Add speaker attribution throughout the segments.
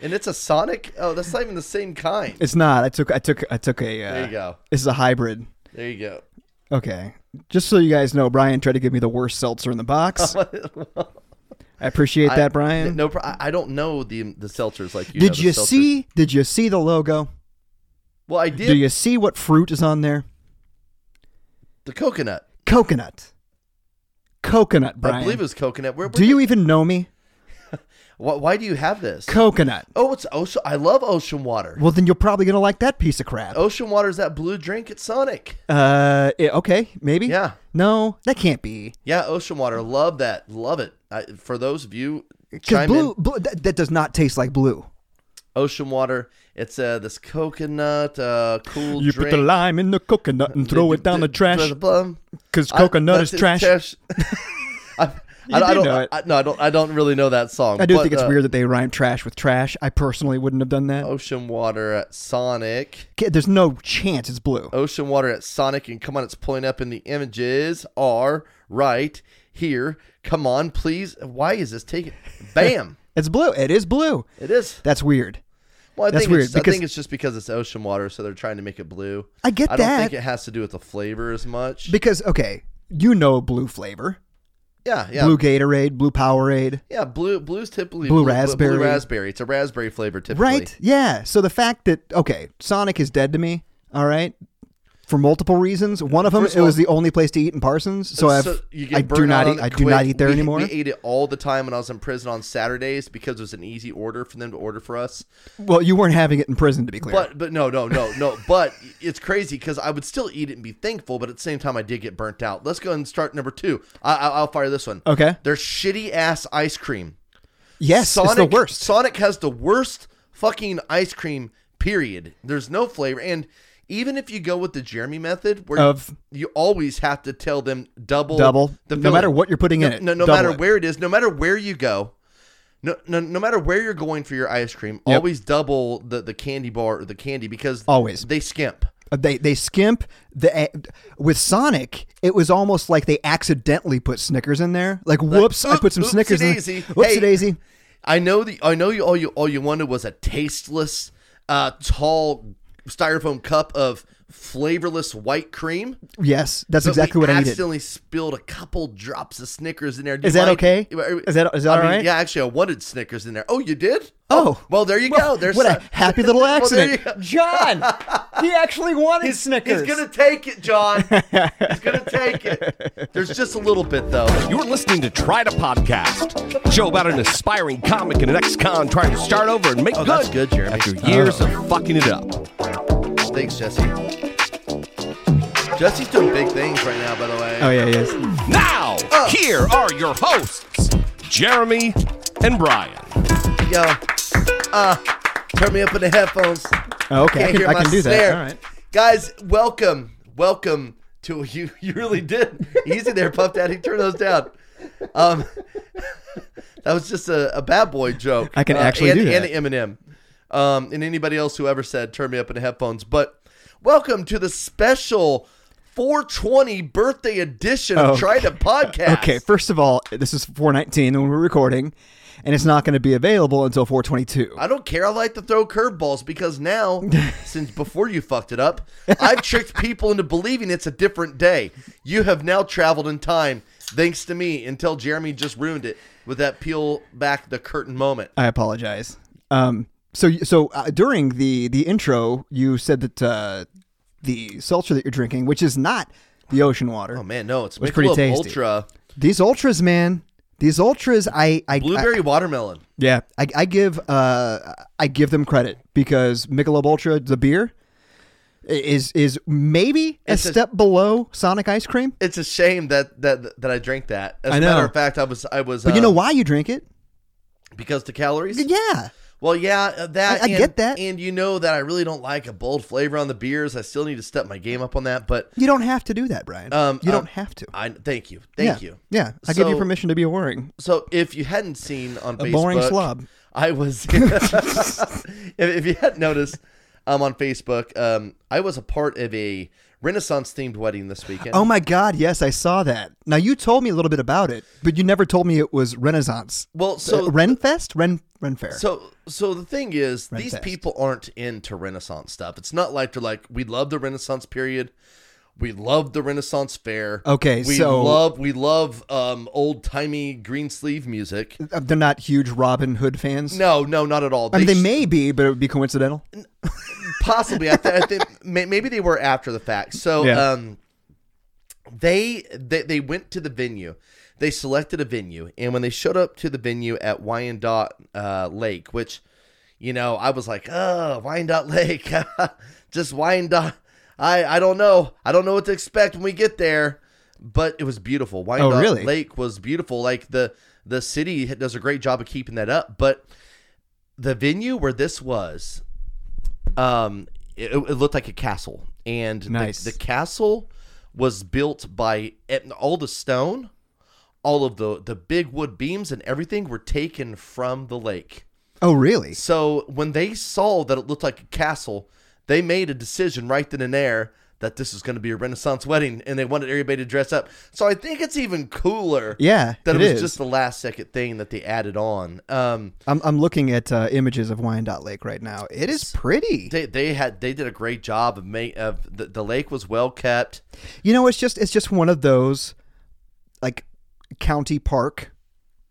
Speaker 1: and it's a Sonic. Oh, that's not even the same kind.
Speaker 2: It's not. I took I took I took a. Uh,
Speaker 1: There you go.
Speaker 2: This is a hybrid.
Speaker 1: There you go.
Speaker 2: Okay. Just so you guys know, Brian tried to give me the worst seltzer in the box. I appreciate
Speaker 1: I-
Speaker 2: that, Brian.
Speaker 1: No, pro- I I don't know the the seltzers like you. know
Speaker 2: did
Speaker 1: the
Speaker 2: you
Speaker 1: seltzers.
Speaker 2: see? Did you see the logo?
Speaker 1: Well, I did.
Speaker 2: Do you see what fruit is on there?
Speaker 1: the coconut.
Speaker 2: Coconut. Coconut, Brian.
Speaker 1: I believe it was coconut. Where, where
Speaker 2: Do you even know me?
Speaker 1: Why, why do you have this?
Speaker 2: Coconut.
Speaker 1: oh, it's ocean. I love ocean water.
Speaker 2: Well, then you're probably gonna like that piece of crap.
Speaker 1: Ocean water is that blue drink at Sonic.
Speaker 2: Uh, yeah, okay, maybe.
Speaker 1: Yeah.
Speaker 2: No, that can't be.
Speaker 1: Yeah, ocean water. Love that. Love it. I, for those of you
Speaker 2: Because
Speaker 1: chime
Speaker 2: blue,
Speaker 1: in,
Speaker 2: blue that, that does not taste like blue.
Speaker 1: ocean water. It's uh, this coconut uh, cool
Speaker 2: You
Speaker 1: drink.
Speaker 2: put the lime in the coconut and throw it down the trash because
Speaker 1: I-
Speaker 2: coconut
Speaker 1: that's
Speaker 2: is
Speaker 1: it,
Speaker 2: trash.
Speaker 1: I, I,
Speaker 2: You
Speaker 1: I
Speaker 2: do
Speaker 1: don't
Speaker 2: know it.
Speaker 1: I, no, I don't. I don't really know that song.
Speaker 2: I do
Speaker 1: but,
Speaker 2: think it's
Speaker 1: uh, Oh.
Speaker 2: weird that they rhyme trash with trash. I personally wouldn't have done that.
Speaker 1: Ocean water at Sonic.
Speaker 2: Okay, There's no chance it's blue.
Speaker 1: Ocean water at Sonic, and come on, it's pulling up in the images. Are right here. Come on, please. Why is this taking? Bam!
Speaker 2: It's blue. It is blue.
Speaker 1: it is.
Speaker 2: That's weird.
Speaker 1: Well, I
Speaker 2: That's
Speaker 1: think
Speaker 2: weird,
Speaker 1: It's, I
Speaker 2: because-
Speaker 1: think it's just because it's ocean water, so they're trying to make it blue.
Speaker 2: I get
Speaker 1: I don't
Speaker 2: that.
Speaker 1: think it has to do with the flavor as much.
Speaker 2: Because okay, you know blue flavor.
Speaker 1: yeah, yeah,
Speaker 2: Blue Gatorade, blue Powerade.
Speaker 1: yeah. Blue, blue's typically Blue
Speaker 2: Blue raspberry.
Speaker 1: raspberry. It's a raspberry flavor typically.
Speaker 2: Right? Yeah. So the fact that okay, Sonic is dead to me. All right, for multiple reasons. One of them,
Speaker 1: First
Speaker 2: it
Speaker 1: of
Speaker 2: was
Speaker 1: all-
Speaker 2: the only place to eat in Parsons, so, I've, I do
Speaker 1: burnt
Speaker 2: not
Speaker 1: out
Speaker 2: eat.
Speaker 1: on
Speaker 2: I
Speaker 1: it
Speaker 2: do not
Speaker 1: quick.
Speaker 2: eat there
Speaker 1: We-
Speaker 2: anymore.
Speaker 1: We ate it all the time when I was in prison on Saturdays because it was an easy order for them to order for us.
Speaker 2: Well, you weren't having it in prison, to be clear.
Speaker 1: But but no no no no. but it's crazy because I would still eat it and be thankful, but at the same time I did get burnt out. Let's go and start number two. I, I, I'll fire this one.
Speaker 2: okay.
Speaker 1: Their shitty ass ice cream.
Speaker 2: Yes, it's the worst.
Speaker 1: Sonic has the worst fucking ice cream. Period. There's no flavor, and even if you go with the Jeremy method, where
Speaker 2: Of-
Speaker 1: you always have to tell them double,
Speaker 2: Double.
Speaker 1: the
Speaker 2: no
Speaker 1: filling.
Speaker 2: matter what you're putting in it.
Speaker 1: no, no
Speaker 2: double
Speaker 1: matter
Speaker 2: it.
Speaker 1: where it is, no matter where you go, no, no, no matter where you're going for your ice cream,
Speaker 2: Yep.
Speaker 1: always double the, the candy bar or the candy because
Speaker 2: Always.
Speaker 1: they skimp.
Speaker 2: Uh, They they skimp the with Sonic. It was almost like they accidentally put Snickers in there. Like whoops, I put some
Speaker 1: oopsie
Speaker 2: Snickers in. there.
Speaker 1: daisy.
Speaker 2: Whoopsie
Speaker 1: Hey.
Speaker 2: daisy.
Speaker 1: I know the I know you all you all you wanted was a tasteless, uh, tall styrofoam cup of flavorless white cream.
Speaker 2: Yes, that's
Speaker 1: but
Speaker 2: exactly
Speaker 1: we
Speaker 2: what I needed.
Speaker 1: accidentally spilled a couple drops of Snickers in there. Do
Speaker 2: Is
Speaker 1: you
Speaker 2: that
Speaker 1: mind-
Speaker 2: okay? Is that- is that
Speaker 1: I
Speaker 2: all
Speaker 1: mean,
Speaker 2: right?
Speaker 1: Yeah, actually, I wanted Snickers in there. Oh, you did?
Speaker 2: Oh.
Speaker 1: well, there you
Speaker 2: Well,
Speaker 1: go. There's
Speaker 2: what
Speaker 1: some-
Speaker 2: a happy little
Speaker 1: Well, there
Speaker 2: accident,
Speaker 1: you go.
Speaker 2: John. He actually wanted
Speaker 1: He's,
Speaker 2: Snickers.
Speaker 1: he's gonna take it, John. he's gonna take it. There's just a little bit though.
Speaker 3: You're listening to Try to Podcast, a show about an aspiring comic and an ex-con trying to start over and make
Speaker 1: Oh,
Speaker 3: good,
Speaker 1: that's good, Uh-huh. Jeremy.
Speaker 3: after years of fucking it up.
Speaker 1: Thanks, Jesse. Jesse's doing big things right now, by the way.
Speaker 2: oh yeah, yes.
Speaker 3: Now,
Speaker 1: Uh.
Speaker 3: here are your hosts, Jeremy and Brian.
Speaker 1: Yo, uh, turn me up in the headphones.
Speaker 2: Oh, okay, I
Speaker 1: Can't
Speaker 2: can,
Speaker 1: hear
Speaker 2: I
Speaker 1: my
Speaker 2: can do
Speaker 1: snare.
Speaker 2: that. All right.
Speaker 1: Guys, welcome. Welcome to you. You really did. Easy there, Puff Daddy. Turn those down. Um, that was just a, a bad boy joke. Uh,
Speaker 2: I can actually
Speaker 1: and,
Speaker 2: do that.
Speaker 1: And Eminem. Um, and anybody else who ever said, turn me up in the headphones. But welcome to the special 420 birthday edition of
Speaker 2: Okay.
Speaker 1: Try to Podcast.
Speaker 2: Oh. Okay, first of all, this is 419 when we're recording, and it's not going to be available until 422.
Speaker 1: I don't care. I like to throw curveballs because now, since before you fucked it up, I've tricked people into believing it's a different day. You have now traveled in time thanks to me until Jeremy just ruined it with that peel back the curtain moment.
Speaker 2: I apologize. Um, so so uh, during the the intro, you said that uh, the seltzer that you're drinking, which is not the ocean water,
Speaker 1: Oh man, no, it's
Speaker 2: was pretty
Speaker 1: Michelob
Speaker 2: tasty.
Speaker 1: Ultra
Speaker 2: these ultras, man, these ultras, I I
Speaker 1: blueberry
Speaker 2: I,
Speaker 1: watermelon.
Speaker 2: yeah, I, I give uh I give them credit because Michelob Ultra, the beer, i- is is maybe a
Speaker 1: It's a-
Speaker 2: step below Sonic ice cream.
Speaker 1: It's a shame that that that I drank that. As
Speaker 2: I
Speaker 1: a
Speaker 2: know.
Speaker 1: matter of fact, I was I was.
Speaker 2: But you
Speaker 1: uh,
Speaker 2: know why you drink it?
Speaker 1: Because the calories.
Speaker 2: Yeah.
Speaker 1: Well, yeah, uh, that
Speaker 2: I- I
Speaker 1: and,
Speaker 2: get that.
Speaker 1: and you know that I really don't like a bold flavor on the beers. I still need to step my game up on that, but.
Speaker 2: You don't have to do that, Brian.
Speaker 1: Um,
Speaker 2: you
Speaker 1: um,
Speaker 2: don't have to.
Speaker 1: I thank you, thank
Speaker 2: yeah.
Speaker 1: you.
Speaker 2: Yeah, I give you
Speaker 1: So-
Speaker 2: permission to be a worrying.
Speaker 1: So if you hadn't seen on
Speaker 2: A
Speaker 1: Facebook,
Speaker 2: boring slob.
Speaker 1: I was. if, if you hadn't noticed, um, on Facebook, um, I was a part of a Renaissance themed wedding this weekend.
Speaker 2: Oh my God! Yes, I saw that. Now you told me a little bit about it, but you never told me it was Renaissance.
Speaker 1: well, so
Speaker 2: uh, Renfest, Ren Ren Fair.
Speaker 1: So, so the thing is, these
Speaker 2: fast.
Speaker 1: people aren't into Renaissance stuff. It's not like they're like, we love the Renaissance period, we love the Renaissance fair.
Speaker 2: Okay,
Speaker 1: we
Speaker 2: so-
Speaker 1: love we love um, old timey green sleeve music.
Speaker 2: Uh, They're not huge Robin Hood fans.
Speaker 1: No, no, not at all.
Speaker 2: I mean, they
Speaker 1: sh-
Speaker 2: may be, but it would be coincidental.
Speaker 1: possibly. I, th- I think may- maybe they were after the fact. So,
Speaker 2: Yeah.
Speaker 1: um, they, they they went to the venue. They selected a venue, and when they showed up to the venue at Wyandotte uh, Lake, which, you know, I was like, oh, Wyandotte Lake, just Wyandotte. I I don't know. I don't know what to expect when we get there, but it was beautiful. Wyandotte
Speaker 2: Oh, really?
Speaker 1: Lake was beautiful. Like the the city does a great job of keeping that up, but the venue where this was um it, it looked like a castle and the-
Speaker 2: Nice.
Speaker 1: the, castle was built by and all the stone all of the the big wood beams and everything were taken from the lake
Speaker 2: Oh, really?
Speaker 1: so when they saw that it looked like a castle they made a decision right then and there that this is going to be a renaissance wedding and they wanted everybody to dress up so i think it's even cooler
Speaker 2: Yeah,
Speaker 1: that it,
Speaker 2: it
Speaker 1: was
Speaker 2: is.
Speaker 1: just the last second thing that they added on um
Speaker 2: I'm, I'm looking at uh, images of Wyandotte Lake right now. It is pretty.
Speaker 1: they they had they did a great job of ma- of the, the lake was well kept.
Speaker 2: You know, it's just it's just one of those like county park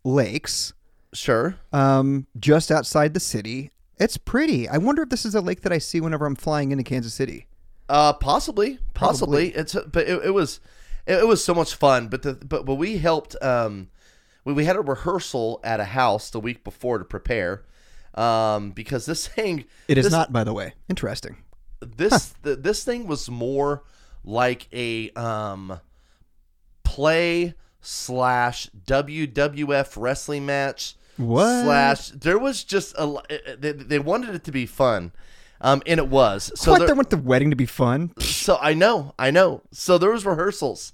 Speaker 2: lakes
Speaker 1: Sure.
Speaker 2: um, just outside the city. It's pretty. I wonder if this is a lake that I see whenever I'm flying into Kansas City.
Speaker 1: Uh possibly. Possibly. It's but it, it was it, it was so much fun, but the but, but we helped um we, we had a rehearsal at a house the week before to prepare. Um because this thing
Speaker 2: It is
Speaker 1: this,
Speaker 2: not, by the way. Interesting.
Speaker 1: this th this thing was more like a um play slash WWF wrestling match
Speaker 2: What?
Speaker 1: slash there was just a l- eh, they, they wanted it to be fun um and it was so
Speaker 2: what?
Speaker 1: there-
Speaker 2: They want the wedding to be fun?
Speaker 1: so I know, I know. So there was rehearsals,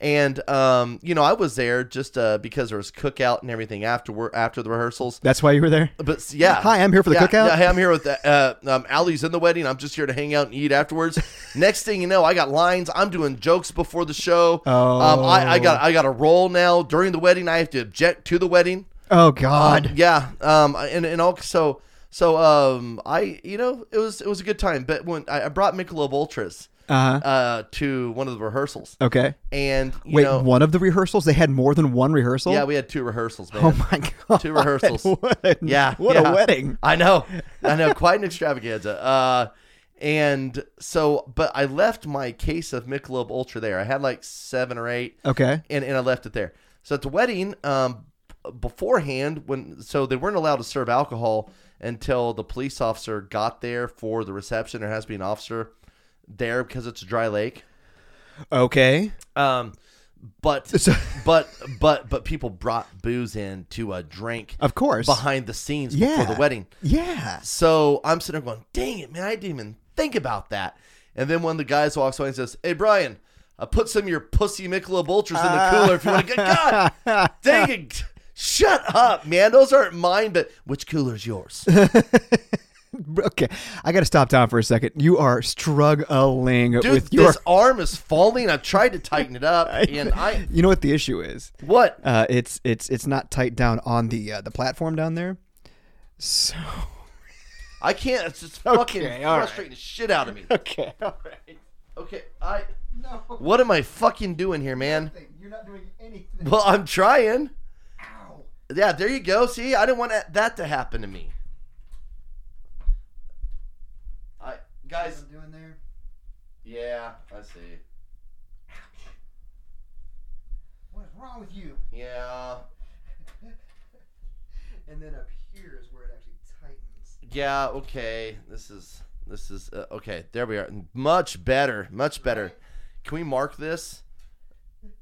Speaker 1: and um, you know, I was there just uh, because there was cookout and everything after after the rehearsals.
Speaker 2: That's why you were there?
Speaker 1: But s- yeah,
Speaker 2: Hi, I'm here for the
Speaker 1: Yeah,
Speaker 2: cookout.
Speaker 1: Yeah, hey, I'm here with the, uh, um, Allie's in the wedding. I'm just here to hang out and eat afterwards. Next thing you know, I got lines. I'm doing jokes before the show. Um, I, I got I got a role now during the wedding. I have to object to the wedding.
Speaker 2: Oh
Speaker 1: Um,
Speaker 2: God.
Speaker 1: yeah. Um. And and all so so um. I you know it was it was a good time. But when I, I brought Michelob Ultras
Speaker 2: Uh-huh.
Speaker 1: uh to one of the rehearsals,
Speaker 2: Okay.
Speaker 1: and you
Speaker 2: Wait,
Speaker 1: know,
Speaker 2: one of the rehearsals? They had more than one rehearsal?
Speaker 1: yeah, we had two rehearsals, man.
Speaker 2: Oh my god!
Speaker 1: Two rehearsals.
Speaker 2: What a,
Speaker 1: yeah.
Speaker 2: What
Speaker 1: yeah.
Speaker 2: a wedding.
Speaker 1: I know. I know. Quite an extravaganza. Uh, and so, but I left my case of Michelob Ultra there. I had like seven or eight.
Speaker 2: Okay.
Speaker 1: and and I left it there. So at the wedding, um, beforehand, when so they weren't allowed to serve alcohol until the police officer got there for the reception. There has to be an officer there because it's a dry lake.
Speaker 2: Okay.
Speaker 1: Um, but
Speaker 2: So-
Speaker 1: but but but people brought booze in to a drink,
Speaker 2: Of course.
Speaker 1: behind the scenes
Speaker 2: yeah.
Speaker 1: before the wedding.
Speaker 2: Yeah.
Speaker 1: So I'm sitting there going, dang it, man, I didn't even think about that. And then one of the guys walks away and says, hey, Brian, I put some of your pussy Michelob Ultras in
Speaker 2: Ah.
Speaker 1: the cooler if you want to get God, dang it. Shut up, man. Those aren't mine, but which cooler's yours?
Speaker 2: Okay. I got to stop down for a second. You are struggling
Speaker 1: Dude,
Speaker 2: with your.
Speaker 1: this arm is falling. I've tried to tighten it up, and I
Speaker 2: You know what the issue is?
Speaker 1: what?
Speaker 2: Uh, it's it's it's not tight down on the uh, the platform down there. So
Speaker 1: I can't. It's just fucking
Speaker 2: Okay, all right.
Speaker 1: frustrating the shit out of me.
Speaker 2: okay, all right.
Speaker 1: Okay, I.
Speaker 2: No,
Speaker 1: What am I fucking doing here, man?
Speaker 2: you're not doing anything.
Speaker 1: Well, I'm trying. Yeah, there you go. See, I didn't want that- that to happen to me. I guys.
Speaker 2: doing there.
Speaker 1: Yeah, I see.
Speaker 2: What is wrong with you?
Speaker 1: Yeah,
Speaker 2: And then up here is where it actually tightens.
Speaker 1: yeah. Okay, this is this is uh, okay. There we are. Much better. Much better. Can we mark this?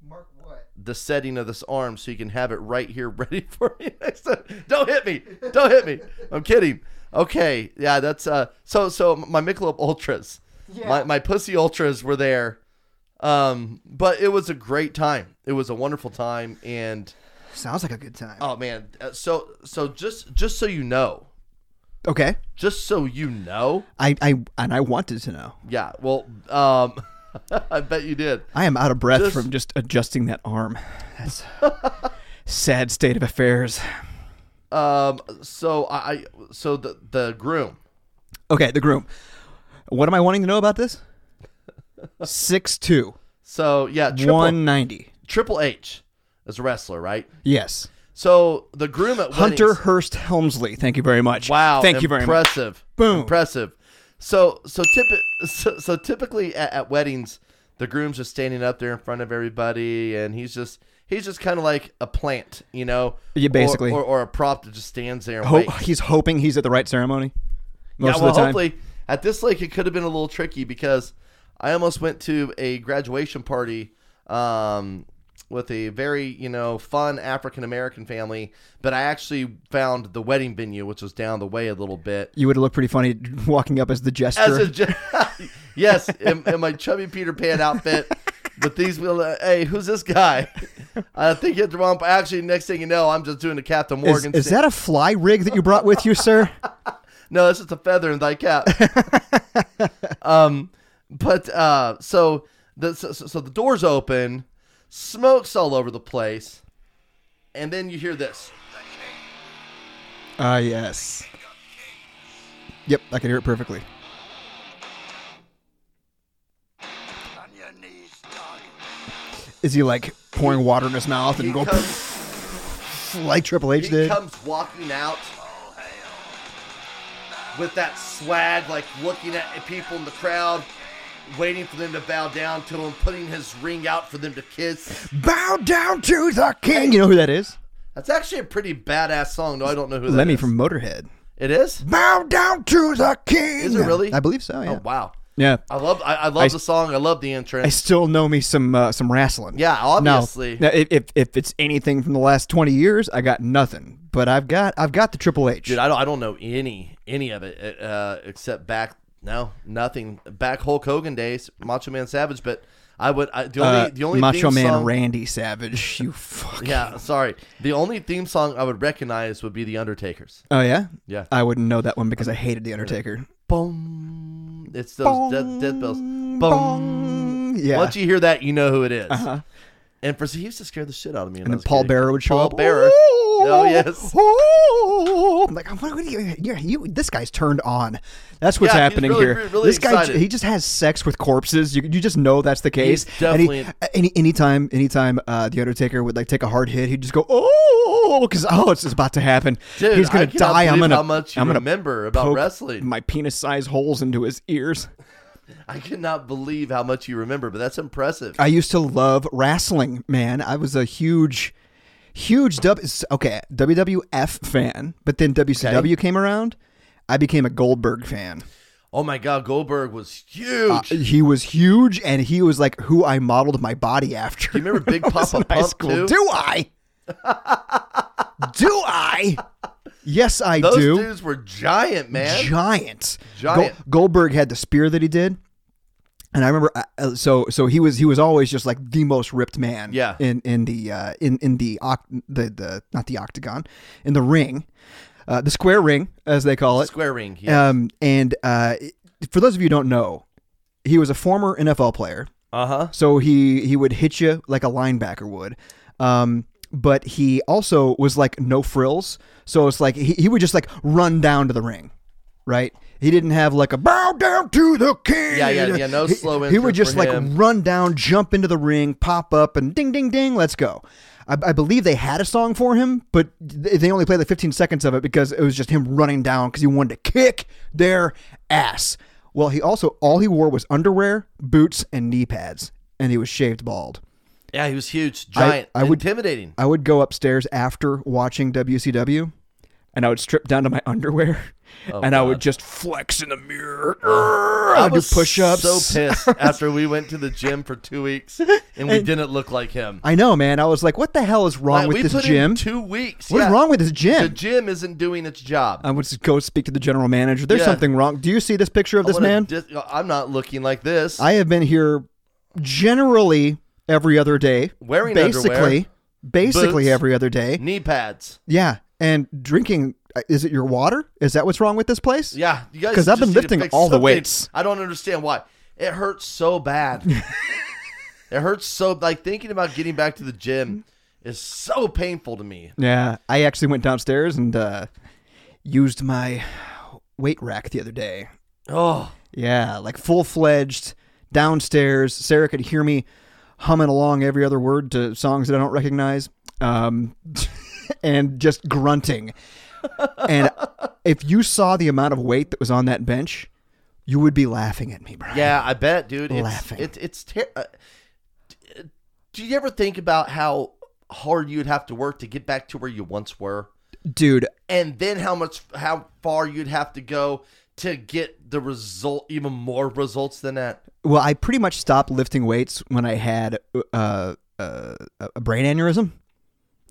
Speaker 2: Mark what?
Speaker 1: The setting of this arm so you can have it right here ready for me next time. Don't hit me. Don't hit me. I'm kidding. Okay. Yeah, that's uh so so my Michelob Ultras. My my pussy ultras were there. Um but it was a great time. It was a wonderful time and
Speaker 2: Sounds like a good time.
Speaker 1: oh man, uh, so so just just so you know,
Speaker 2: Okay.
Speaker 1: just so you know.
Speaker 2: I, I and I wanted to know.
Speaker 1: Yeah. Well, um I bet you did.
Speaker 2: I am out of breath
Speaker 1: Just-
Speaker 2: from just adjusting that arm. That's a sad state of affairs.
Speaker 1: Um, so I, I so the the groom.
Speaker 2: Okay, the groom. What am I wanting to know about this? Six two,
Speaker 1: So yeah, triple,
Speaker 2: one ninety.
Speaker 1: Triple H is a wrestler, right?
Speaker 2: Yes.
Speaker 1: So the groom at
Speaker 2: Hunter
Speaker 1: weddings-
Speaker 2: Hurst Helmsley. Thank you very much.
Speaker 1: Wow.
Speaker 2: Thank you very much.
Speaker 1: Impressive.
Speaker 2: Boom.
Speaker 1: Impressive. So so typi- so, so typically at, at weddings, the groom's just standing up there in front of everybody, and he's just he's just kind of like a plant, you know.
Speaker 2: Yeah,
Speaker 1: or-
Speaker 2: basically.
Speaker 1: Or, or, a prop that just stands there and
Speaker 2: Ho-
Speaker 1: waits.
Speaker 2: he's hoping he's at the right ceremony. Most
Speaker 1: yeah, well,
Speaker 2: of the time.
Speaker 1: hopefully at this lake it could have been a little tricky because I almost went to a graduation party um, with a very you know fun African American family, but I actually found the wedding venue, which was down the way a little bit.
Speaker 2: you would look pretty funny walking up as the jester.
Speaker 1: As a gen- yes, in, in my chubby Peter Pan outfit. But these will. Uh, hey, who's this guy? I think you hit the wrong. Actually, next thing you know, I'm just doing the Captain
Speaker 2: is,
Speaker 1: Morgan.
Speaker 2: is
Speaker 1: scene.
Speaker 2: that a fly rig that you brought with you, sir?
Speaker 1: No, it's just a feather in thy cap. um, but uh, so the so, so the doors open, smokes all over the place, and then you hear this.
Speaker 2: Ah, yes. Yep, I could hear it perfectly.
Speaker 4: On your knees, dog.
Speaker 2: Is he like pouring water in his mouth and
Speaker 1: He
Speaker 2: going
Speaker 1: comes,
Speaker 2: like Triple H
Speaker 1: he
Speaker 2: did?
Speaker 1: comes walking out with that swag, like looking at people in the crowd, waiting for them to bow down to him, putting his ring out for them to kiss.
Speaker 2: Bow down to the king. You know who that is?
Speaker 1: That's actually a pretty badass song, though I don't know who that
Speaker 2: Lemmy
Speaker 1: is.
Speaker 2: from Motorhead.
Speaker 1: it is.
Speaker 2: Bow down to the king.
Speaker 1: Is it really?
Speaker 2: I believe so. Yeah.
Speaker 1: Oh wow.
Speaker 2: Yeah.
Speaker 1: I love I, I love
Speaker 2: I-
Speaker 1: the song. I love the entrance.
Speaker 2: I still know me some uh, some wrestling.
Speaker 1: Yeah, obviously.
Speaker 2: Now, now if, if if it's anything from the last twenty years, I got nothing. But I've got I've got the Triple H.
Speaker 1: Dude, I don't I don't know any any of it uh, except back no nothing back Hulk Hogan days, Macho Man Savage. But I would I, the only
Speaker 2: Uh,
Speaker 1: the only
Speaker 2: Macho
Speaker 1: theme
Speaker 2: Man
Speaker 1: song,
Speaker 2: Randy Savage. You fuck.
Speaker 1: Yeah, sorry. The only theme song I would recognize would be The Undertaker's.
Speaker 2: Oh yeah.
Speaker 1: Yeah.
Speaker 2: I wouldn't know that one because I hated the Undertaker.
Speaker 1: Boom. It's those death, death bells. Boom.
Speaker 2: Bong. Yeah. Uh-huh.
Speaker 1: Once you hear that, you know who it is. And for he used to scare the shit out of me. when I
Speaker 2: and then
Speaker 1: was a
Speaker 2: Paul
Speaker 1: kid.
Speaker 2: Bearer would show
Speaker 1: Paul
Speaker 2: up.
Speaker 1: Bearer. Oh yes.
Speaker 2: Oh, I'm like, what, what are you, you, you, this guy's turned on. That's what's
Speaker 1: Yeah, he's
Speaker 2: happening
Speaker 1: really-
Speaker 2: here.
Speaker 1: re- really
Speaker 2: this guy,
Speaker 1: excited.
Speaker 2: he just has sex with corpses. You, you just know that's the case.
Speaker 1: He's
Speaker 2: And he-
Speaker 1: definitely-
Speaker 2: any anytime, anytime uh, the Undertaker would like take a hard hit, he'd just go, oh, because oh, it's just about to happen.
Speaker 1: Dude,
Speaker 2: He's
Speaker 1: I
Speaker 2: gonna
Speaker 1: cannot
Speaker 2: die. I'm
Speaker 1: believe
Speaker 2: gonna,
Speaker 1: how much you
Speaker 2: I'm gonna
Speaker 1: remember about
Speaker 2: poke
Speaker 1: wrestling.
Speaker 2: My penis-sized holes into his ears.
Speaker 1: I cannot believe how much you remember, but that's impressive.
Speaker 2: I used to love wrestling, man. I was a huge, huge w- okay WWF fan, but then WCW came around. I became a Goldberg fan. Uh,
Speaker 1: oh my god, Goldberg was huge.
Speaker 2: He was huge, and he was like who I modeled my body after.
Speaker 1: You remember Big
Speaker 2: when I was
Speaker 1: Papa
Speaker 2: in high
Speaker 1: Pump, too?
Speaker 2: school? Do I? do I? Yes, I
Speaker 1: Those
Speaker 2: do.
Speaker 1: dudes were giant, man.
Speaker 2: Giant.
Speaker 1: Giant.
Speaker 2: Goldberg had the spear that he did. And I remember, uh, uh, so so he was he was always just like the most ripped man,
Speaker 1: Yeah.
Speaker 2: In in the uh, in in the, oct- the the not the octagon, in the ring, uh, the square ring as they call it.
Speaker 1: Square ring. Yeah.
Speaker 2: Um, and uh, for those of you who don't know, he was a former NFL player.
Speaker 1: Uh huh.
Speaker 2: So he he would hit you like a linebacker would. Um, but he also was like no frills. So it's like he, he would just like run down to the ring, right? He didn't have like a bow down to the king.
Speaker 1: Yeah, yeah, yeah, no
Speaker 2: he,
Speaker 1: slow
Speaker 2: He would
Speaker 1: entrance
Speaker 2: just
Speaker 1: for
Speaker 2: like
Speaker 1: him.
Speaker 2: run down, jump into the ring, pop up, and ding, ding, ding, let's go. I, I believe they had a song for him, but th- they only played like 15 seconds of it because it was just him running down because he wanted to kick their ass. Well, he also, all he wore was underwear, boots, and knee pads, and he was shaved bald.
Speaker 1: Yeah, he was huge, giant,
Speaker 2: I would-
Speaker 1: intimidating.
Speaker 2: I would go upstairs after watching WCW and I would strip down to my underwear
Speaker 1: Oh,
Speaker 2: and I would just flex in the mirror.
Speaker 1: I
Speaker 2: I'd do
Speaker 1: Oh. was
Speaker 2: push ups.
Speaker 1: so pissed after we went to the gym for two weeks and we didn't look like him.
Speaker 2: I know, man. I was like, what the hell is wrong
Speaker 1: Like, we
Speaker 2: with
Speaker 1: put
Speaker 2: this gym?
Speaker 1: In two weeks.
Speaker 2: What's
Speaker 1: yeah.
Speaker 2: wrong with this
Speaker 1: The
Speaker 2: gym?
Speaker 1: gym isn't doing its job.
Speaker 2: I would just go speak to the general manager. There's
Speaker 1: Yeah.
Speaker 2: something wrong. Do you see this picture of
Speaker 1: I
Speaker 2: this
Speaker 1: wanna
Speaker 2: man?
Speaker 1: dis- I'm not looking like this.
Speaker 2: I have been here generally every other day.
Speaker 1: Wearing
Speaker 2: basically,
Speaker 1: underwear,
Speaker 2: basically
Speaker 1: boots.
Speaker 2: every other day.
Speaker 1: Knee pads.
Speaker 2: Yeah, and drinking. uh, Is it your water? Is that what's wrong with this place?
Speaker 1: Yeah, you guys.
Speaker 2: 'Cause I've
Speaker 1: just
Speaker 2: been
Speaker 1: need to
Speaker 2: lifting
Speaker 1: fix
Speaker 2: all the
Speaker 1: something.
Speaker 2: weights.
Speaker 1: I don't understand why it hurts so bad. it hurts so like thinking about getting back to the gym is so painful to me.
Speaker 2: Yeah, I actually went downstairs and uh, used my weight rack the other day.
Speaker 1: Oh,
Speaker 2: Yeah, like full fledged downstairs. Sarah could hear me humming along every other word to songs that I don't recognize, um, and just grunting. And if you saw the amount of weight that was on that bench, you would be laughing at me, bro.
Speaker 1: yeah, I bet, dude. It's,
Speaker 2: Laughing.
Speaker 1: It's it's. Ter- uh, d- do you ever think about how hard you'd have to work to get back to where you once were,
Speaker 2: dude.
Speaker 1: and then how much how far you'd have to go to get the result, even more results than that?
Speaker 2: Well, I pretty much stopped lifting weights when I had uh, uh, a brain aneurysm.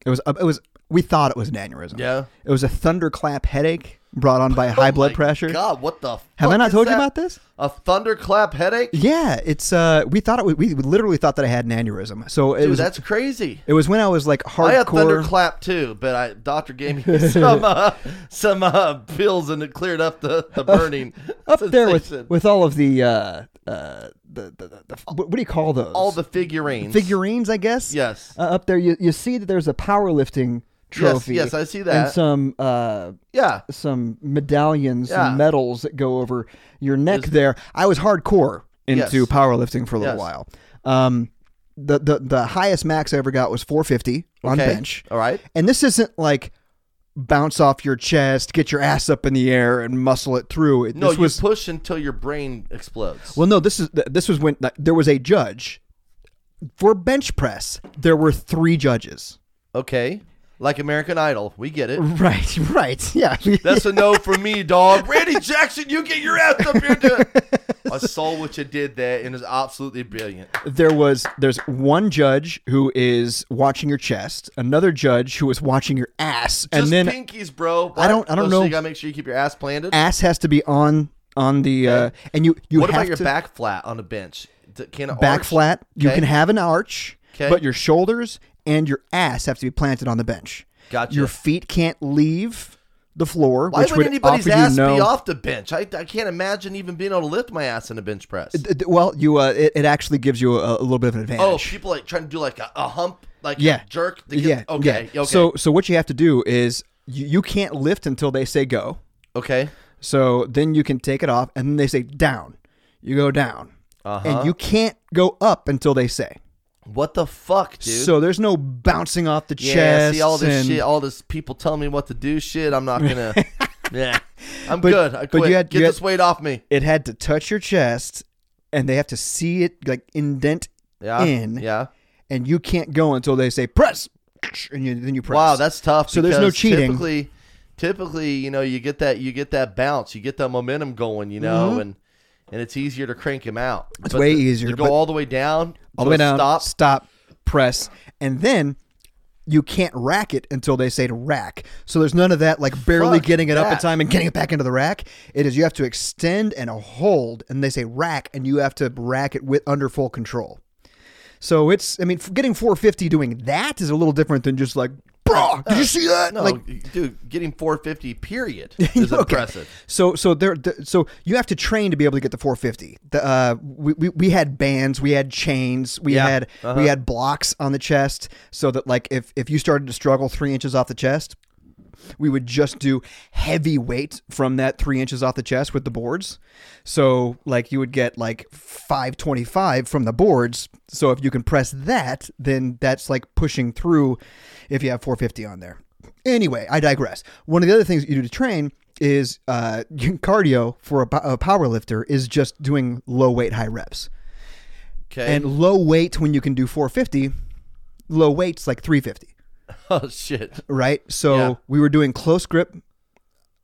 Speaker 2: It was uh, it was we thought it was an aneurysm.
Speaker 1: Yeah.
Speaker 2: it was a thunderclap headache brought on by high
Speaker 1: Oh
Speaker 2: blood
Speaker 1: my
Speaker 2: pressure.
Speaker 1: God, what the?
Speaker 2: Have I
Speaker 1: fuck
Speaker 2: not
Speaker 1: is
Speaker 2: told you
Speaker 1: that?
Speaker 2: about this?
Speaker 1: A thunderclap headache,
Speaker 2: Yeah, it's uh, we thought it was, we literally thought that I had an aneurysm. So it
Speaker 1: dude.
Speaker 2: was
Speaker 1: That's crazy.
Speaker 2: it was when I was like
Speaker 1: I had
Speaker 2: hardcore.
Speaker 1: thunderclap too, but I doctor gave me some uh, some uh, pills and it cleared up the, the burning
Speaker 2: Uh, Up there with,
Speaker 1: sensation.
Speaker 2: with all of the uh, uh, the, the, the, the what do you call those?
Speaker 1: all the figurines.
Speaker 2: figurines, I guess.
Speaker 1: Yes.
Speaker 2: Uh, up there, you, you see that there's a powerlifting trophy.
Speaker 1: yes, I see
Speaker 2: And
Speaker 1: that.
Speaker 2: some uh,
Speaker 1: yeah.
Speaker 2: some medallions, some
Speaker 1: Yeah.
Speaker 2: medals that go over your neck. there, I was hardcore into
Speaker 1: Yes.
Speaker 2: powerlifting for a little
Speaker 1: Yes.
Speaker 2: while. Um, the, the the highest max I ever got was 450 on
Speaker 1: Okay.
Speaker 2: bench.
Speaker 1: All right.
Speaker 2: And this isn't like bounce off your chest, get your ass up in the air, and muscle it through. It-
Speaker 1: No,
Speaker 2: this
Speaker 1: you
Speaker 2: was
Speaker 1: push until your brain explodes.
Speaker 2: well, no, this is th- this was when like, there was a judge for bench press. There were three judges.
Speaker 1: okay. Like American Idol, we get it.
Speaker 2: Right, right, yeah.
Speaker 1: That's a no for me, dog. Randy Jackson, you get your ass up here. Dude. I saw what you did there, and it's absolutely brilliant.
Speaker 2: there was there's one judge who is watching your chest, another judge who is watching your ass, and
Speaker 1: Just
Speaker 2: then
Speaker 1: pinkies, bro.
Speaker 2: I don't- I don't
Speaker 1: Oh,
Speaker 2: know.
Speaker 1: So you gotta make sure you keep your ass planted.
Speaker 2: ass has to be on on the uh, and you you
Speaker 1: what
Speaker 2: have
Speaker 1: about your
Speaker 2: to,
Speaker 1: back flat on a bench? D- Can it
Speaker 2: back
Speaker 1: arch?
Speaker 2: flat. You
Speaker 1: Okay.
Speaker 2: can have an arch,
Speaker 1: Okay.
Speaker 2: but your shoulders and your ass have to be planted on the bench.
Speaker 1: Gotcha.
Speaker 2: Your feet can't leave the floor,
Speaker 1: Why
Speaker 2: which
Speaker 1: would
Speaker 2: would
Speaker 1: anybody's
Speaker 2: offer you
Speaker 1: ass
Speaker 2: no-
Speaker 1: be off the bench? I, I can't imagine even being able to lift my ass in a bench press.
Speaker 2: Th- th- Well, you uh, it, it actually gives you a, a little bit of an
Speaker 1: oh,
Speaker 2: advantage.
Speaker 1: people like trying to do like a, a hump, like
Speaker 2: yeah,
Speaker 1: a jerk. To get,
Speaker 2: yeah,
Speaker 1: Okay.
Speaker 2: yeah.
Speaker 1: Okay.
Speaker 2: So so what you have to do is you, you can't lift until they say go.
Speaker 1: okay.
Speaker 2: So then you can take it off, and then they say down. You go down,
Speaker 1: Uh-huh.
Speaker 2: and you can't go up until they say.
Speaker 1: What the fuck, dude?
Speaker 2: So there's no bouncing off the
Speaker 1: yeah,
Speaker 2: chest.
Speaker 1: see all this
Speaker 2: and-
Speaker 1: shit, all this people telling me what to do. Shit, I'm not gonna. yeah, I'm
Speaker 2: But-
Speaker 1: good. I
Speaker 2: but you
Speaker 1: quit.
Speaker 2: had-
Speaker 1: Get
Speaker 2: you had-
Speaker 1: this weight off me.
Speaker 2: It had to touch your chest, and they have to see it like indent
Speaker 1: Yeah.
Speaker 2: in,
Speaker 1: Yeah.
Speaker 2: and you can't go until they say press, and you, then you press.
Speaker 1: Wow, that's tough.
Speaker 2: So there's no
Speaker 1: because
Speaker 2: cheating.
Speaker 1: Typically, typically, you know, you get that you get that bounce, you get that momentum going, you know, and and it's easier to crank him out. It's
Speaker 2: Mm-hmm. way easier,
Speaker 1: To go
Speaker 2: but-
Speaker 1: all the way down,
Speaker 2: all
Speaker 1: to
Speaker 2: the way
Speaker 1: a
Speaker 2: down.
Speaker 1: Stop.
Speaker 2: stop, press, and then. You can't rack it until they say to rack. So there's none of that like barely
Speaker 1: Fuck
Speaker 2: getting it up in
Speaker 1: that.
Speaker 2: time and getting it back into the rack. It is you have to extend and hold, and they say rack, and you have to rack it with under full control. So it's I mean f- getting 450 doing that is a little different than just like bro. Did you see that?
Speaker 1: Uh, No,
Speaker 2: like
Speaker 1: dude, getting 450 period is
Speaker 2: Okay.
Speaker 1: impressive.
Speaker 2: So so there th- so you have to train to be able to get the 450. The, uh, we, we, we had bands, we had chains, we
Speaker 1: Yeah.
Speaker 2: had we had blocks on the chest, so that like if if you started to struggle three inches off the chest, we would just do heavy weight from that three inches off the chest with the boards. So like you would get like 525 from the boards. So if you can press that, then that's like pushing through if you have 450 on there. Anyway, I digress. One of the other things that you do to train is uh, cardio for a, po- a power lifter is just doing low weight, high reps.
Speaker 1: Okay.
Speaker 2: And low weight when you can do 450, low weight's like 350
Speaker 1: oh shit.
Speaker 2: right? So
Speaker 1: Yeah.
Speaker 2: we were doing close grip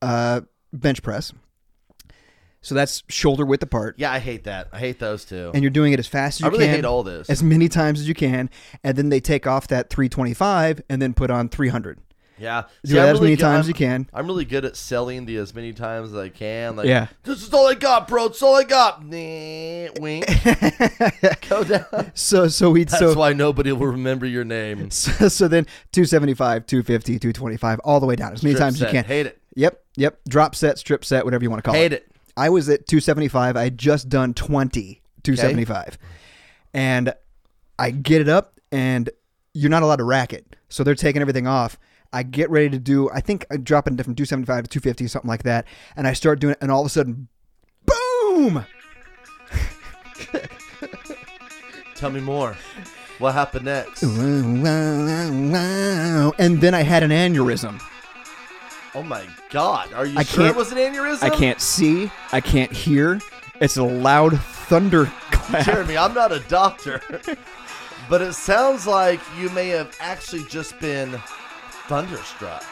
Speaker 2: uh, bench press. So that's shoulder width apart,
Speaker 1: Yeah, I hate that. I hate those two.
Speaker 2: and you're doing it as fast as you
Speaker 1: I really
Speaker 2: can,
Speaker 1: hate all this.
Speaker 2: as many times as you can, and then they take off that 325 and then put on 300.
Speaker 1: yeah.
Speaker 2: Do that
Speaker 1: I'm
Speaker 2: as many
Speaker 1: good-
Speaker 2: times
Speaker 1: I'm-
Speaker 2: you can.
Speaker 1: I'm really good at selling the as many times as I can. Like,
Speaker 2: Yeah.
Speaker 1: This is all I got, bro. It's all I got. Nah, wink. Go down.
Speaker 2: So so we
Speaker 1: That's
Speaker 2: so
Speaker 1: why nobody will remember your name.
Speaker 2: So, so then 275, 250, 225, all the way down as many
Speaker 1: Strip
Speaker 2: times
Speaker 1: set.
Speaker 2: you can.
Speaker 1: Hate it.
Speaker 2: Yep, yep. Drop set, strip set, whatever you want to call
Speaker 1: Hate
Speaker 2: it.
Speaker 1: it.
Speaker 2: I was at 275. I had just done 20, 275. And I get it up, and you're not allowed to rack it. So they're taking everything off. I get ready to do, I think I drop it from 275 to 250, something like that. And I start doing it, and all of a sudden, boom!
Speaker 1: Tell me more. What happened next?
Speaker 2: And then I had an aneurysm.
Speaker 1: Oh my god. Are you
Speaker 2: I
Speaker 1: sure it
Speaker 2: can't-
Speaker 1: was an aneurysm?
Speaker 2: I can't see, I can't hear. It's a loud thunderclap.
Speaker 1: Jeremy, I'm not a doctor. but it sounds like you may have actually just been thunderstruck.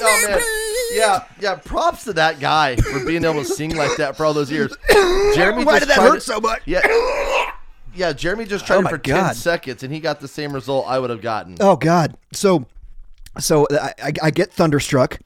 Speaker 1: Oh, man. Yeah, yeah. Props to that guy for being able to sing like that for all those years. Jeremy,
Speaker 2: Why
Speaker 1: just
Speaker 2: did that
Speaker 1: tried
Speaker 2: hurt
Speaker 1: it-
Speaker 2: so much?
Speaker 1: Yeah, yeah. Jeremy just tried
Speaker 2: Oh
Speaker 1: it
Speaker 2: my
Speaker 1: for ten
Speaker 2: God.
Speaker 1: seconds, and he got the same result I would have gotten.
Speaker 2: Oh God! So, so I, I, I get thunderstruck.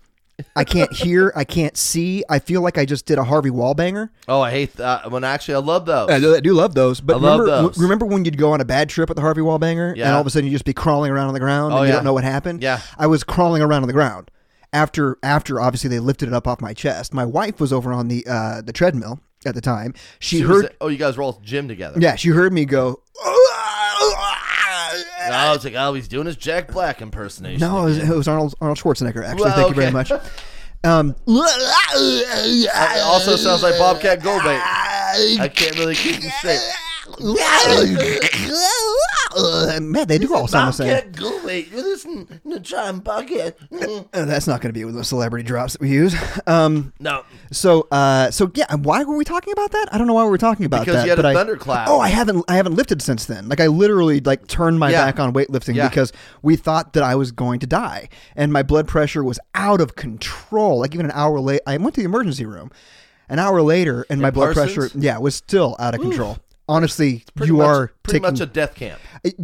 Speaker 2: I can't hear. I can't see. I feel like I just did a Harvey Wallbanger.
Speaker 1: Oh, I hate that. When actually, I love those.
Speaker 2: I do, I do love those. But
Speaker 1: I love
Speaker 2: remember,
Speaker 1: those.
Speaker 2: remember when you'd go on a bad trip with the Harvey Wallbanger, and
Speaker 1: Yeah.
Speaker 2: all of a sudden you'd just be crawling around on the ground,
Speaker 1: Oh,
Speaker 2: and you
Speaker 1: yeah.
Speaker 2: don't know what happened.
Speaker 1: Yeah.
Speaker 2: I was crawling around on the ground. After, after, obviously they lifted it up off my chest. My wife was over on the uh, the treadmill at the time. She,
Speaker 1: She was-
Speaker 2: heard,
Speaker 1: oh, you guys were all at the gym together.
Speaker 2: yeah, she heard me go.
Speaker 1: And I was like, oh, he's doing his Jack Black impersonation.
Speaker 2: No, it was, it was Arnold Arnold Schwarzenegger. Actually,
Speaker 1: Well,
Speaker 2: thank you very
Speaker 1: okay.
Speaker 2: much. Um,
Speaker 1: It also sounds like Bobcat Goldthwait. I can't really keep the shape.
Speaker 2: Uh, man, they do all sound the same.
Speaker 1: Bobcat Goldthwait, you listen to John Bucket.
Speaker 2: Uh, That's not going to be with the celebrity drops that we use. Um,
Speaker 1: No,
Speaker 2: so, uh, so yeah, why were we talking about that? I don't know why we were talking about
Speaker 1: Because
Speaker 2: that.
Speaker 1: you had a
Speaker 2: but I-
Speaker 1: thunderclap.
Speaker 2: Oh, I haven't, I haven't lifted since then. Like I literally like turned my
Speaker 1: Yeah.
Speaker 2: back on weightlifting
Speaker 1: Yeah.
Speaker 2: because we thought that I was going to die, and my blood pressure was out of control. Like even an hour late, I went to the emergency room. An hour later, and my blood
Speaker 1: Parsons?
Speaker 2: pressure, yeah, was still out of control. Honestly,
Speaker 1: pretty
Speaker 2: you
Speaker 1: much,
Speaker 2: are
Speaker 1: pretty
Speaker 2: taking,
Speaker 1: much a death camp.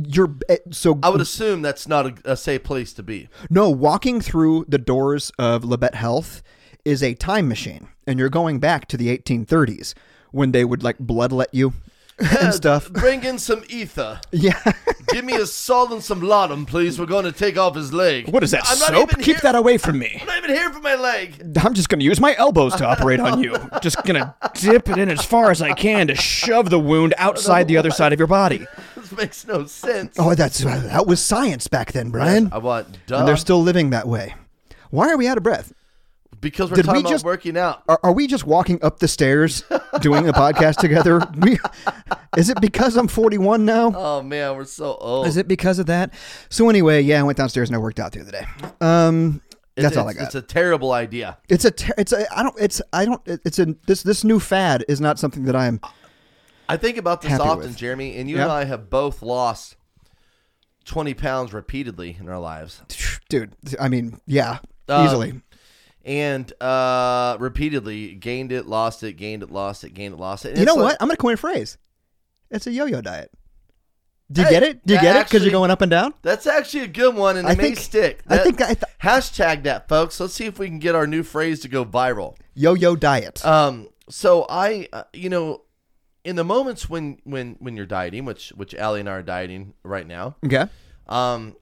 Speaker 2: you're uh, so
Speaker 1: I would assume that's not a, a safe place to be.
Speaker 2: no, walking through the doors of Labette Health is a time machine, and you're going back to the 1830s when they would like bloodlet you and stuff.
Speaker 1: Bring in some ether.
Speaker 2: Yeah.
Speaker 1: Give me a salt and some laudanum, please. We're going to take off his leg.
Speaker 5: What is that,
Speaker 1: I'm not
Speaker 5: soap?
Speaker 1: even
Speaker 5: Keep
Speaker 1: here-
Speaker 5: that away from me.
Speaker 1: I'm not even here for my leg.
Speaker 5: I'm just going to use my elbows to operate on you. Just going to dip it in as far as I can to shove the wound outside the other side of your body.
Speaker 1: This makes no sense.
Speaker 2: oh, that's that was science back then, Brian.
Speaker 1: I want duh.
Speaker 2: And they're still living that way. Why are we out of breath?
Speaker 1: because we're
Speaker 2: Did
Speaker 1: talking
Speaker 2: we
Speaker 1: about
Speaker 2: just-
Speaker 1: working out.
Speaker 2: Are, are we just walking up the stairs doing a podcast together? We, is it because I'm 41 now?
Speaker 1: Oh man, we're so old.
Speaker 2: Is it because of that? So anyway, yeah, I went downstairs and I worked out the other day. Um, that's
Speaker 1: it's,
Speaker 2: all I got.
Speaker 1: It's a terrible idea.
Speaker 2: It's a ter- it's a I don't it's I don't it's a this this new fad is not something that I'm
Speaker 1: I think about this
Speaker 2: Happy
Speaker 1: often,
Speaker 2: with.
Speaker 1: Jeremy, and you
Speaker 2: Yeah.
Speaker 1: and I have both lost twenty pounds repeatedly in our lives,
Speaker 2: dude I mean yeah
Speaker 1: Uh,
Speaker 2: easily
Speaker 1: and uh, repeatedly gained it, lost it, gained it, lost it, gained it, lost it. And
Speaker 2: you
Speaker 1: it's
Speaker 2: know
Speaker 1: like-
Speaker 2: what I'm gonna coin a phrase it's a yo-yo diet do you get it do you
Speaker 1: that
Speaker 2: get it because
Speaker 1: actually-
Speaker 2: you're going up and down
Speaker 1: That's actually a good one, and it
Speaker 2: I
Speaker 1: may
Speaker 2: think-
Speaker 1: stick.
Speaker 2: I think I th-
Speaker 1: hashtag that, folks. Let's see if we can get our new phrase to go viral.
Speaker 2: yo-yo diet
Speaker 1: Um, so I, uh, you know, in the moments when when when you're dieting, which which Allie and I are dieting right now,
Speaker 2: okay
Speaker 1: um,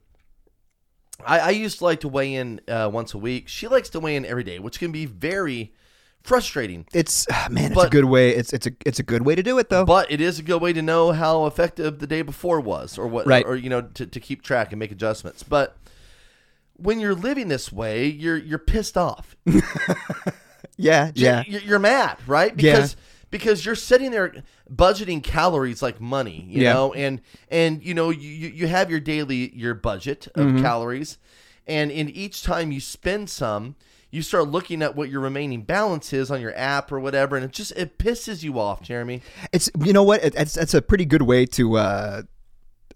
Speaker 1: I, I used to like to weigh in uh, once a week. She likes to weigh in every day, which can be very frustrating.
Speaker 2: it's ah, man it's a
Speaker 1: But-
Speaker 2: good way it's it's a it's a good way to do it though
Speaker 1: But it is a good way to know how effective the day before was, or what,
Speaker 2: Right.
Speaker 1: or you know, to, to keep track and make adjustments. But when you're living this way, you're you're pissed off.
Speaker 2: yeah yeah
Speaker 1: you're, you're mad, right?
Speaker 2: Yeah.
Speaker 1: Because because you're sitting there budgeting calories like money, you
Speaker 2: Yeah.
Speaker 1: know, and and you know you you you have your daily your budget of
Speaker 2: Mm-hmm.
Speaker 1: calories, and in each time you spend some, you start looking at what your remaining balance is on your app or whatever, and it just it pisses you off, Jeremy.
Speaker 2: it's you know what it, it's that's a pretty good way to uh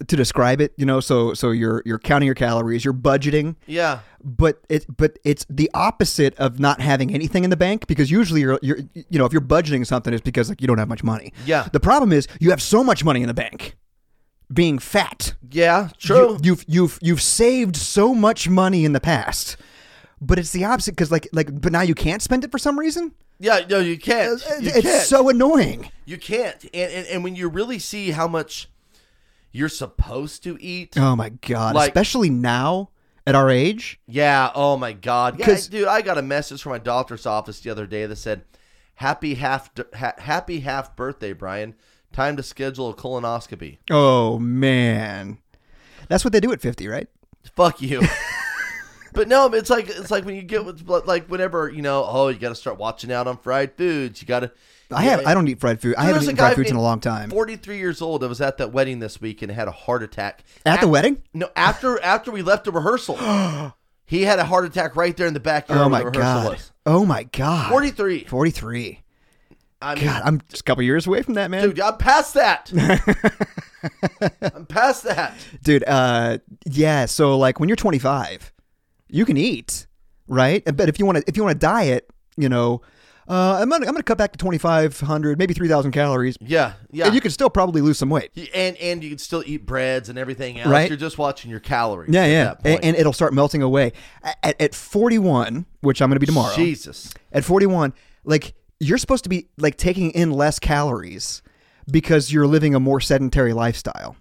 Speaker 2: to describe it you know so so you're you're counting your calories you're budgeting
Speaker 1: Yeah,
Speaker 2: but it but it's the opposite of not having anything in the bank because usually you're you're you know if you're budgeting something it's because like you don't have much money.
Speaker 1: Yeah.
Speaker 2: The problem is you have so much money in the bank. Being fat.
Speaker 1: yeah, true.
Speaker 2: You, have you've you've saved so much money in the past. But it's the opposite because like like but now you can't spend it for some reason.
Speaker 1: yeah, no, you can't. You
Speaker 2: it's
Speaker 1: can't.
Speaker 2: so annoying.
Speaker 1: you can't, and, and and when you really see how much you're supposed to eat,
Speaker 2: Oh my god.
Speaker 1: Like-
Speaker 2: Especially now at our age.
Speaker 1: Yeah. Oh my God. Yeah,
Speaker 2: 'Cause-
Speaker 1: dude, I got a message from my doctor's office the other day that said, Happy half ha- happy half birthday, Brian. Time to schedule a colonoscopy.
Speaker 2: Oh man, that's what they do at fifty, right?
Speaker 1: Fuck you. but no, it's like it's like when you get with like whenever you know. Oh, you got to start watching out on fried foods. You got to.
Speaker 2: I have. I don't eat fried food. I haven't eaten fried foods in a long time.
Speaker 1: Forty-three years old. I was at that wedding this week and had a heart attack
Speaker 2: At the wedding?
Speaker 1: No, after after we left the rehearsal, he had a heart attack right there in the backyard.
Speaker 2: Oh
Speaker 1: where
Speaker 2: my
Speaker 1: the rehearsal
Speaker 2: god.
Speaker 1: Was.
Speaker 2: Oh my god.
Speaker 1: Forty-three.
Speaker 2: Forty-three.
Speaker 1: I mean,
Speaker 2: God, I'm just a couple years away from that, man.
Speaker 1: dude, I'm past that. I'm past that.
Speaker 2: dude uh yeah so like when you're 25 you can eat right but if you want to if you want to diet you know uh i'm gonna, I'm gonna cut back to 2500 maybe 3000 calories
Speaker 1: Yeah, yeah.
Speaker 2: and you can still probably lose some weight
Speaker 1: and and you can still eat breads and everything else.
Speaker 2: Right.
Speaker 1: You're just watching your calories.
Speaker 2: yeah
Speaker 1: at
Speaker 2: yeah
Speaker 1: that
Speaker 2: A- and,
Speaker 1: point.
Speaker 2: it'll start melting away A- at, at 41 which i'm gonna be tomorrow
Speaker 1: Jesus.
Speaker 2: at 41 like you're supposed to be like taking in less calories because you're living a more sedentary lifestyle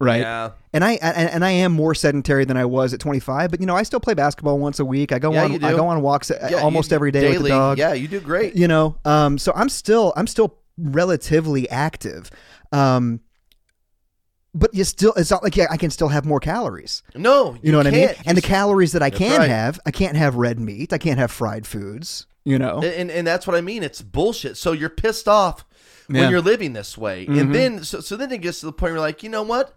Speaker 2: right
Speaker 1: Yeah.
Speaker 2: and i and, and i am more sedentary than i was at 25 but you know i still play basketball once a week i go
Speaker 1: Yeah,
Speaker 2: on
Speaker 1: you do.
Speaker 2: i go on walks uh
Speaker 1: Yeah,
Speaker 2: almost
Speaker 1: you-
Speaker 2: every day with
Speaker 1: daily,
Speaker 2: the dog
Speaker 1: Yeah, you do great.
Speaker 2: you know um so i'm still i'm still relatively active um but you still it's not like yeah, i can still have more calories
Speaker 1: No, you,
Speaker 2: you know what I mean?
Speaker 1: can't.
Speaker 2: And the calories that I can
Speaker 1: right.
Speaker 2: have, I can't have red meat. I can't have fried foods. You know,
Speaker 1: And- and and that's what I mean. It's bullshit. So you're pissed off
Speaker 2: Yeah. Mm-hmm.
Speaker 1: when you're living this way, and then so, so then it gets to the point where you're like, you know what?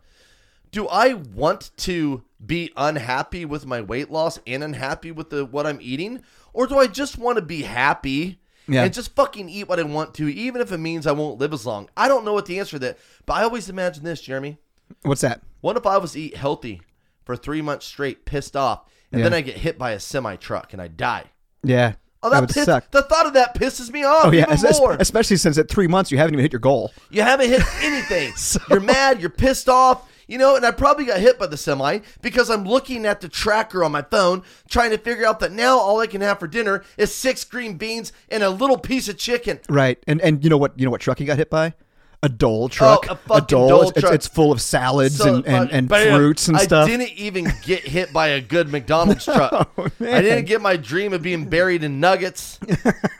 Speaker 1: Do I want to be unhappy with my weight loss and unhappy with the what I'm eating, or do I just want to be happy
Speaker 2: Yeah.
Speaker 1: and just fucking eat what I want to, even if it means I won't live as long? I don't know what the answer to that, but I always imagine this, Jeremy.
Speaker 2: What's that?
Speaker 1: What if I was to eat healthy for three months straight, pissed off, and
Speaker 2: Yeah.
Speaker 1: then I get hit by a semi truck and I die?
Speaker 2: Yeah.
Speaker 1: Oh,
Speaker 2: that
Speaker 1: that,
Speaker 2: would
Speaker 1: piss-
Speaker 2: suck.
Speaker 1: The thought of that pisses me off.
Speaker 2: Oh yeah,
Speaker 1: even
Speaker 2: es-
Speaker 1: more.
Speaker 2: especially since at three months you haven't even hit your goal.
Speaker 1: you haven't hit anything. you're mad. You're pissed off. You know, and I probably got hit by the semi because I'm looking at the tracker on my phone, trying to figure out that now all I can have for dinner is six green beans and a little piece of chicken.
Speaker 2: Right. And and you know what? You know what truck he got hit by? A Dole truck.
Speaker 1: Oh, a fucking
Speaker 2: Dole.
Speaker 1: Dole
Speaker 2: it's, it's-
Speaker 1: truck.
Speaker 2: It's, full of salads
Speaker 1: So,
Speaker 2: and, and, and
Speaker 1: bam,
Speaker 2: fruits and stuff.
Speaker 1: I didn't even get hit by a good McDonald's truck. I
Speaker 2: man.
Speaker 1: didn't get my dream of being buried in nuggets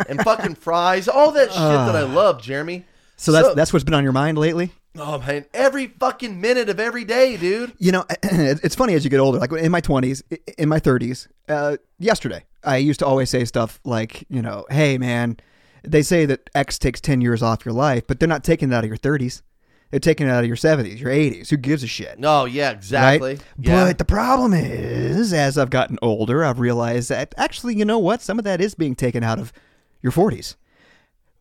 Speaker 1: and fucking fries, all that shit that I love, Jeremy.
Speaker 2: Ah. so that's
Speaker 1: so-
Speaker 2: that's what's been on your mind lately.
Speaker 1: Oh man, every fucking minute of every day, dude.
Speaker 2: You know, it's funny as you get older. Like in my twenties, in my thirties, uh, yesterday I used to always say stuff like, you know, hey man, they say that X takes ten years off your life, but they're not taking it out of your thirties. They're taking it out of your seventies, your eighties. Who gives a shit?
Speaker 1: Oh yeah,
Speaker 2: right?
Speaker 1: exactly. Yeah.
Speaker 2: But the problem is, as I've gotten older, I've realized that actually, you know what? Some of that is being taken out of your 40s,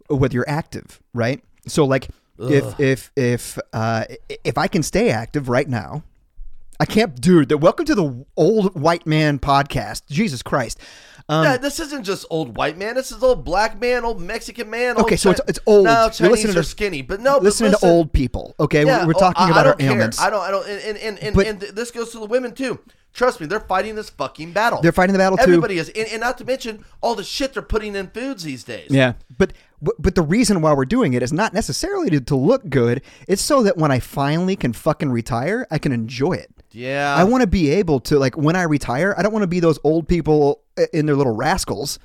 Speaker 2: whether you're active, right? So, like, if if if uh, i- if I can stay active right now, I can't, dude. The, welcome to the old white man podcast. Jesus Christ. Um,
Speaker 1: Yeah, this isn't just old white man. This is old black man, old Mexican man. Old
Speaker 2: Okay, so
Speaker 1: Chi-
Speaker 2: it's- it's old.
Speaker 1: No,
Speaker 2: You're
Speaker 1: Chinese
Speaker 2: listening
Speaker 1: are
Speaker 2: to-
Speaker 1: skinny, but no, but
Speaker 2: listening
Speaker 1: listen,
Speaker 2: to old people, okay?
Speaker 1: Yeah,
Speaker 2: we're, we're
Speaker 1: oh,
Speaker 2: talking
Speaker 1: I-
Speaker 2: about
Speaker 1: I don't
Speaker 2: our
Speaker 1: care.
Speaker 2: ailments.
Speaker 1: I don't. I don't. And and and, and,
Speaker 2: But-
Speaker 1: and th- this goes to the women too. Trust me, they're fighting this fucking battle.
Speaker 2: They're fighting the battle, too.
Speaker 1: Everybody is, and, and not to mention all the shit they're putting in foods these days.
Speaker 2: Yeah, but but but the reason why we're doing it is not necessarily to, to look good. It's so that when I finally can fucking retire, I can enjoy it.
Speaker 1: Yeah.
Speaker 2: I want to be able to like when I retire, I don't want to be those old people i- in their little rascals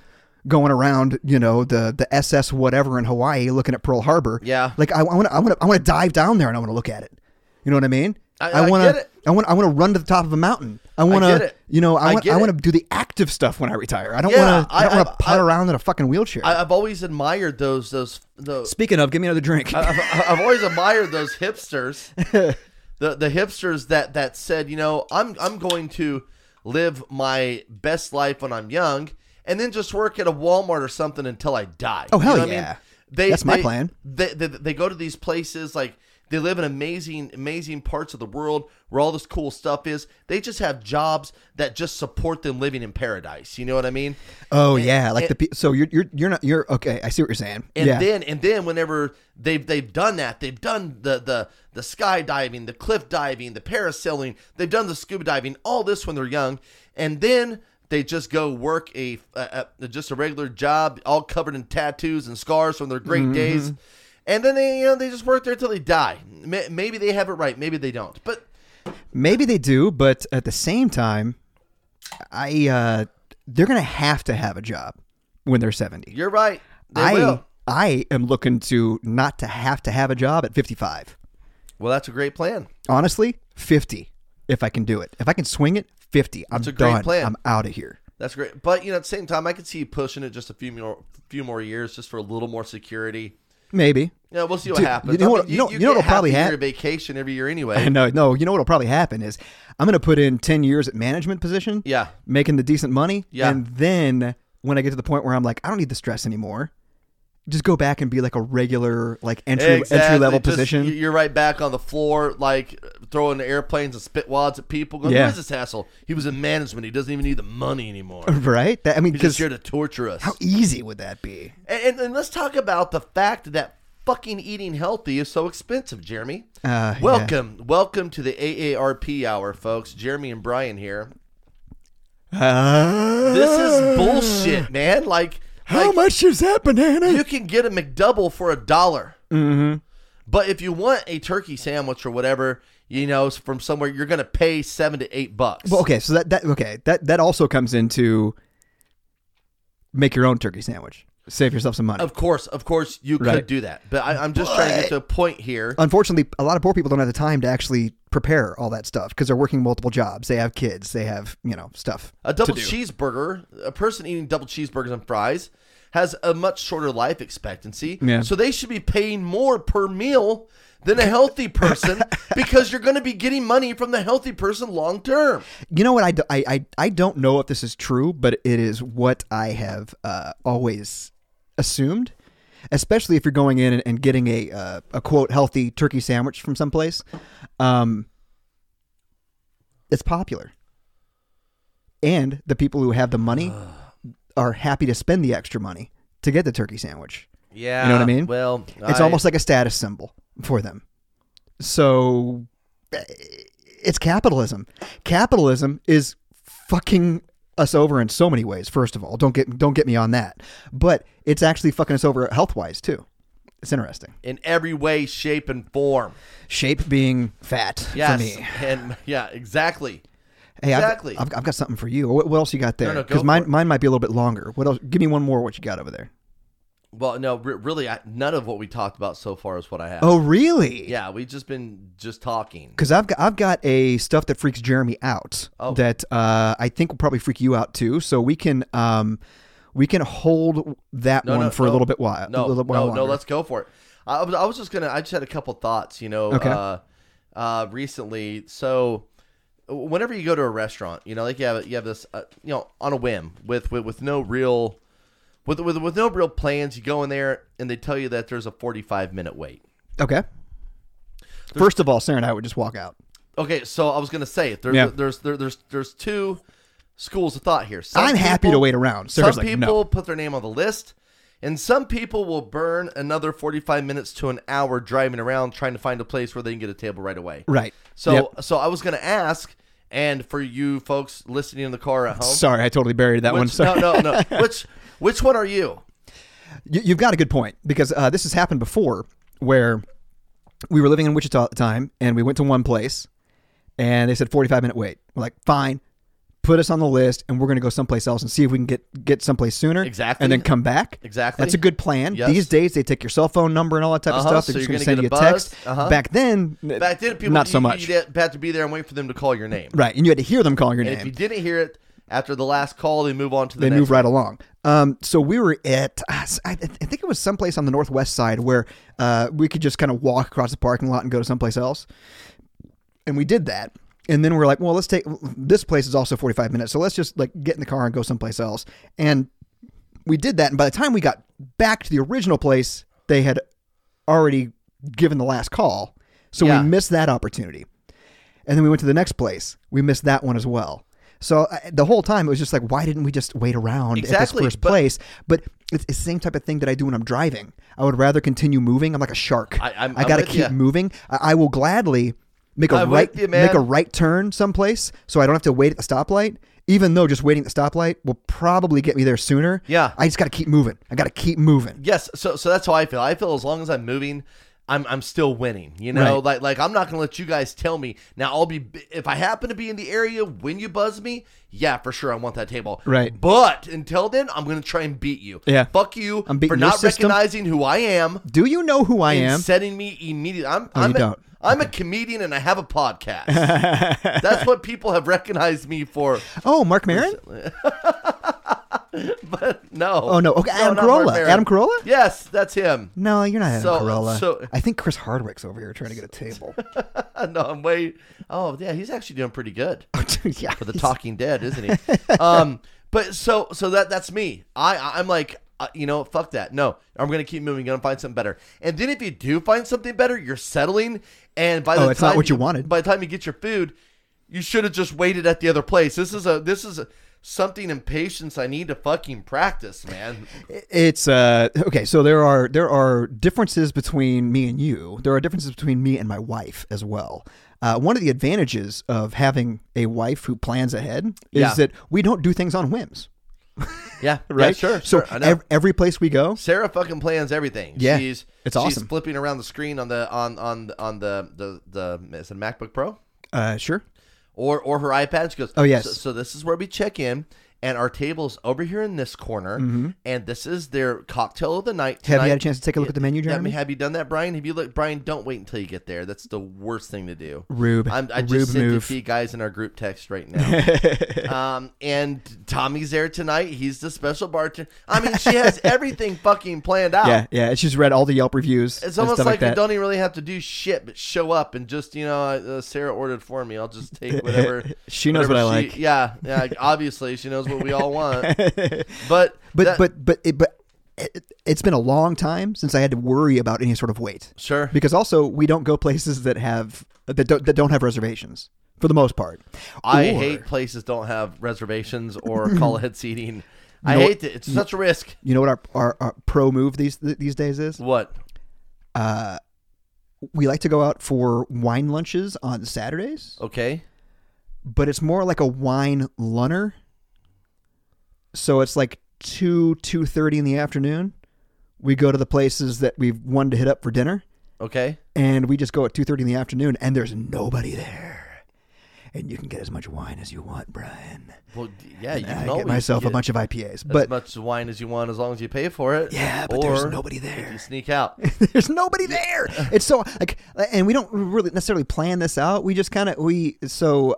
Speaker 2: going around, you know, the the SS whatever in Hawaii looking at Pearl Harbor.
Speaker 1: Yeah.
Speaker 2: like I want to I want to I want to dive down there and I want to look at it. You know what I mean?
Speaker 1: I- I
Speaker 2: want
Speaker 1: get
Speaker 2: to
Speaker 1: it.
Speaker 2: I want I want to run to the top of a mountain. I want
Speaker 1: get
Speaker 2: to
Speaker 1: it.
Speaker 2: you know
Speaker 1: I
Speaker 2: I want
Speaker 1: get
Speaker 2: I
Speaker 1: it.
Speaker 2: want to do the active stuff when I retire. I don't
Speaker 1: Yeah,
Speaker 2: want to I
Speaker 1: I-
Speaker 2: don't want
Speaker 1: I-
Speaker 2: to putt
Speaker 1: I-
Speaker 2: around in a fucking wheelchair.
Speaker 1: I, I've always admired those those those.
Speaker 2: Speaking of, give me another drink.
Speaker 1: I've, I've always admired those hipsters, the the hipsters that that said, you know, I'm I'm going to live my best life when I'm young, and then just work at a Walmart or something until I die.
Speaker 2: Oh, hell
Speaker 1: You know what I
Speaker 2: yeah.
Speaker 1: mean? They,
Speaker 2: That's my
Speaker 1: they-
Speaker 2: plan.
Speaker 1: They, they they go to these places like they live in amazing amazing parts of the world where all this cool stuff is. They just have jobs that just support them living in paradise. You know what I mean?
Speaker 2: oh yeah, like
Speaker 1: and-
Speaker 2: the pe- so you're you're you're not you're okay. I see what you're saying.
Speaker 1: And
Speaker 2: yeah,
Speaker 1: then and then whenever they've they've done that, they've done the the the skydiving, the cliff diving, the parasailing, they've done the scuba diving, all this when they're young, and then they just go work a, a, a just a regular job, all covered in tattoos and scars from their
Speaker 2: Mm-hmm.
Speaker 1: great days, and then they you know they just work there till they die. May- Maybe they have it right, maybe they don't, but
Speaker 2: maybe they do, but at the same time, I uh, they're gonna have to have a job when they're seventy.
Speaker 1: you're right. They
Speaker 2: I
Speaker 1: will.
Speaker 2: I am looking to not to have to have a job at 55.
Speaker 1: Well, that's a great plan.
Speaker 2: Honestly, 50 if I can do it. If I can swing it, 50. I'm
Speaker 1: a great
Speaker 2: done.
Speaker 1: plan.
Speaker 2: I'm out of here.
Speaker 1: That's great. But you know, at the same time, I could see you pushing it just a few more, few more years, just for a little more security.
Speaker 2: Maybe.
Speaker 1: Yeah, we'll see what
Speaker 2: Dude,
Speaker 1: happens.
Speaker 2: you know what- you know- you know
Speaker 1: get
Speaker 2: what'll
Speaker 1: half
Speaker 2: probably
Speaker 1: a year
Speaker 2: hap-
Speaker 1: of vacation every year
Speaker 2: I
Speaker 1: anyway.
Speaker 2: know. uh, No, you know what'll probably happen is I'm going to put in 10 years at management position.
Speaker 1: Yeah.
Speaker 2: Making the decent money.
Speaker 1: Yeah.
Speaker 2: And then when I get to the point where I'm like, I don't need the stress anymore, just go back and be like a regular, like entry entry level
Speaker 1: Just-
Speaker 2: position.
Speaker 1: you- You're right back on the floor, like throwing the airplanes and spit wads at people. Going,
Speaker 2: Yeah.
Speaker 1: Who is this hassle? He was in management. He doesn't even need the money anymore.
Speaker 2: right? That, I mean,
Speaker 1: He's just
Speaker 2: because
Speaker 1: here to torture us.
Speaker 2: Uh, how e easy would that be?
Speaker 1: And, and, and let's talk about the fact that fucking eating healthy is so expensive, Jeremy.
Speaker 2: Uh, yeah.
Speaker 1: welcome, welcome to the AARP hour, folks. Jeremy and Brian here.
Speaker 2: Uh,
Speaker 1: This is bullshit, man. Like, like
Speaker 2: much is that banana?
Speaker 1: you can get a McDouble for a dollar. Mm-hmm. But if you want a turkey sandwich or whatever, you know, from somewhere, you're going to pay seven to eight bucks.
Speaker 2: Well, okay, so that, that okay that that also comes into make your own turkey sandwich, save yourself some money.
Speaker 1: Of course, of course, you could
Speaker 2: Right. Uh,
Speaker 1: do that. But I, I'm just trying to get to a point here.
Speaker 2: Unfortunately, a lot of poor people don't have the time to actually prepare all that stuff because they're working multiple jobs. They have kids. They have you know stuff.
Speaker 1: A double cheeseburger, a person eating double cheeseburgers and fries has a much shorter life expectancy.
Speaker 2: Yeah.
Speaker 1: So they should be paying more per meal than a healthy person because you're going to be getting money from the healthy person long term.
Speaker 2: You know what? I, d- I, I- I don't know if this is true, but it is what I have uh, always assumed. Especially if you're going in and, and getting a uh, a quote healthy turkey sandwich from someplace, um, it's popular, and the people who have the money are happy to spend the extra money to get the turkey sandwich.
Speaker 1: Yeah.
Speaker 2: You know what I mean?
Speaker 1: Well,
Speaker 2: It's
Speaker 1: I-
Speaker 2: almost like a status symbol for them. So eh, it's capitalism. Capitalism is fucking us over in so many ways. First of all, don't get don't get me on that. But it's actually fucking us over health wise too. It's interesting.
Speaker 1: in every way, shape, and form.
Speaker 2: Shape being fat
Speaker 1: Yes.
Speaker 2: for me.
Speaker 1: And yeah, exactly.
Speaker 2: Hey, I've-
Speaker 1: Exactly.
Speaker 2: I've, I've, got something for you. What, what else you got there?
Speaker 1: no, go
Speaker 2: Because
Speaker 1: for
Speaker 2: mine
Speaker 1: it.
Speaker 2: mine might be a little bit longer. What else? Give me one more. What you got over there?
Speaker 1: Well, no, re- really, I, none of what we talked about so far is what I have.
Speaker 2: Oh, really?
Speaker 1: Yeah, we've just been just talking.
Speaker 2: Because I've got I've got a stuff that freaks Jeremy out
Speaker 1: Oh.
Speaker 2: that uh, I think will probably freak you out too. So we can um, we can hold that one for a little bit while.
Speaker 1: No,
Speaker 2: a
Speaker 1: no,
Speaker 2: little while
Speaker 1: no,
Speaker 2: longer.
Speaker 1: let's go for it. I, was- I was just gonna. I just had a couple thoughts. You know,
Speaker 2: Okay.
Speaker 1: uh, uh, recently. So, whenever you go to a restaurant, you know, like you have you have this, uh, you know, on a whim with with, with no real, with, with with no real plans. You go in there and they tell you that there's a 45 minute wait.
Speaker 2: Okay. First of all, Sarah and I would just walk out.
Speaker 1: Okay, so I was gonna say there's
Speaker 2: Yeah.
Speaker 1: there's there, there's there's two schools of thought here. Some
Speaker 2: I'm happy to
Speaker 1: people-
Speaker 2: wait around. Sarah's
Speaker 1: some
Speaker 2: like,
Speaker 1: people
Speaker 2: no.
Speaker 1: put their name on the list, and some people will burn another 45 minutes to an hour driving around trying to find a place where they can get a table right away.
Speaker 2: Right.
Speaker 1: So,
Speaker 2: Yep.
Speaker 1: so I was going to ask, and for you folks listening in the car at home,
Speaker 2: sorry, I totally buried that one.
Speaker 1: which, no,
Speaker 2: Sorry.
Speaker 1: no, no, which which one are you?
Speaker 2: you, you've got a good point because uh, this has happened before where we were living in Wichita at the time and we went to one place and they said 45 minute wait. We're like, fine, put us on the list and we're going to go someplace else and see if we can get, get someplace sooner.
Speaker 1: Exactly.
Speaker 2: And then come back.
Speaker 1: Exactly.
Speaker 2: That's a good plan.
Speaker 1: Yes.
Speaker 2: These days they take your cell phone number and all that type
Speaker 1: Uh-huh,
Speaker 2: of stuff.
Speaker 1: so
Speaker 2: They're just
Speaker 1: you're
Speaker 2: going to
Speaker 1: gonna
Speaker 2: send you
Speaker 1: get
Speaker 2: a
Speaker 1: a buzz.
Speaker 2: text.
Speaker 1: Uh-huh.
Speaker 2: Back then,
Speaker 1: Back then, people
Speaker 2: not so
Speaker 1: you-
Speaker 2: much.
Speaker 1: You would have to be there and wait for them to call your name.
Speaker 2: right. And you had to hear them call your
Speaker 1: And if
Speaker 2: name.
Speaker 1: you didn't hear it after the last call, they move on to the
Speaker 2: they
Speaker 1: next.
Speaker 2: move right along. Um, so we were at, I I think it was someplace on the northwest side where uh, we could just kind of walk across the parking lot and go to someplace else. And we did that. And then we're like, well, let's take this place is also 45 minutes. So let's just like get in the car and go someplace else. And we did that. And by the time we got back to the original place, they had already given the last call. So
Speaker 1: Yeah.
Speaker 2: we missed that opportunity. And then we went to the next place. We missed that one as well. So I, the whole time it was just like, why didn't we just wait around at this
Speaker 1: Exactly,
Speaker 2: first
Speaker 1: but-
Speaker 2: place? But it's the same type of thing that I do when I'm driving. I would rather continue moving. I'm like a shark.
Speaker 1: I- I'm-
Speaker 2: I got to
Speaker 1: I'm with
Speaker 2: keep
Speaker 1: ya.
Speaker 2: moving. I, I will gladly make a
Speaker 1: I'm
Speaker 2: right
Speaker 1: with ya, man.
Speaker 2: make a right turn someplace so I don't have to wait at the stoplight. Even though just waiting at the stoplight will probably get me there sooner.
Speaker 1: Yeah.
Speaker 2: I just got to keep moving. I got to keep moving.
Speaker 1: Yes, so so that's how I feel. I feel as long as I'm moving, I'm I'm still winning. You know,
Speaker 5: Right.
Speaker 1: like like I'm not gonna let you guys tell me now. I'll be if I happen to be in the area when you buzz me. Yeah, for sure, I want that table.
Speaker 2: Right.
Speaker 1: But until then, I'm gonna try and beat you.
Speaker 2: Yeah.
Speaker 1: Fuck you
Speaker 2: I'm beating
Speaker 1: for
Speaker 2: your
Speaker 1: not
Speaker 2: system.
Speaker 1: recognizing who I am.
Speaker 2: Do you know who I
Speaker 1: and
Speaker 2: am?
Speaker 1: setting me immediately. I'm
Speaker 2: Oh,
Speaker 1: I'm
Speaker 2: you
Speaker 1: a,
Speaker 2: don't.
Speaker 1: am a comedian and I have a podcast. That's what people have recognized me for.
Speaker 2: Oh, Mark Maron?
Speaker 1: But no.
Speaker 2: Oh, no. Okay, Adam
Speaker 1: not Mark
Speaker 2: Carolla.
Speaker 1: Maron.
Speaker 2: Adam Carolla?
Speaker 1: Yes, that's him.
Speaker 2: No, you're not Adam
Speaker 1: So-
Speaker 2: Carolla.
Speaker 1: so-
Speaker 2: I think Chris Hardwick's over here trying to get a table.
Speaker 1: no, I'm way. Oh, yeah, he's actually doing pretty good
Speaker 2: yeah,
Speaker 1: for the Talking Dead, isn't he? um, but so so that that's me. I I'm like. Uh, you know, fuck that. No, I'm gonna keep moving. Gonna find something better. And then if you do find something better, you're settling. And by the
Speaker 2: Oh, it's not
Speaker 1: time
Speaker 2: what you wanted.
Speaker 1: By the time you get your food, you should have just waited at the other place. This is a this is a, something in patience I need to fucking practice, man.
Speaker 2: it's uh okay so there are there are differences between me and you there are differences between me and my wife as well uh, one of the advantages of having a wife who plans ahead is
Speaker 1: Yeah.
Speaker 2: that we don't do things on whims
Speaker 1: Yeah,
Speaker 2: right
Speaker 1: Yeah, sure.
Speaker 2: so
Speaker 1: sure, I know.
Speaker 2: ev- every place we go
Speaker 1: Sarah fucking plans everything.
Speaker 2: Yeah,
Speaker 1: she's she's
Speaker 2: it's awesome.
Speaker 1: flipping around the screen on the on on on the the the is it a MacBook Pro
Speaker 2: uh sure
Speaker 1: or or her iPad. She goes,
Speaker 2: Oh, yes.
Speaker 1: So, so this is where we check in, and our table's over here in this corner, and this is their cocktail of the night.
Speaker 2: Mm-hmm. have you
Speaker 1: tonight."
Speaker 2: had a chance to take a look at the menu
Speaker 1: Yeah, I mean,
Speaker 2: jeremy
Speaker 1: have you done that, Brian? Have you looked, Brian? Don't wait until you get there. That's the worst thing to do.
Speaker 2: Rube.
Speaker 1: I'm, I
Speaker 2: Rube
Speaker 1: just sent
Speaker 2: move.
Speaker 1: it to you guys in our group text right now. um, and Tommy's there tonight. He's the special bartender. I mean, she has everything fucking planned out.
Speaker 2: yeah yeah she's read all the yelp reviews
Speaker 1: Oh. It's
Speaker 2: and
Speaker 1: almost
Speaker 2: stuff
Speaker 1: like,
Speaker 2: like,
Speaker 1: you
Speaker 2: that
Speaker 1: don't even really have to do shit, but show up and just you know, uh, Sarah ordered for me. I'll just take whatever.
Speaker 2: She knows
Speaker 1: whatever
Speaker 2: what I
Speaker 1: she-
Speaker 2: like.
Speaker 1: Yeah, yeah. Obviously, she knows what we all want. But
Speaker 2: but
Speaker 1: that-
Speaker 2: but but it, but it, it's been a long time since i had to worry about any sort of weight
Speaker 1: sure,
Speaker 2: because also we don't go places that have that don't, that don't have reservations for the most part.
Speaker 1: I
Speaker 2: Or-
Speaker 1: hate places don't have reservations or call ahead seating. I hate it. It's such a risk.
Speaker 2: You know what our, our, our pro move these these days is?
Speaker 1: What?
Speaker 2: We like to go out for wine lunches on Saturdays,
Speaker 1: Okay.
Speaker 2: but it's more like a wine lunner. So it's like two two thirty in the afternoon. We go to the places that we've wanted to hit up for dinner,
Speaker 1: Okay.
Speaker 2: and we just go at two thirty in the afternoon, and there's nobody there, and you can get as much wine as you want, Brian.
Speaker 1: Well, d- yeah, you
Speaker 2: I
Speaker 1: can
Speaker 2: get
Speaker 1: always
Speaker 2: myself
Speaker 1: get
Speaker 2: a bunch of IPAs,
Speaker 1: as
Speaker 2: but
Speaker 1: much wine as you want as long as you pay for it.
Speaker 2: Yeah, but there's
Speaker 1: Or
Speaker 2: nobody
Speaker 1: if
Speaker 2: there.
Speaker 1: You sneak out.
Speaker 2: there's nobody there. It's so like, and we don't really necessarily plan this out. We just kind of we. So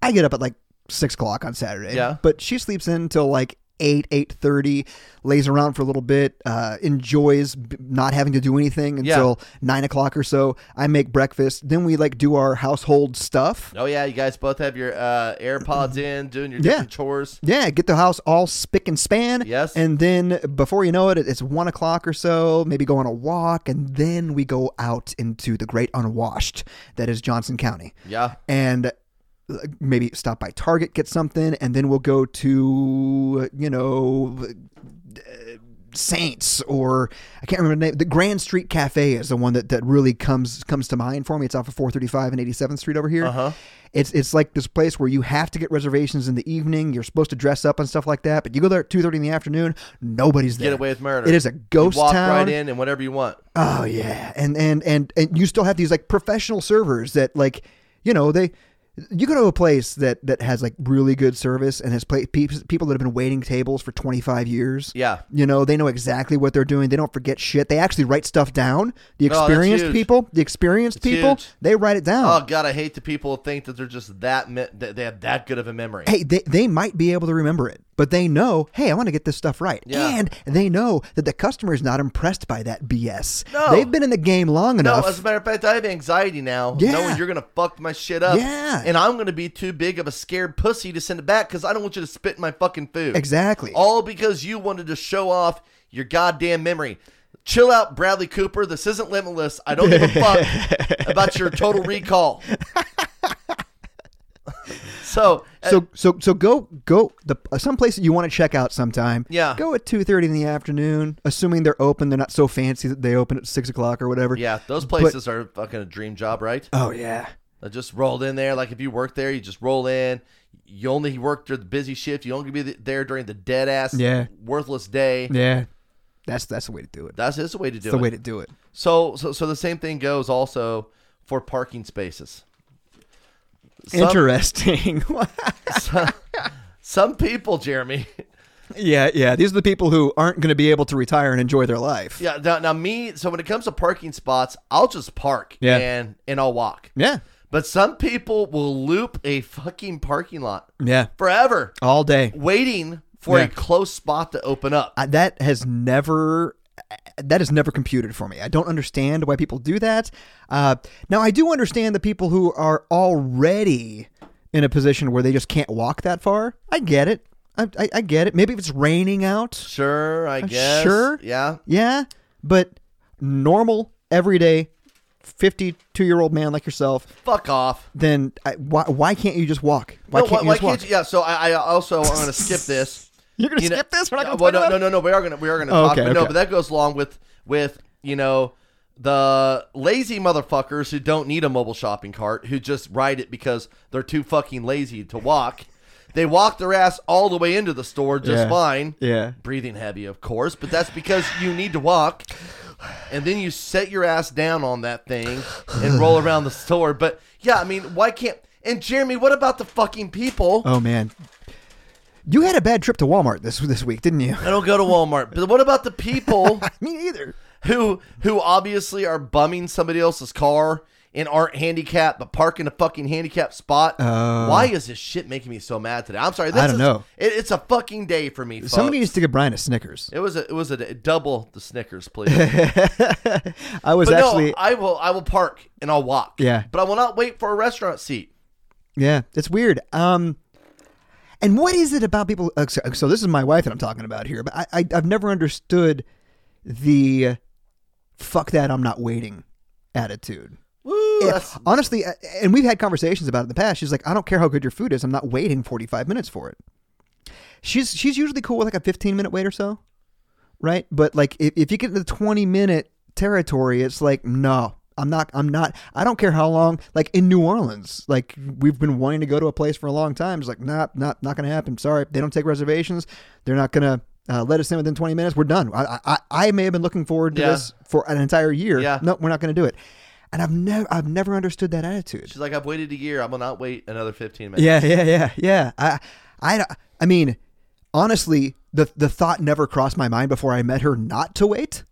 Speaker 2: I get up at like six o'clock on Saturday.
Speaker 1: Yeah.
Speaker 2: but she sleeps in till like eight eight thirty, lays around for a little bit, uh, enjoys b- not having to do anything
Speaker 1: Yeah.
Speaker 2: until nine o'clock or so. I make breakfast, then we like do our household stuff.
Speaker 1: Oh yeah, you guys both have your uh, AirPods in, doing your
Speaker 2: Yeah.
Speaker 1: different chores.
Speaker 2: Yeah, get the house all spick and span.
Speaker 1: Yes.
Speaker 2: And then before you know it, it's one o'clock or so, maybe go on a walk, and then we go out into the great unwashed that is Johnson County.
Speaker 1: Yeah.
Speaker 2: And uh, maybe stop by Target, get something, and then we'll go to, you know, uh, Saints or I can't remember the name. The Grand Street Cafe is the one that, that really comes comes to mind for me. It's off of 435 and 87th Street over here.
Speaker 1: Uh-huh.
Speaker 2: It's it's like this place where you have to get reservations in the evening. You're supposed to dress up and stuff like that, but you go there at two thirty in the afternoon. Nobody's there.
Speaker 1: Get away with murder.
Speaker 2: It is a ghost
Speaker 1: you walk
Speaker 2: town.
Speaker 1: right in and whatever you want.
Speaker 2: Oh yeah, and and and and you still have these like professional servers that like you know they. You go to a place that, that has like really good service and has pla- peeps people that have been waiting tables for 25 years.
Speaker 1: Yeah.
Speaker 2: You know, they know exactly what they're doing. They don't forget shit. They actually write stuff down. The
Speaker 1: that's
Speaker 2: experienced
Speaker 1: huge.
Speaker 2: people, the experienced
Speaker 1: That's
Speaker 2: people,
Speaker 1: huge.
Speaker 2: they write it down.
Speaker 1: Oh god, I hate the people who think that they're just that me- that they have that good of a memory.
Speaker 2: hey, they, they might be able to remember it, but they know, hey, I want to get this stuff right.
Speaker 1: Yeah.
Speaker 2: And they know that the customer is not impressed by that BS.
Speaker 1: No.
Speaker 2: They've been in the game long
Speaker 1: no,
Speaker 2: enough.
Speaker 1: as a matter of fact, I have anxiety now,
Speaker 2: Yeah.
Speaker 1: knowing you're gonna fuck my shit up.
Speaker 2: Yeah.
Speaker 1: And I'm gonna be too big of a scared pussy to send it back because I don't want you to spit in my fucking food.
Speaker 2: exactly.
Speaker 1: All because you wanted to show off your goddamn memory. Chill out, Bradley Cooper. This isn't limitless. I don't give a fuck about your total recall. so, so
Speaker 2: so so so go go the uh, someplace that you want to check out sometime.
Speaker 1: Yeah.
Speaker 2: Go at two thirty in the afternoon, assuming they're open. They're not so fancy that they open at six o'clock or whatever.
Speaker 1: yeah, those places are fucking a dream job, right?
Speaker 2: Oh yeah.
Speaker 1: I just rolled in there. Like if you work there, you just roll in. You only work during the busy shift. You only be there during the dead ass,
Speaker 2: Yeah.
Speaker 1: worthless day.
Speaker 2: Yeah. That's that's the way to do it. That's
Speaker 1: That's just the way to do
Speaker 2: the
Speaker 1: it.
Speaker 2: way to do it.
Speaker 1: So, so, so the same thing goes also for parking spaces. Some-
Speaker 2: Interesting.
Speaker 1: Some people, Jeremy.
Speaker 2: yeah, yeah. These are the people who aren't going to be able to retire and enjoy their life.
Speaker 1: Yeah. Now, now, me. So when it comes to parking spots, I'll just park.
Speaker 2: Yeah.
Speaker 1: And and I'll walk.
Speaker 2: Yeah.
Speaker 1: But some people will loop a fucking parking lot
Speaker 2: Yeah.
Speaker 1: forever,
Speaker 2: All day.
Speaker 1: waiting for
Speaker 2: Yeah.
Speaker 1: a close spot to open up.
Speaker 2: I, that has never that has never computed for me. I don't understand why people do that. Uh, now I do understand the people who are already in a position where they just can't walk that far. I get it. I, I, I get it. Maybe if it's raining out,
Speaker 1: Sure, I guess.
Speaker 2: sure.
Speaker 1: Yeah.
Speaker 2: yeah. But normal, everyday, fifty-two-year-old man like yourself,
Speaker 1: Fuck off.
Speaker 2: then I, why why can't you just walk? Why
Speaker 1: No,
Speaker 2: can't you just walk?
Speaker 1: Yeah. So I, I also I'm gonna skip this.
Speaker 2: You're gonna
Speaker 1: You know-
Speaker 2: skip this? We're not gonna
Speaker 1: well,
Speaker 2: play
Speaker 1: no,
Speaker 2: it
Speaker 1: no,
Speaker 2: up?
Speaker 1: no, no. We are gonna we are gonna
Speaker 2: Oh,
Speaker 1: talk,
Speaker 2: okay,
Speaker 1: but no,
Speaker 2: okay.
Speaker 1: but that goes along with with you know the lazy motherfuckers who don't need a mobile shopping cart who just ride it because they're too fucking lazy to walk. They walk their ass all the way into the store just
Speaker 2: Yeah.
Speaker 1: fine.
Speaker 2: Yeah.
Speaker 1: Breathing heavy, of course, but that's because you need to walk. And then you set your ass down on that thing and roll around the store. But yeah, I mean, why can't. And Jeremy, what about the fucking people?
Speaker 2: Oh man. You had a bad trip to Walmart this this week, didn't you?
Speaker 1: I don't go to Walmart. But what about the people
Speaker 2: Me either.
Speaker 1: who who obviously are bumming somebody else's car and aren't handicapped but park in a fucking handicapped spot? Why is this shit making me so mad today? I'm sorry. This
Speaker 2: Uh, I don't
Speaker 1: is-
Speaker 2: know.
Speaker 1: It, it's a fucking day for me. Folks.
Speaker 2: Somebody needs to give Brian a Snickers.
Speaker 1: It was a, it was a double the Snickers, please.
Speaker 2: I was
Speaker 1: But
Speaker 2: actually,
Speaker 1: no, I will I will park and I'll walk.
Speaker 2: Yeah.
Speaker 1: but I will not wait for a restaurant seat.
Speaker 2: yeah, it's weird. Um, and what is it about people? uh, So, so this is my wife that I'm talking about here, but I, I I've never understood the fuck that I'm not waiting attitude.
Speaker 1: Woo,
Speaker 2: Yeah,
Speaker 1: that's-
Speaker 2: honestly, uh, and we've had conversations about it in the past. She's like, I don't care how good your food is, I'm not waiting 45 minutes for it. She's she's usually cool with like a 15 minute wait or so, right? But like if, if you get into the 20 minute territory, it's like no. I'm not. I'm not. I don't care how long. Like in New Orleans, like we've been wanting to go to a place for a long time. It's like not, not, not gonna happen. Sorry, they don't take reservations. They're not gonna uh, let us in within 20 minutes. We're done. I, I, I may have been looking forward to
Speaker 1: Yeah.
Speaker 2: this for an entire year.
Speaker 1: Yeah.
Speaker 2: No, we're not going to do it. And I've never, I've never understood that attitude.
Speaker 1: She's like, I've waited a year. I will not wait another 15 minutes.
Speaker 2: Yeah, yeah, yeah, yeah. I, I, don't- I mean, honestly, the the thought never crossed my mind before I met her not to wait.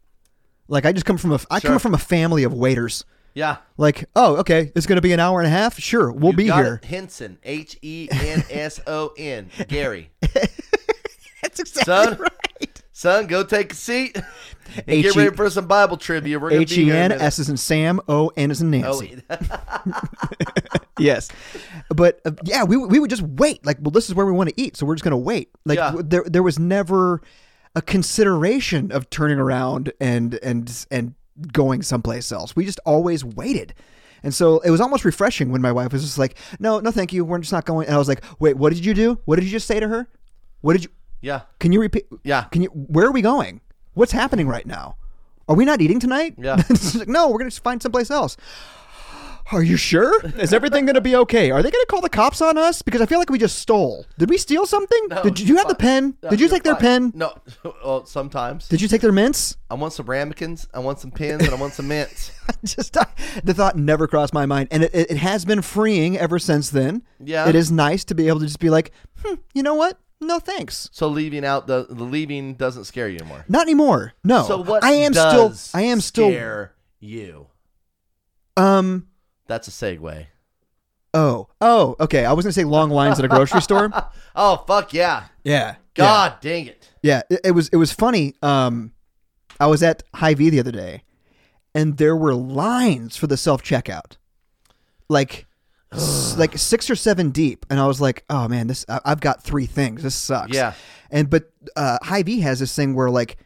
Speaker 2: Like I just come from a, I come
Speaker 1: Sure.
Speaker 2: from a family of waiters.
Speaker 1: Yeah.
Speaker 2: Like, oh, okay, it's going to be an hour and a half. Sure, we'll
Speaker 1: You
Speaker 2: be
Speaker 1: got
Speaker 2: here.
Speaker 1: it. Henson, H E N S O N, Gary.
Speaker 2: That's exactly
Speaker 1: Son, son, go take a seat. And get
Speaker 2: H E-
Speaker 1: ready for some Bible trivia. We're gonna
Speaker 2: H
Speaker 1: be
Speaker 2: E
Speaker 1: here. in a
Speaker 2: N
Speaker 1: minute.
Speaker 2: S is in Sam, O E N is in
Speaker 1: Oh,
Speaker 2: Nancy.
Speaker 1: wait.
Speaker 2: yes, but uh, yeah, we we would just wait. Like, well, this is where we want to eat, so we're just going to wait. Like,
Speaker 1: Yeah.
Speaker 2: w- there there was never a consideration of turning around and and and going someplace else. We just always waited. And so it was almost refreshing when my wife was just like, "No, no, thank you. We're just not going." And I was like, "Wait, what did you do? What did you just say to her? What did you?
Speaker 1: yeah.
Speaker 2: Can you repeat?
Speaker 1: Yeah.
Speaker 2: Can you? Where are we going? What's happening right now? Are we not eating tonight?
Speaker 1: Yeah.
Speaker 2: It's like, no, we're gonna find someplace else. Are you sure? Is everything gonna be okay? Are they gonna call the cops on us? Because I feel like we just stole. Did we steal something?
Speaker 1: No,
Speaker 2: Did you,
Speaker 1: you're
Speaker 2: have the
Speaker 1: fine.
Speaker 2: pen?
Speaker 1: No,
Speaker 2: Did you
Speaker 1: you're
Speaker 2: take their
Speaker 1: fine.
Speaker 2: pen?
Speaker 1: No. Well, sometimes.
Speaker 2: Did you take their mints?
Speaker 1: I want some ramekins. I want some pins, and I want some mints.
Speaker 2: just the thought never crossed my mind, and it, it, it has been freeing ever since then.
Speaker 1: Yeah.
Speaker 2: It is nice to be able to just be like, hmm, you know what? No thanks.
Speaker 1: So leaving out the the leaving doesn't scare you anymore.
Speaker 2: Not anymore. No.
Speaker 1: So what?
Speaker 2: I am
Speaker 1: does
Speaker 2: still. I am still.
Speaker 1: scare you.
Speaker 2: Um.
Speaker 1: That's a segue.
Speaker 2: Oh, oh, okay. I was gonna say long lines at a grocery store.
Speaker 1: Oh fuck yeah!
Speaker 2: Yeah,
Speaker 1: God dang it!
Speaker 2: yeah. It, it was it was funny. Um, I was at Hy-Vee the other day, and there were lines for the self checkout, like s- like six or seven deep. And I was like, oh man, this I, I've got three things. This sucks.
Speaker 1: Yeah.
Speaker 2: And but uh, Hy-Vee has this thing where like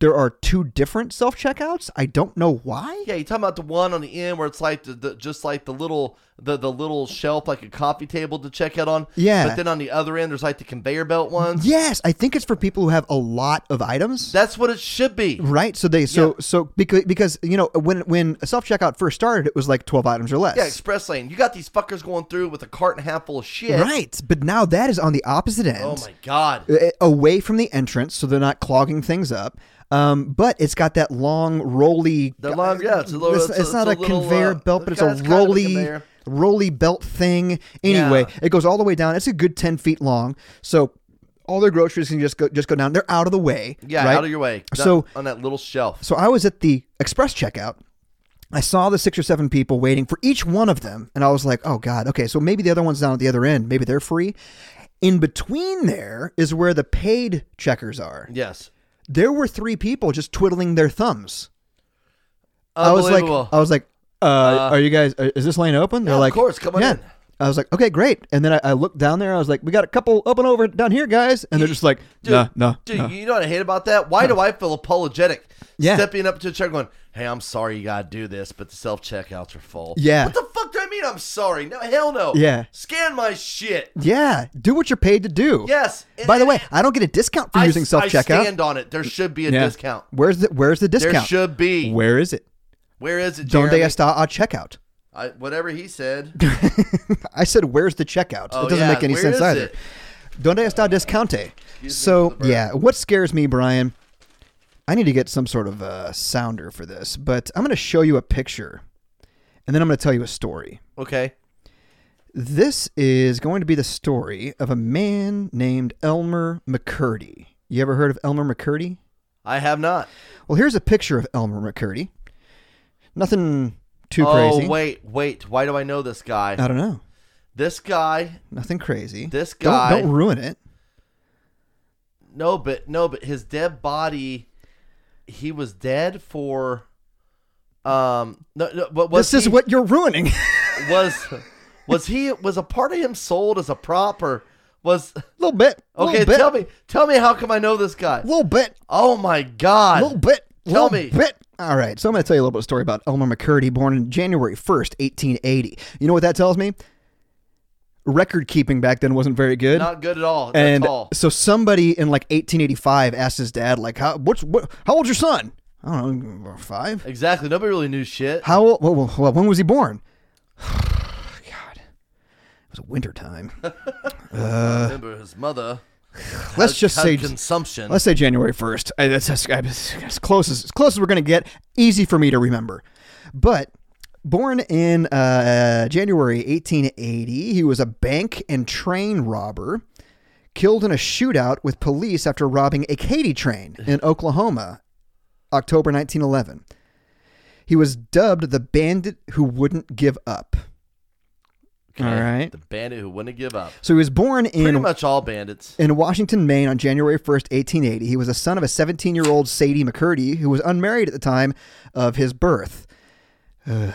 Speaker 2: there are two different self checkouts. I don't know why.
Speaker 1: Yeah, you talking about the one on the end where it's like the, the just like the little the, the little shelf like a coffee table to check out on.
Speaker 2: Yeah.
Speaker 1: But then on the other end there's like the conveyor belt ones.
Speaker 2: Yes, I think it's for people who have a lot of items.
Speaker 1: That's what it should be.
Speaker 2: Right. So they so so because because you know when when self checkout first started, it was like twelve items or less.
Speaker 1: Yeah, express lane. You got these fuckers going through with a cart and a half full of shit.
Speaker 2: Right. But now that is on the opposite end.
Speaker 1: Oh my god.
Speaker 2: Uh, away from the entrance, so they're not clogging things up. Um, but it's got that long rolly.
Speaker 1: The long- yeah, it's a little-
Speaker 2: It's,
Speaker 1: it's a-
Speaker 2: it's not
Speaker 1: it's a
Speaker 2: a,
Speaker 1: little,
Speaker 2: conveyor
Speaker 1: uh,
Speaker 2: belt, but
Speaker 1: it's
Speaker 2: it's,
Speaker 1: got-
Speaker 2: a
Speaker 1: it's kind of a
Speaker 2: rolly
Speaker 1: conveyor.
Speaker 2: rolly belt thing. Anyway,
Speaker 1: Yeah.
Speaker 2: it goes all the way down. It's a good ten feet long. So all their groceries can just go just go down. They're out of the way.
Speaker 1: Yeah,
Speaker 2: right?
Speaker 1: out of your way. That-
Speaker 2: So-
Speaker 1: on that little shelf.
Speaker 2: So I was at the express checkout. I saw the six or seven people waiting for each one of them, and I was like, "Oh God, okay." So maybe the other one's down at the other end. Maybe they're free. In between there is where the paid checkers are.
Speaker 1: Yes.
Speaker 2: There were three people just twiddling their thumbs. I was like,
Speaker 1: Unbelievable.
Speaker 2: I was like, uh, "Are you guys? uh, Is this lane open?" They're
Speaker 1: of
Speaker 2: like,
Speaker 1: course, come on
Speaker 2: yeah.
Speaker 1: in.
Speaker 2: I was like, "Okay, great." And then I, I looked down there. I was like, "We got a couple open over down here, guys," and they're just like,
Speaker 1: Dude,
Speaker 2: "No, no,
Speaker 1: Dude,
Speaker 2: no."
Speaker 1: you know what I hate about that? Why do I feel apologetic?
Speaker 2: Yeah.
Speaker 1: Stepping up to a check going, hey, I'm sorry you got to do this, but the self checkouts are full.
Speaker 2: Yeah.
Speaker 1: What the fuck do I mean I'm sorry? No, hell no.
Speaker 2: Yeah.
Speaker 1: Scan my shit.
Speaker 2: Yeah, do what you're paid to do.
Speaker 1: Yes.
Speaker 2: By the
Speaker 1: And-
Speaker 2: way, I don't get a discount for
Speaker 1: I-
Speaker 2: using self
Speaker 1: I
Speaker 2: checkout.
Speaker 1: stand on it. There should be a discount.
Speaker 2: Where's the Where's the
Speaker 1: There
Speaker 2: discount?
Speaker 1: should be.
Speaker 2: Where is it?
Speaker 1: Where is it,
Speaker 2: Don't
Speaker 1: Jeremy?
Speaker 2: they hasta a checkout?
Speaker 1: I, whatever he said.
Speaker 2: I said, "Where's the checkout?"
Speaker 1: Oh,
Speaker 2: it doesn't
Speaker 1: yeah,
Speaker 2: make any
Speaker 1: where
Speaker 2: sense
Speaker 1: is
Speaker 2: either.
Speaker 1: it?
Speaker 2: Donde está discount?
Speaker 1: for
Speaker 2: So
Speaker 1: the verb.
Speaker 2: yeah, what scares me, Brian? I need to get some sort of uh, sounder for this, but I'm going to show you a picture, and then I'm going to tell you a story.
Speaker 1: Okay.
Speaker 2: This is going to be the story of a man named Elmer McCurdy. You ever heard of Elmer McCurdy?
Speaker 1: I have not.
Speaker 2: Well, here's a picture of Elmer McCurdy. Nothing too
Speaker 1: oh,
Speaker 2: crazy. Uh.
Speaker 1: wait, wait. Why do I know this guy?
Speaker 2: I don't know.
Speaker 1: this guy.
Speaker 2: Nothing crazy.
Speaker 1: This
Speaker 2: Don't-
Speaker 1: guy-
Speaker 2: Don't, ruin it.
Speaker 1: No, but no, but his dead body. He was dead for. Um. No, no but was
Speaker 2: this is
Speaker 1: he-
Speaker 2: what you're ruining.
Speaker 1: was. Was he? Was a part of him sold as a prop or was?
Speaker 2: little bit.
Speaker 1: Okay,
Speaker 2: little bit,
Speaker 1: tell me. Tell me how come I know this guy?
Speaker 2: Little bit.
Speaker 1: Oh my God.
Speaker 2: Little bit.
Speaker 1: Tell
Speaker 2: little
Speaker 1: me.
Speaker 2: Bit. All right. So I'm going to tell you a little bit of a story about Elmer McCurdy, born in January 1st, 1880. You know what that tells me? Record keeping back then wasn't very good.
Speaker 1: Not good at all.
Speaker 2: and
Speaker 1: at all.
Speaker 2: so somebody in like 1885 asked his dad, like, how what's what, how old's your son? I don't know, five.
Speaker 1: Exactly. Nobody really knew shit.
Speaker 2: How old? Well, well, well, when was he born? God, it was winter time.
Speaker 1: Remember his mother.
Speaker 2: Let's just
Speaker 1: had
Speaker 2: say,
Speaker 1: consumption.
Speaker 2: let's say January first. That's as, as, as close as, as close as we're gonna get. Easy for me to remember, but. Born in uh, January 1880, he was a bank and train robber, killed in a shootout with police after robbing a Katy train in Oklahoma, October 1911. He was dubbed the bandit who wouldn't give up.
Speaker 1: Okay.
Speaker 2: All right.
Speaker 1: The bandit who wouldn't give up.
Speaker 2: So he was born in
Speaker 1: Pretty much all bandits.
Speaker 2: in Washington, Maine on January 1st, 1880. He was a son of a 17 year old Sadie McCurdy, who was unmarried at the time of his birth. Ugh.
Speaker 1: Oh,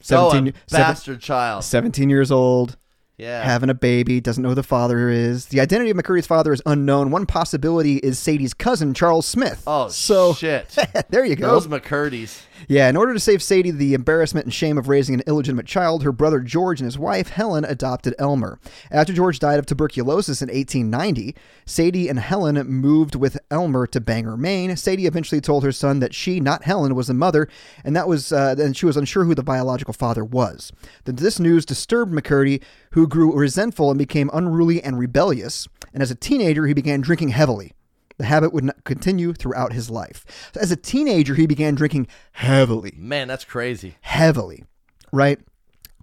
Speaker 1: a
Speaker 2: 17, seven-
Speaker 1: bastard child.
Speaker 2: 17 years old,
Speaker 1: Yeah.
Speaker 2: having a baby, doesn't know who the father is. The identity of McCurdy's father is unknown. One possibility is Sadie's cousin, Charles Smith.
Speaker 1: oh
Speaker 2: so
Speaker 1: shit.
Speaker 2: there you go.
Speaker 1: Those McCurdy's.
Speaker 2: Yeah, in order to save Sadie the embarrassment and shame of raising an illegitimate child, her brother George and his wife Helen adopted Elmer. After George died of tuberculosis in 1890, Sadie and Helen moved with Elmer to Bangor, Maine. Sadie eventually told her son that she, not Helen, was the mother, and that was uh, and she was unsure who the biological father was. Then this news disturbed McCurdy, who grew resentful and became unruly and rebellious. And as a teenager, he began drinking heavily. The habit would not continue throughout his life. As a teenager, he began drinking heavily,
Speaker 1: Man, that's crazy.
Speaker 2: heavily, right?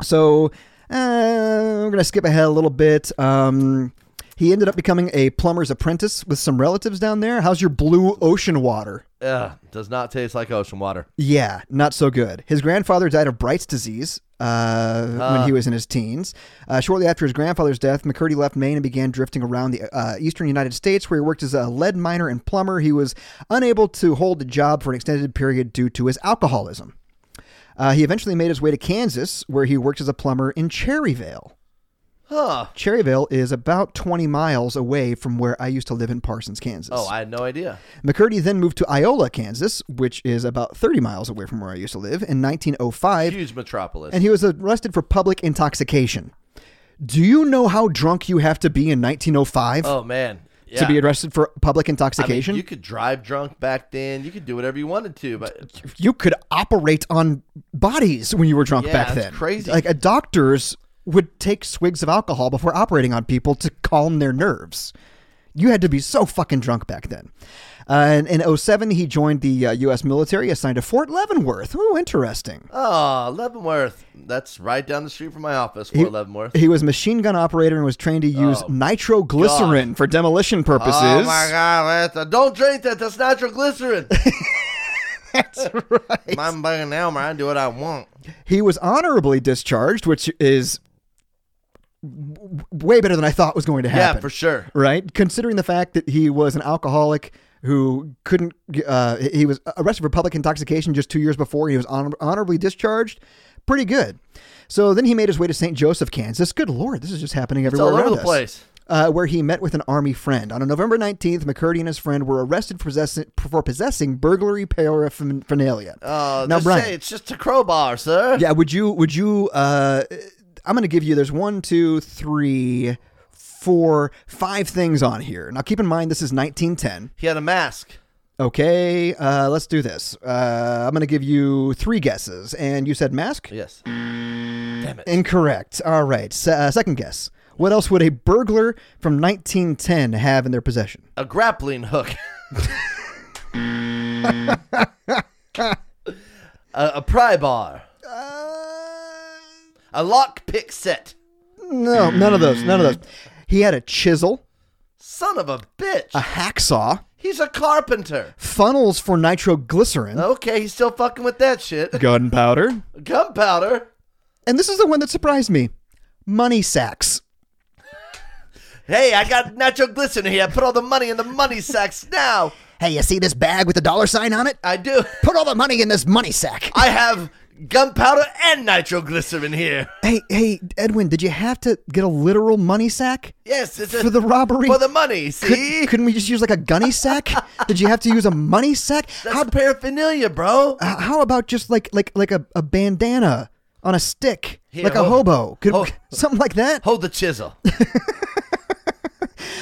Speaker 2: So uh, we're going to skip ahead a little bit. Um, he ended up becoming a plumber's apprentice with some relatives down there. How's your blue ocean water?
Speaker 1: Ugh, does not taste like ocean water.
Speaker 2: Yeah, not so good. His grandfather died of Bright's disease uh, when he was in his teens. Uh, shortly after his grandfather's death, McCurdy left Maine and began drifting around the uh, eastern United States, where he worked as a lead miner and plumber. He was unable to hold a job for an extended period due to his alcoholism. Uh, he eventually made his way to Kansas, where he worked as a plumber in Cherryvale.
Speaker 1: Huh.
Speaker 2: Cherryvale is about 20 miles away from where I used to live in Parsons, Kansas.
Speaker 1: Oh, I had no idea.
Speaker 2: McCurdy then moved to Iola, Kansas, which is about 30 miles away from where I used to live, in 1905,
Speaker 1: Huge metropolis.
Speaker 2: and he was arrested for public intoxication. Do you know how drunk you have to be in 1905
Speaker 1: oh man. Yeah.
Speaker 2: to be arrested for public
Speaker 1: I mean,
Speaker 2: intoxication?
Speaker 1: you could drive drunk back then. You could do whatever you wanted to, but
Speaker 2: you, could operate on bodies when you were drunk
Speaker 1: Yeah,
Speaker 2: back
Speaker 1: that's
Speaker 2: then.
Speaker 1: crazy.
Speaker 2: Like uh, doctors would take swigs of alcohol before operating on people to calm their nerves. You had to be so fucking drunk back then. Uh, and in 07, he joined the uh, U.S. military, assigned to Fort Leavenworth. Ooh, interesting.
Speaker 1: Ah, Leavenworth. That's right down the street from my office, Fort Leavenworth.
Speaker 2: He was machine gun operator and was trained to use nitroglycerin for demolition purposes.
Speaker 1: Oh my god, that's- don't drink that. That's nitroglycerin. that's right. I'm bugging Elmer. I do what I want.
Speaker 2: He was honorably discharged, which is w- way better than I thought was going to happen.
Speaker 1: Yeah, for sure.
Speaker 2: Right? Considering the fact that he was an alcoholic who couldn't, uh, he was arrested for public intoxication just two years before, he was honor- honorably discharged. Pretty good. So then he made his way to St. Joseph, Kansas. Good lord, this is just happening
Speaker 1: It's
Speaker 2: everywhere
Speaker 1: all over
Speaker 2: around
Speaker 1: the
Speaker 2: us.
Speaker 1: place.
Speaker 2: uh, where he met with an army friend. On November 19th, McCurdy and his friend were arrested for possessing, for possessing burglary paraphernalia.
Speaker 1: Uh,
Speaker 2: now,
Speaker 1: just
Speaker 2: Brian,
Speaker 1: say it's just a crowbar, sir.
Speaker 2: yeah, would you, would you, uh, I'm going to give you, there's one, two, three, four, five things on here. Now, keep in mind, this is 1910.
Speaker 1: He had a mask.
Speaker 2: Okay, uh, let's do this. Uh, I'm going to give you three guesses. And you said mask?
Speaker 1: Yes.
Speaker 2: Incorrect. All right, se- uh, second guess. What else would a burglar from 1910 have in their possession?
Speaker 1: A grappling hook. a, a pry bar. A lock pick set.
Speaker 2: Uh, No, none of those. None of those. He had a chisel,
Speaker 1: Son of a bitch.
Speaker 2: a hacksaw,
Speaker 1: He's a carpenter.
Speaker 2: funnels for nitroglycerin,
Speaker 1: Okay, he's still fucking with that shit.
Speaker 5: Gunpowder.
Speaker 1: Gunpowder.
Speaker 2: and this is the one that surprised me money sacks.
Speaker 1: Hey, I got nitroglycerin here. Put all the money in the money sacks now.
Speaker 2: Hey, you see this bag with the dollar sign on it?
Speaker 1: I do.
Speaker 2: Put all the money in this money sack.
Speaker 1: I have gunpowder and nitroglycerin here.
Speaker 2: Hey, hey, Edwin, did you have to get a literal money sack
Speaker 1: Yes, it's a,
Speaker 2: for the robbery?
Speaker 1: for the money. See,
Speaker 2: Could, couldn't we just use like a gunny sack? did you have to use a money sack?
Speaker 1: that's
Speaker 2: How,
Speaker 1: paraphernalia, bro.
Speaker 2: uh, how about just like like like a, a bandana on a stick,
Speaker 1: Here,
Speaker 2: like a
Speaker 1: hold-
Speaker 2: hobo, Could,
Speaker 1: hold-
Speaker 2: something like that?
Speaker 1: Hold the chisel.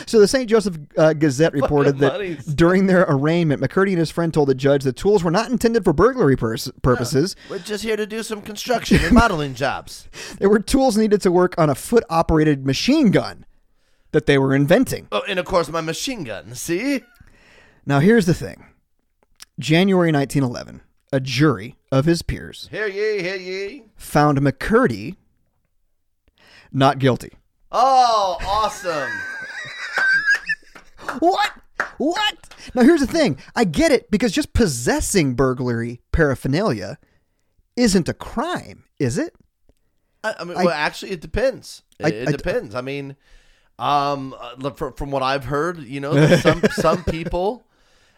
Speaker 2: So the St. Joseph uh, Gazette reported that
Speaker 1: monies.
Speaker 2: during their arraignment, McCurdy and his friend told the judge the tools were not intended for burglary purs- purposes.
Speaker 1: We're just here to do some construction and modeling jobs.
Speaker 2: They were tools needed to work on a foot-operated machine gun that they were inventing.
Speaker 1: Oh, and of course my machine gun. See,
Speaker 2: Now here's the thing: January 1911, a jury of his peers
Speaker 1: hear ye, hear ye.
Speaker 2: found McCurdy not guilty.
Speaker 1: Oh, awesome.
Speaker 2: What? What? Now here's the thing. I get it because just possessing burglary paraphernalia isn't a crime, is it?
Speaker 1: I, I mean,
Speaker 2: I-
Speaker 1: well, actually, it depends. It,
Speaker 2: I-
Speaker 1: it
Speaker 2: I-
Speaker 1: depends. I mean, um, uh, look, from, from what I've heard, you know, there's some some people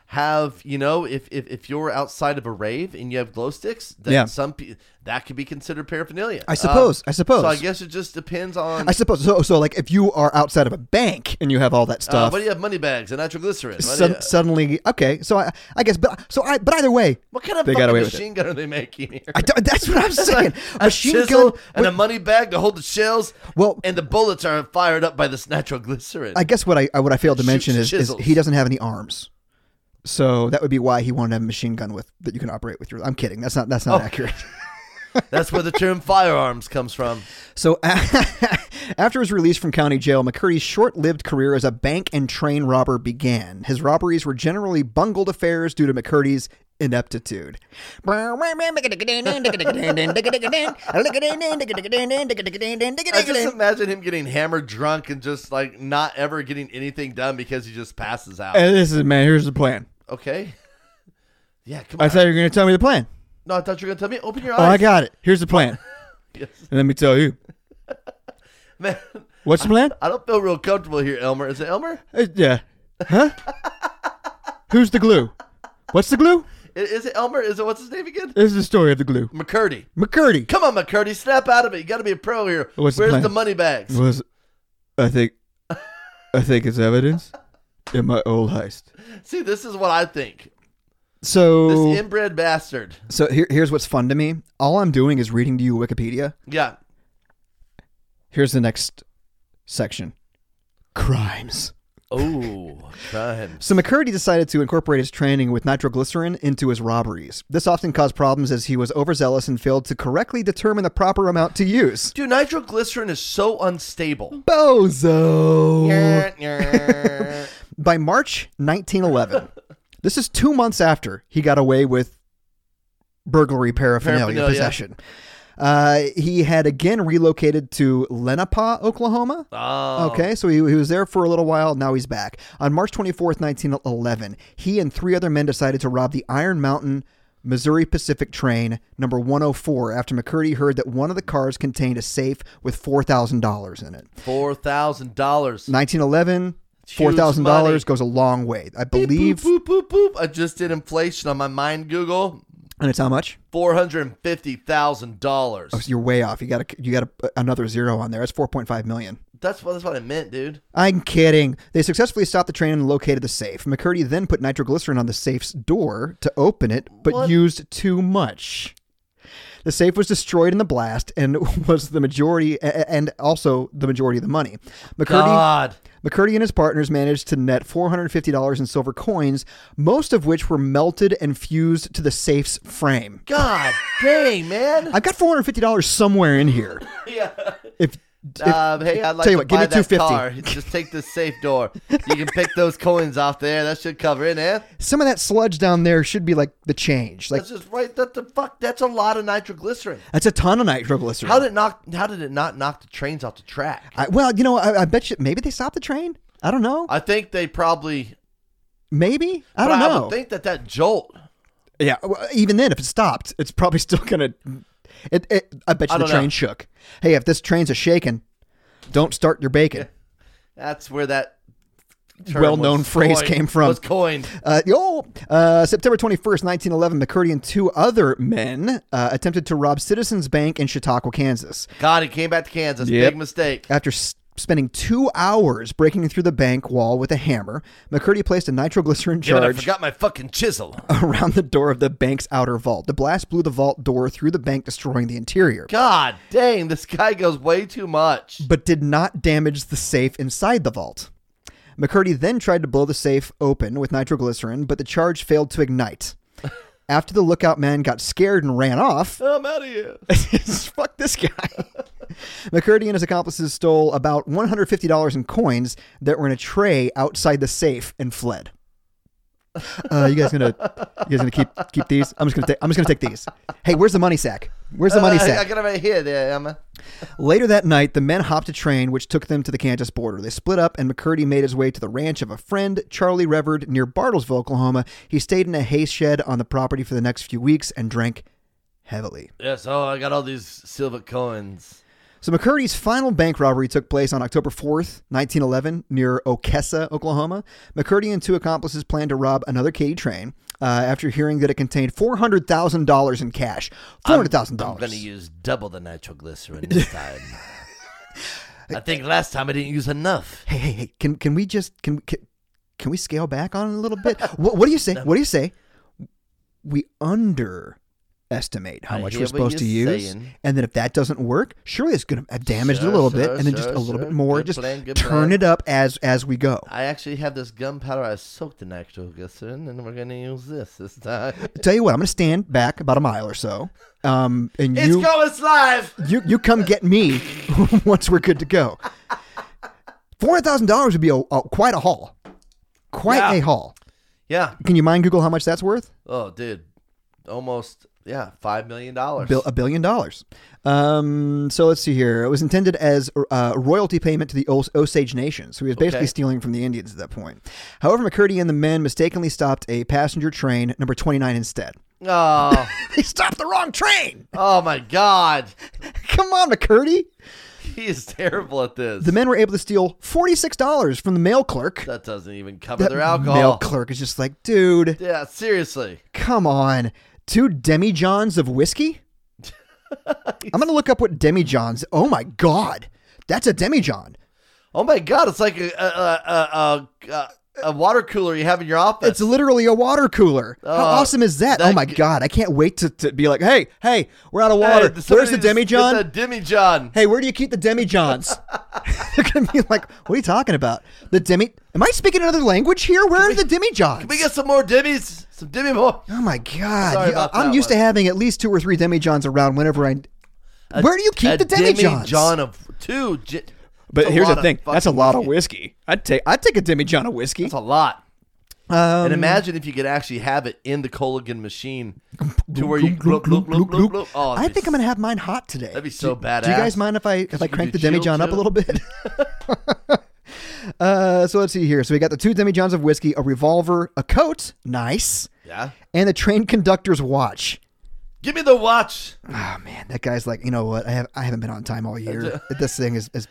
Speaker 1: have, you know, if, if if you're outside of a rave and you have glow sticks, then
Speaker 2: Yeah.
Speaker 1: some pe- that could be considered paraphernalia. Um,
Speaker 2: I suppose, I suppose.
Speaker 1: So I guess it just depends on. uh,
Speaker 2: I suppose so. So, like, if you are outside of a bank and you have all that
Speaker 1: uh,
Speaker 2: stuff,
Speaker 1: what do you have? Money bags and nitroglycerin. What, do
Speaker 2: sud-
Speaker 1: you-
Speaker 2: suddenly, okay. So I, I guess, but so I, but either way,
Speaker 1: what kind of
Speaker 2: They got
Speaker 1: fucking
Speaker 2: away with it.
Speaker 1: machine gun are they making here?
Speaker 2: I don't- that's what I'm saying.
Speaker 1: a chisel and a money bag to hold the shells.
Speaker 2: Well-
Speaker 1: and the bullets are fired up by this nitroglycerin.
Speaker 2: I guess what I what I failed to mention is, is
Speaker 1: chisels.
Speaker 2: he doesn't have any arms, so that would be why he wanted to have a machine gun with that you can operate with your. I'm kidding. That's not that's not accurate.
Speaker 1: That's where the term firearms comes from.
Speaker 2: So after his release from county jail, McCurdy's short-lived career as a bank and train robber began. His robberies were generally bungled affairs due to McCurdy's ineptitude. Uh,
Speaker 1: I just imagine him getting hammered drunk and just like not ever getting anything done because he just passes out.
Speaker 5: And this is man. Here's the plan.
Speaker 1: okay. Yeah, come on.
Speaker 5: I thought you were gonna tell me the plan.
Speaker 1: no, I thought you were gonna tell me. Open your eyes.
Speaker 5: Oh, I got it. Here's the plan.
Speaker 1: Yes.
Speaker 5: And let me tell you.
Speaker 1: Man,
Speaker 5: What's the plan?
Speaker 1: I don't feel real comfortable here, Elmer. Is it Elmer?
Speaker 5: Uh, yeah. Huh? Who's the glue? What's the glue?
Speaker 1: I- Is it Elmer? Is it what's his name again?
Speaker 5: This is the story of the glue.
Speaker 1: McCurdy.
Speaker 5: McCurdy
Speaker 1: Come on, McCurdy, snap out of it. You got to be a pro here.
Speaker 5: What's the
Speaker 1: Where's the,
Speaker 5: plan?
Speaker 1: money bags?
Speaker 5: was, I think, I think it's evidence in my old heist.
Speaker 1: See, this is what I think. This
Speaker 2: So
Speaker 1: inbred bastard.
Speaker 2: So here, here's what's fun to me. All I'm doing is reading to you Wikipedia.
Speaker 1: Yeah.
Speaker 2: Here's the next section crimes.
Speaker 1: Oh, crimes.
Speaker 2: So McCurdy decided to incorporate his training with nitroglycerin into his robberies. This often caused problems as he was overzealous and failed to correctly determine the proper amount to use.
Speaker 1: Dude, nitroglycerin is so unstable.
Speaker 2: Bozo! By March 1911, this is two months after he got away with burglary paraphernalia,
Speaker 1: Paraphernalia.
Speaker 2: possession. Uh, he had again relocated to Lenapaw, Oklahoma.
Speaker 1: Oh.
Speaker 2: Okay, so he, he was there for a little while. Now he's back. On March 24th, 1911, he and three other men decided to rob the Iron Mountain, Missouri Pacific train number 104 after McCurdy heard that one of the cars contained a safe with $4,000 in it.
Speaker 1: Four thousand dollars.
Speaker 2: 1911,
Speaker 1: huge money.
Speaker 2: $4,000 goes a long way. I believe.
Speaker 1: Boop, boop, boop, boop. I just did inflation on my mind, Google.
Speaker 2: And it's how much?
Speaker 1: Four hundred and fifty thousand dollars.
Speaker 2: You're way off. You got a, you got a, another zero on there. That's 4.5 million.
Speaker 1: That's what that's what I meant, dude.
Speaker 2: I'm kidding. They successfully stopped the train and located the safe. McCurdy then put nitroglycerin on the safe's door to open it, but
Speaker 1: What?
Speaker 2: used too much. The safe was destroyed in the blast and was the majority, a- a- and also the majority of the money. McCurdy,
Speaker 1: God.
Speaker 2: McCurdy and his partners managed to net $450 in silver coins, most of which were melted and fused to the safe's frame.
Speaker 1: God dang, man.
Speaker 2: I've got $450 somewhere in here. If, if
Speaker 1: Um, hey, I'd like
Speaker 2: tell you
Speaker 1: to
Speaker 2: what, give
Speaker 1: buy
Speaker 2: me
Speaker 1: that
Speaker 2: 250.
Speaker 1: car. Just take this safe door. You can pick those coins off there. That should cover it, eh?
Speaker 2: some of that sludge down there should be like the change. Like
Speaker 1: That's just right. That the fuck. That's a lot of nitroglycerin.
Speaker 2: That's a ton of nitroglycerin.
Speaker 1: How did it knock? How did it not knock the trains off the track?
Speaker 2: I, well, you know, I, I bet you maybe they stopped the train. I don't know.
Speaker 1: I think they probably.
Speaker 2: maybe I
Speaker 1: but
Speaker 2: don't
Speaker 1: I
Speaker 2: know.
Speaker 1: would think that that jolt.
Speaker 2: yeah, well, even then, if it stopped, it's probably still gonna. It, it, I bet
Speaker 1: I
Speaker 2: you the
Speaker 1: don't
Speaker 2: train
Speaker 1: know.
Speaker 2: shook. Hey, if this train's a shaking, don't start your bacon.
Speaker 1: That's where that term
Speaker 2: Well-known
Speaker 1: was
Speaker 2: phrase
Speaker 1: coined-
Speaker 2: came from.
Speaker 1: Was coined.
Speaker 2: Uh, oh, uh, September 21st, 1911, McCurdy and two other men uh, attempted to rob Citizens Bank in Chautauqua, Kansas.
Speaker 1: God, it came back to Kansas.
Speaker 5: Yep.
Speaker 1: Big mistake.
Speaker 2: After s- spending two hours breaking through the bank wall with a hammer, McCurdy placed a nitroglycerin
Speaker 1: Damn it, I
Speaker 2: charge.
Speaker 1: forgot my fucking chisel.
Speaker 2: around the door of the bank's outer vault. The blast blew the vault door through the bank, destroying the interior,
Speaker 1: God dang, this guy goes way too much.
Speaker 2: but did not damage the safe inside the vault. McCurdy then tried to blow the safe open with nitroglycerin, but the charge failed to ignite. After the lookout man got scared and ran off,
Speaker 1: I'm out of here.
Speaker 2: fuck this guy. McCurdy and his accomplices stole about $150 in coins that were in a tray outside the safe and fled. Uh, you guys gonna you guys gonna keep keep these? I'm just gonna take I'm just gonna take these. Hey, where's the money sack? Where's the money
Speaker 1: Uh, I, I
Speaker 2: sack?
Speaker 1: got it right here, there, Emma.
Speaker 2: Later that night, the men hopped a train which took them to the Kansas border. They split up, and McCurdy made his way to the ranch of a friend, Charlie Reverd, near Bartlesville, Oklahoma. He stayed in a hay shed on the property for the next few weeks and drank heavily.
Speaker 1: Yes, oh, I got all these silver coins.
Speaker 2: So McCurdy's final bank robbery took place on October 4th, 1911, near Okessa, Oklahoma. McCurdy and two accomplices planned to rob another Katy train uh, after hearing that it contained $400,000 in cash.
Speaker 1: I'm gonna
Speaker 2: $400,000.
Speaker 1: use double the nitroglycerin this time. I think last time I didn't use enough.
Speaker 2: Hey, hey, hey, can, can we just, can, can, can we scale back on it a little bit? what, what do you say? What do you say? We underestimate how
Speaker 1: I
Speaker 2: much
Speaker 1: hear
Speaker 2: we're
Speaker 1: what
Speaker 2: supposed to
Speaker 1: you're
Speaker 2: use,
Speaker 1: saying.
Speaker 2: and then if that doesn't work, surely it's going to have damaged it a
Speaker 1: Sure,
Speaker 2: little bit,
Speaker 1: sure,
Speaker 2: and then just
Speaker 1: sure,
Speaker 2: a little
Speaker 1: sure.
Speaker 2: bit more.
Speaker 1: Good
Speaker 2: just
Speaker 1: plan, good
Speaker 2: turn
Speaker 1: plan.
Speaker 2: it up as as we go.
Speaker 1: I actually have this gunpowder I soaked in nitroglycerin, and we're gonna use this this time.
Speaker 2: Tell you what, I'm gonna stand back about a mile or so, um, and
Speaker 1: It's
Speaker 2: you
Speaker 1: going live.
Speaker 2: you you come get me once we're good to go. Four hundred thousand dollars would be a, a- quite a haul, quite a haul.
Speaker 1: Yeah.
Speaker 2: Can you mind Google how much that's worth?
Speaker 1: Oh, dude, almost yeah, five million dollars.
Speaker 2: Bill, a billion dollars. Um, so let's see here. It was intended as uh, royalty payment to the Os- Osage Nation. So he was basically
Speaker 1: Okay.
Speaker 2: stealing from the Indians at that point. However, McCurdy and the men mistakenly stopped a passenger train number twenty nine instead.
Speaker 1: Oh,
Speaker 2: They stopped the wrong train.
Speaker 1: oh my God,
Speaker 2: Come on, McCurdy.
Speaker 1: he is terrible at this.
Speaker 2: The men were able to steal $46 from the mail clerk.
Speaker 1: that doesn't even cover their
Speaker 2: mail
Speaker 1: alcohol.
Speaker 2: clerk is just like, dude,
Speaker 1: yeah, seriously.
Speaker 2: come on. Two demijohns of whiskey? I'm going to look up what demijohns. Oh my God. That's a demijohn.
Speaker 1: Oh my God, it's like a a a, a, a, a water cooler you have in your office.
Speaker 2: It's literally a water cooler. How awesome is that? oh
Speaker 1: Uh, that
Speaker 2: my
Speaker 1: g-
Speaker 2: God. I can't wait to, to be like, hey, hey, we're out of
Speaker 1: Hey,
Speaker 2: water.
Speaker 1: somebody
Speaker 2: Where's the
Speaker 1: just get
Speaker 2: demijohn?
Speaker 1: The demijohn.
Speaker 2: hey, where do you keep the demijohns? They're going to be like, what are you talking about? The demi. Am I speaking another language here? Where are the demijohns?
Speaker 1: Can we get some more demis? Some demi more.
Speaker 2: Oh my god!
Speaker 1: Sorry
Speaker 2: Yeah,
Speaker 1: about
Speaker 2: I'm
Speaker 1: that
Speaker 2: used
Speaker 1: one.
Speaker 2: to having at least two or three demijohns around whenever I. Where do you keep
Speaker 1: a
Speaker 2: the demijohns?
Speaker 1: Demijohn of two. J-
Speaker 5: But
Speaker 1: That's a
Speaker 5: here's
Speaker 1: lot
Speaker 5: the
Speaker 1: of
Speaker 5: thing. That's a
Speaker 1: fucking
Speaker 5: lot of whiskey. I'd take I'd take a demijohn of whiskey.
Speaker 1: It's a lot.
Speaker 2: Um,
Speaker 1: And imagine if you could actually have it in the Coligan machine to where you look, look, look, look, look. Oh,
Speaker 2: I think I'm gonna have mine hot today.
Speaker 1: That'd be so
Speaker 2: do,
Speaker 1: badass.
Speaker 2: Do you guys mind if I if I
Speaker 1: you could
Speaker 2: crank the
Speaker 1: do chill
Speaker 2: demijohn up a
Speaker 1: too.
Speaker 2: little bit? uh, so let's see here. So we got the two demijohns of whiskey, a revolver, a coat, nice,
Speaker 1: Yeah.
Speaker 2: and the train conductor's watch.
Speaker 1: Give me the watch.
Speaker 2: Oh man, that guy's like, you know what? I have I haven't been on time all year. this thing is is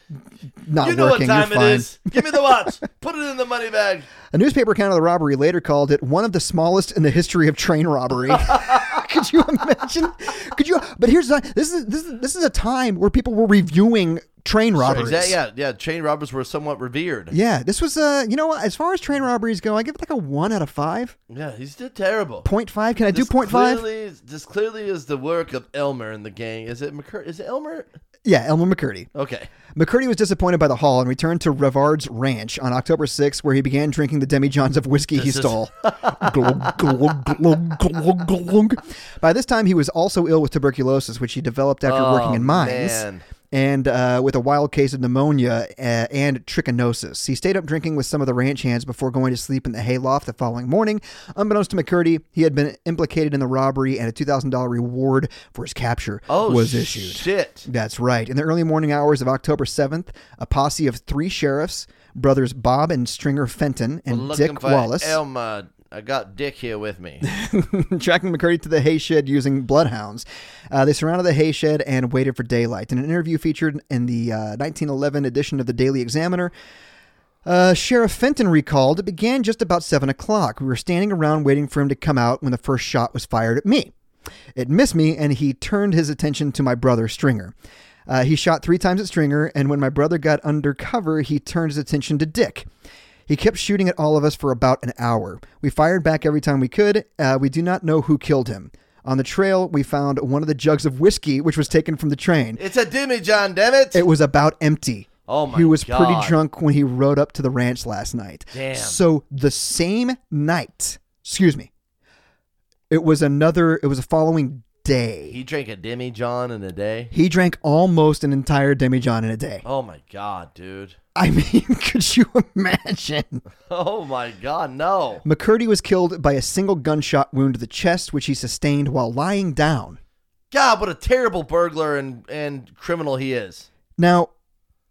Speaker 2: not
Speaker 1: You know
Speaker 2: working.
Speaker 1: what
Speaker 2: You're
Speaker 1: time it
Speaker 2: fine.
Speaker 1: is. Give me the watch. Put it in the money bag.
Speaker 2: A newspaper account of the robbery later called it one of the smallest in the history of train robbery. Could you imagine? Could you? But here's the, this is this is this is a time where people were reviewing train robberies.
Speaker 1: Exactly. Yeah, yeah. Train robbers were somewhat revered. Yeah,
Speaker 2: Yeah, this was uh, you know, what, as far as train robberies go, I give it like a one out of five.
Speaker 1: he's still terrible.
Speaker 2: Point five. Can I do
Speaker 1: This
Speaker 2: point five?
Speaker 1: clearly is- This clearly is the work of Elmer and the gang. Is it McCur- Is it Elmer?
Speaker 2: Yeah, Elmer McCurdy.
Speaker 1: Okay.
Speaker 2: McCurdy was disappointed by the haul and returned to Rivard's ranch on October 6th, where he began drinking the demijohns of whiskey he
Speaker 1: This is-
Speaker 2: stole. glug, glug, glug, glug, glug. By this time, he was also ill with tuberculosis, which he developed after working in mines.
Speaker 1: man.
Speaker 2: And uh, with a wild case of pneumonia uh, and trichinosis. He stayed up drinking with some of the ranch hands before going to sleep in the hayloft the following morning. Unbeknownst to McCurdy, he had been implicated in the robbery, and a $2,000 reward for his capture
Speaker 1: Oh,
Speaker 2: was
Speaker 1: sh-
Speaker 2: issued.
Speaker 1: Shit.
Speaker 2: That's right. In the early morning hours of October 7th, a posse of three sheriffs, brothers Bob and Stringer Fenton, and
Speaker 1: Looking
Speaker 2: Dick
Speaker 1: for
Speaker 2: Wallace,
Speaker 1: Elmer. I got Dick here with me.
Speaker 2: tracking McCurdy to the hay shed using bloodhounds. Uh, they surrounded the hay shed and waited for daylight. In an interview featured in the uh, 1911 edition of the Daily Examiner, uh, Sheriff Fenton recalled it began just about 7 o'clock. We were standing around waiting for him to come out when the first shot was fired at me. It missed me, and he turned his attention to my brother, Stringer. Uh, he shot three times at Stringer, and when my brother got under cover, he turned his attention to Dick. He kept shooting at all of us for about an hour. We fired back every time we could. Uh, we do not know who killed him. On the trail, we found one of the jugs of whiskey, which was taken from the train.
Speaker 1: it's a demijohn, damn it.
Speaker 2: It was about empty.
Speaker 1: Oh my
Speaker 2: He was
Speaker 1: God.
Speaker 2: pretty drunk when he rode up to the ranch last night.
Speaker 1: Damn.
Speaker 2: So the same night, excuse me, it was another. It was the following day.
Speaker 1: he drank a demijohn in a day.
Speaker 2: He drank almost an entire demijohn in a day.
Speaker 1: Oh my god, dude.
Speaker 2: I mean, could you imagine?
Speaker 1: Oh my god, no.
Speaker 2: McCurdy was killed by a single gunshot wound to the chest, which he sustained while lying down.
Speaker 1: God, what a terrible burglar and, and criminal he is.
Speaker 2: Now,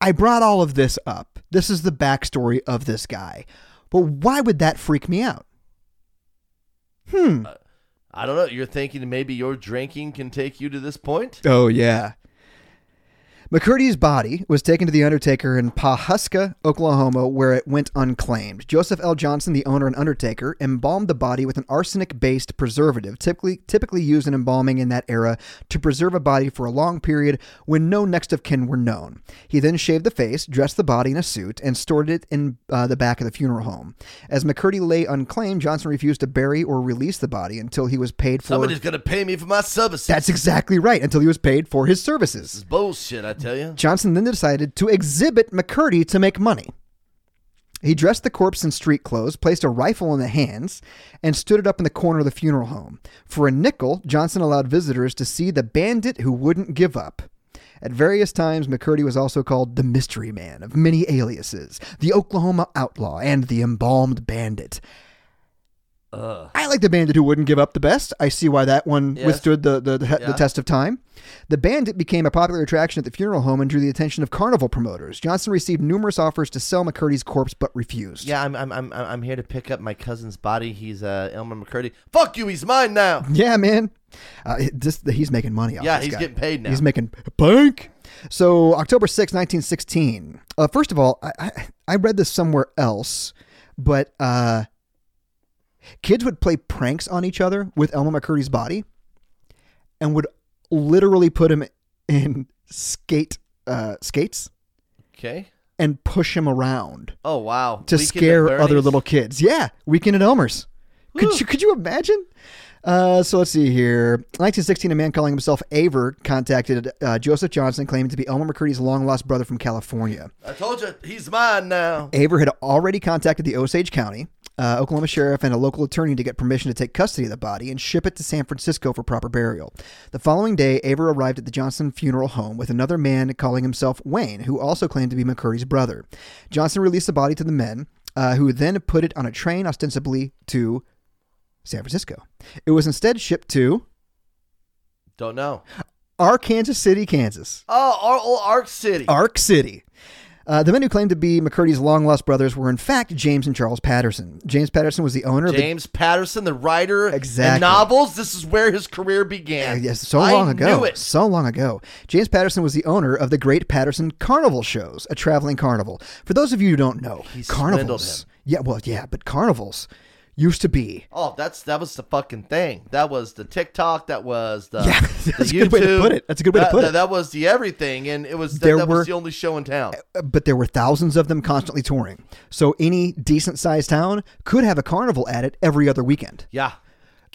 Speaker 2: I brought all of this up. This is the backstory of this guy. But why would that freak me out?
Speaker 1: I don't know. You're thinking maybe your drinking can take you to this point?
Speaker 2: Oh, yeah. McCurdy's body was taken to the undertaker in Pawhuska, Oklahoma, where it went unclaimed. Joseph L. Johnson, the owner and undertaker, embalmed the body with an arsenic-based preservative, typically typically used in embalming in that era to preserve a body for a long period when no next of kin were known. He then shaved the face, dressed the body in a suit, and stored it in uh, the back of the funeral home. As McCurdy lay unclaimed, Johnson refused to bury or release the body until he was paid for.
Speaker 1: Somebody's going to pay me for my services.
Speaker 2: That's exactly right. Until he was paid for his services.
Speaker 1: This is bullshit, I tell you.
Speaker 2: Johnson then decided to exhibit McCurdy to make money. He dressed the corpse in street clothes, placed a rifle in the hands, and stood it up in the corner of the funeral home. For a nickel, Johnson allowed visitors to see the bandit who wouldn't give up. At various times, McCurdy was also called the Mystery Man of many aliases, the Oklahoma Outlaw, and the Embalmed Bandit. I like the bandit who wouldn't give up the best. I see why that one
Speaker 1: Yes.
Speaker 2: withstood the, the, the,
Speaker 1: Yeah.
Speaker 2: the test of time. The bandit became a popular attraction at the funeral home and drew the attention of carnival promoters. Johnson received numerous offers to sell McCurdy's corpse but refused.
Speaker 1: Yeah, I'm, I'm, I'm, I'm here to pick up my cousin's body. He's uh, Elmer McCurdy. Fuck you, he's mine now.
Speaker 2: Yeah, man. Uh, it- this, he's making money off
Speaker 1: Yeah,
Speaker 2: this
Speaker 1: he's
Speaker 2: guy.
Speaker 1: getting paid now.
Speaker 2: He's making bank. So, October 6, 1916. Uh, first of all, I, I, I read this somewhere else, but uh, kids would play pranks on each other with Elmer McCurdy's body and would literally put him in skate uh, skates
Speaker 1: Okay.
Speaker 2: and push him around
Speaker 1: Oh, wow.
Speaker 2: to
Speaker 1: Weekend at
Speaker 2: scare
Speaker 1: Bernie's?
Speaker 2: other little kids. Yeah, Weekend at Elmer's. Could you could you imagine? Uh, so let's see here. 1916, a man calling himself Aver contacted uh, Joseph Johnson, claiming to be Elmer McCurdy's long lost brother from California.
Speaker 1: I told you, he's mine now.
Speaker 2: Aver had already contacted the Osage County uh, Oklahoma sheriff and a local attorney to get permission to take custody of the body and ship it to San Francisco for proper burial. The following day, Aver arrived at the Johnson funeral home with another man calling himself Wayne, who also claimed to be McCurdy's brother. Johnson released the body to the men, uh, who then put it on a train ostensibly to San Francisco. It was instead shipped to
Speaker 1: Don't know.
Speaker 2: Arkansas City, Kansas.
Speaker 1: Oh, Ar- oh, Arc City.
Speaker 2: Ark City. Uh, the men who claimed to be McCurdy's long lost brothers were, in fact, James and Charles Patterson. James Patterson was the owner of the
Speaker 1: James Patterson, the writer
Speaker 2: Exactly.
Speaker 1: and novels. This is where his career began.
Speaker 2: Yes, so
Speaker 1: I
Speaker 2: long ago.
Speaker 1: Knew it.
Speaker 2: So long ago. James Patterson was the owner of the Great Patterson Carnival Shows, a traveling carnival. For those of you who don't know,
Speaker 1: swindled
Speaker 2: carnivals. Yeah, well, yeah, but carnivals used to be.
Speaker 1: Oh, that's that was the fucking thing. That was the TikTok. That was the
Speaker 2: Yeah,
Speaker 1: the
Speaker 2: that's a good way to
Speaker 1: YouTube.
Speaker 2: put it. That's a good way to
Speaker 1: That-
Speaker 2: put
Speaker 1: that-
Speaker 2: it.
Speaker 1: That was the everything, and it was that,
Speaker 2: There
Speaker 1: that
Speaker 2: were-
Speaker 1: was the only show in town.
Speaker 2: uh, but there were thousands of them constantly touring. So any decent sized town could have a carnival at it every other weekend.
Speaker 1: Yeah,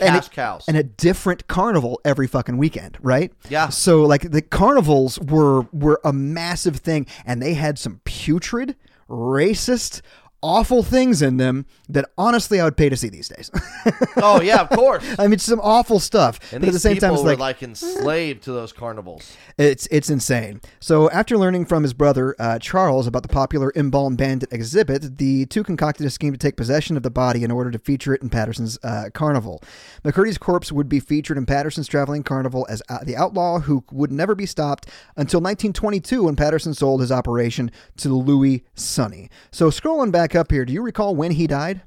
Speaker 2: And
Speaker 1: cash
Speaker 2: it-
Speaker 1: cows.
Speaker 2: And a different carnival every fucking weekend, right?
Speaker 1: Yeah.
Speaker 2: So like the carnivals were were a massive thing and they had some putrid, racist, awful things in them that honestly I would pay to see these days.
Speaker 1: oh yeah, of course.
Speaker 2: I mean some awful stuff.
Speaker 1: And
Speaker 2: but
Speaker 1: these
Speaker 2: at the same
Speaker 1: people
Speaker 2: time it's
Speaker 1: were
Speaker 2: like,
Speaker 1: like, enslaved to those carnivals.
Speaker 2: it's it's insane. So after learning from his brother uh, Charles about the popular embalmed bandit exhibit, the two concocted a scheme to take possession of the body in order to feature it in Patterson's uh, carnival. McCurdy's corpse would be featured in Patterson's traveling carnival as uh, the outlaw who would never be stopped until 1922 when Patterson sold his operation to Louis Sonny. So scrolling back up here, do you recall when he died?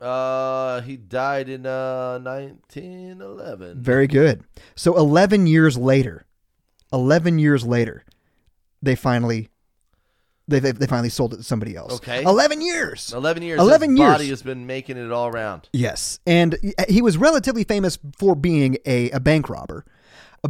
Speaker 1: Uh, he died in uh 1911.
Speaker 2: Very good. So 11 years later, 11 years later, they finally they they, they finally sold it to somebody else.
Speaker 1: Okay.
Speaker 2: 11 years.
Speaker 1: 11 years.
Speaker 2: 11
Speaker 1: his
Speaker 2: years.
Speaker 1: Body has been making it all around.
Speaker 2: Yes. And he was relatively famous for being a, a bank robber.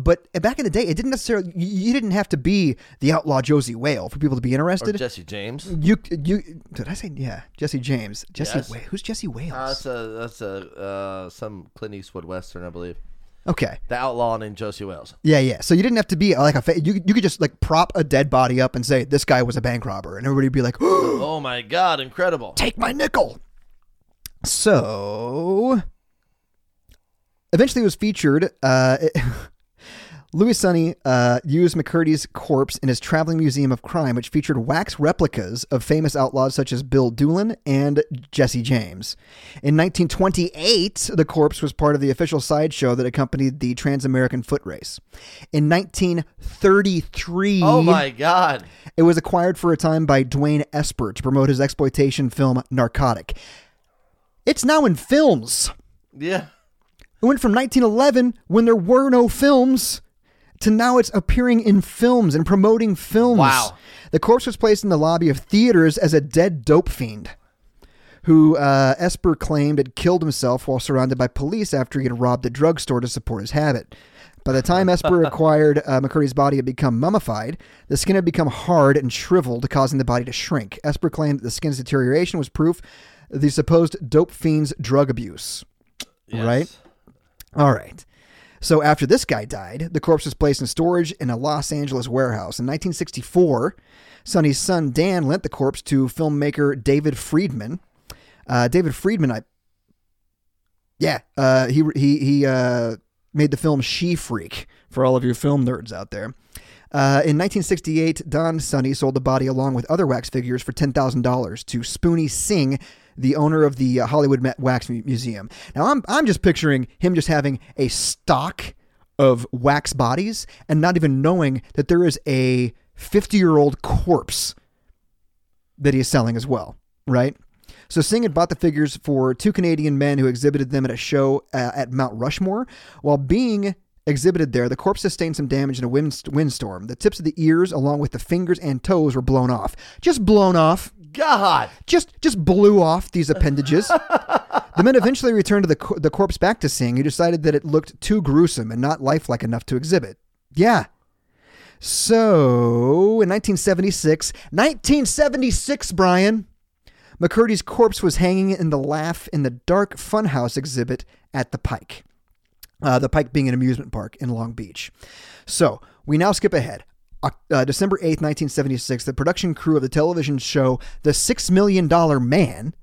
Speaker 2: But back in the day, it didn't necessarily you- you didn't have to be the outlaw Josie Whale for people to be
Speaker 1: Or
Speaker 2: interested.
Speaker 1: Jesse James.
Speaker 2: you you did I say yeah, Jesse James. Jesse
Speaker 1: Yes.
Speaker 2: Wa- who's Jesse Wales?
Speaker 1: Uh, that's a that's a uh, some Clint Eastwood western, I believe.
Speaker 2: okay.
Speaker 1: The outlaw named Josie Wales.
Speaker 2: Yeah, yeah. So you didn't have to be like a fa- you you could just like prop a dead body up and say this guy was a bank robber and everybody would be like,
Speaker 1: Oh my God, incredible!
Speaker 2: "Take my nickel." So eventually it was featured uh Louis Sunny uh, used McCurdy's corpse in his traveling museum of crime, which featured wax replicas of famous outlaws such as Bill Doolin and Jesse James. In 1928, the corpse was part of the official sideshow that accompanied the Trans American Foot Race. In 1933,
Speaker 1: Oh my God,
Speaker 2: it was acquired for a time by Dwayne Esper to promote his exploitation film Narcotic. It's now in films.
Speaker 1: yeah.
Speaker 2: It went from 1911, when there were no films, to now it's appearing in films and promoting films.
Speaker 1: Wow.
Speaker 2: The corpse was placed in the lobby of theaters as a dead dope fiend, who uh, Esper claimed had killed himself while surrounded by police after he had robbed a drugstore to support his habit. By the time Esper acquired uh, McCurdy's body had become mummified, the skin had become hard and shriveled, causing the body to shrink. Esper claimed that the skin's deterioration was proof of the supposed dope fiend's drug abuse.
Speaker 1: Yes.
Speaker 2: Right? All right. So after this guy died, the corpse was placed in storage in a Los Angeles warehouse. In 1964, Sonny's son Dan lent the corpse to filmmaker David Friedman. Uh, David Friedman, I yeah, uh, he he he uh, made the film She Freak for all of you film nerds out there. Uh, in 1968, Don Sonny sold the body along with other wax figures for $10,000 to Spoonie Singh, the owner of the uh, Hollywood Ma- Wax Mu- Museum. Now, I'm, I'm just picturing him just having a stock of wax bodies and not even knowing that there is a 50 year old corpse that he is selling as well, right? So Singh had bought the figures for two Canadian men who exhibited them at a show uh, at Mount Rushmore. While being exhibited there, the corpse sustained some damage in a wind, windstorm. The tips of the ears, along with the fingers and toes, were blown off. Just blown off
Speaker 1: God,
Speaker 2: just just blew off these appendages. the men eventually returned to the, cor- the corpse back to Singh, who decided that it looked too gruesome and not lifelike enough to exhibit. Yeah. So, in 1976, 1976, Brian, McCurdy's corpse was hanging in the Laugh in the Dark Funhouse exhibit at the Pike. Uh, the Pike being an amusement park in Long Beach. So we now skip ahead. Oc- Uh, December 8th, 1976, the production crew of the television show The Six Million Dollar Man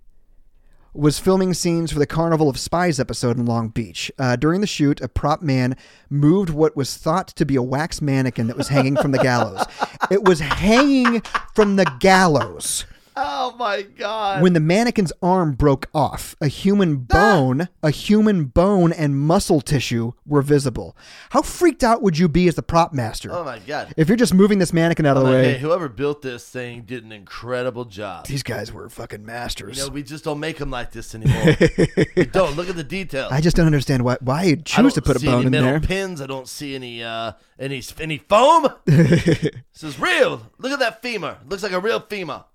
Speaker 2: was filming scenes for the Carnival of Spies episode in Long Beach. Uh, during the shoot, a prop man moved what was thought to be a wax mannequin that was hanging from the gallows. It was hanging from the gallows.
Speaker 1: Oh my god.
Speaker 2: When the mannequin's arm broke off, a human
Speaker 1: Ah!
Speaker 2: bone, a human bone and muscle tissue were visible. How freaked out would you be as the prop master?
Speaker 1: Oh my god.
Speaker 2: If you're just moving this mannequin out of the
Speaker 1: Hey,
Speaker 2: way,
Speaker 1: whoever built this thing did an incredible job.
Speaker 2: these guys were fucking masters.
Speaker 1: You know, we just don't make them like this anymore. we don't. Look at the details.
Speaker 2: I just don't understand why why you'd
Speaker 1: I
Speaker 2: choose to
Speaker 1: don't
Speaker 2: put a
Speaker 1: see any
Speaker 2: bone in
Speaker 1: metal
Speaker 2: there.
Speaker 1: Pins. I don't see any uh any any foam. this is real. Look at that femur. Looks like a real femur.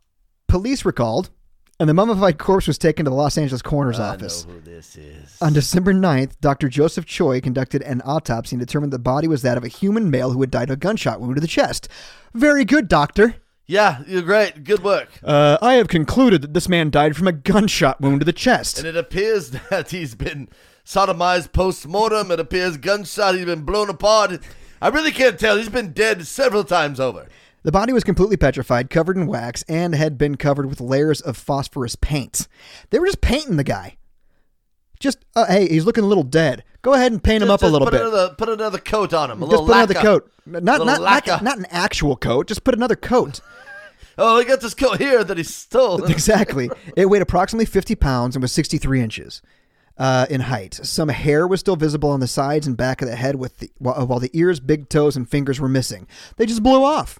Speaker 2: Police were called, and the mummified corpse was taken to the Los Angeles coroner's office.
Speaker 1: I know who this is.
Speaker 2: On December 9th, Dr. Joseph Choi conducted an autopsy and determined the body was that of a human male who had died of a gunshot wound to the chest. Very good, doctor.
Speaker 1: Yeah, you're great. Good work.
Speaker 2: Uh, I have concluded that this man died from a gunshot wound to the chest.
Speaker 1: And it appears that he's been sodomized post mortem. It appears gunshot. He's been blown apart. I really can't tell. He's been dead several times over.
Speaker 2: The body was completely petrified, covered in wax, and had been covered with layers of phosphorus paint. They were just painting the guy. Just, uh, hey, he's looking a little dead. Go ahead and paint him up a
Speaker 1: Just
Speaker 2: little
Speaker 1: put
Speaker 2: bit.
Speaker 1: Another, put another coat on him. A
Speaker 2: just
Speaker 1: little
Speaker 2: put another
Speaker 1: lacquer.
Speaker 2: coat. N- Not,
Speaker 1: Little
Speaker 2: not, not,
Speaker 1: lacquer.
Speaker 2: not an actual coat. Just put another coat.
Speaker 1: Oh, he got this coat here that he stole.
Speaker 2: exactly. It weighed approximately 50 pounds and was 63 inches uh, in height. Some hair was still visible on the sides and back of the head, with the, while, while the ears, big toes, and fingers were missing. They just blew off.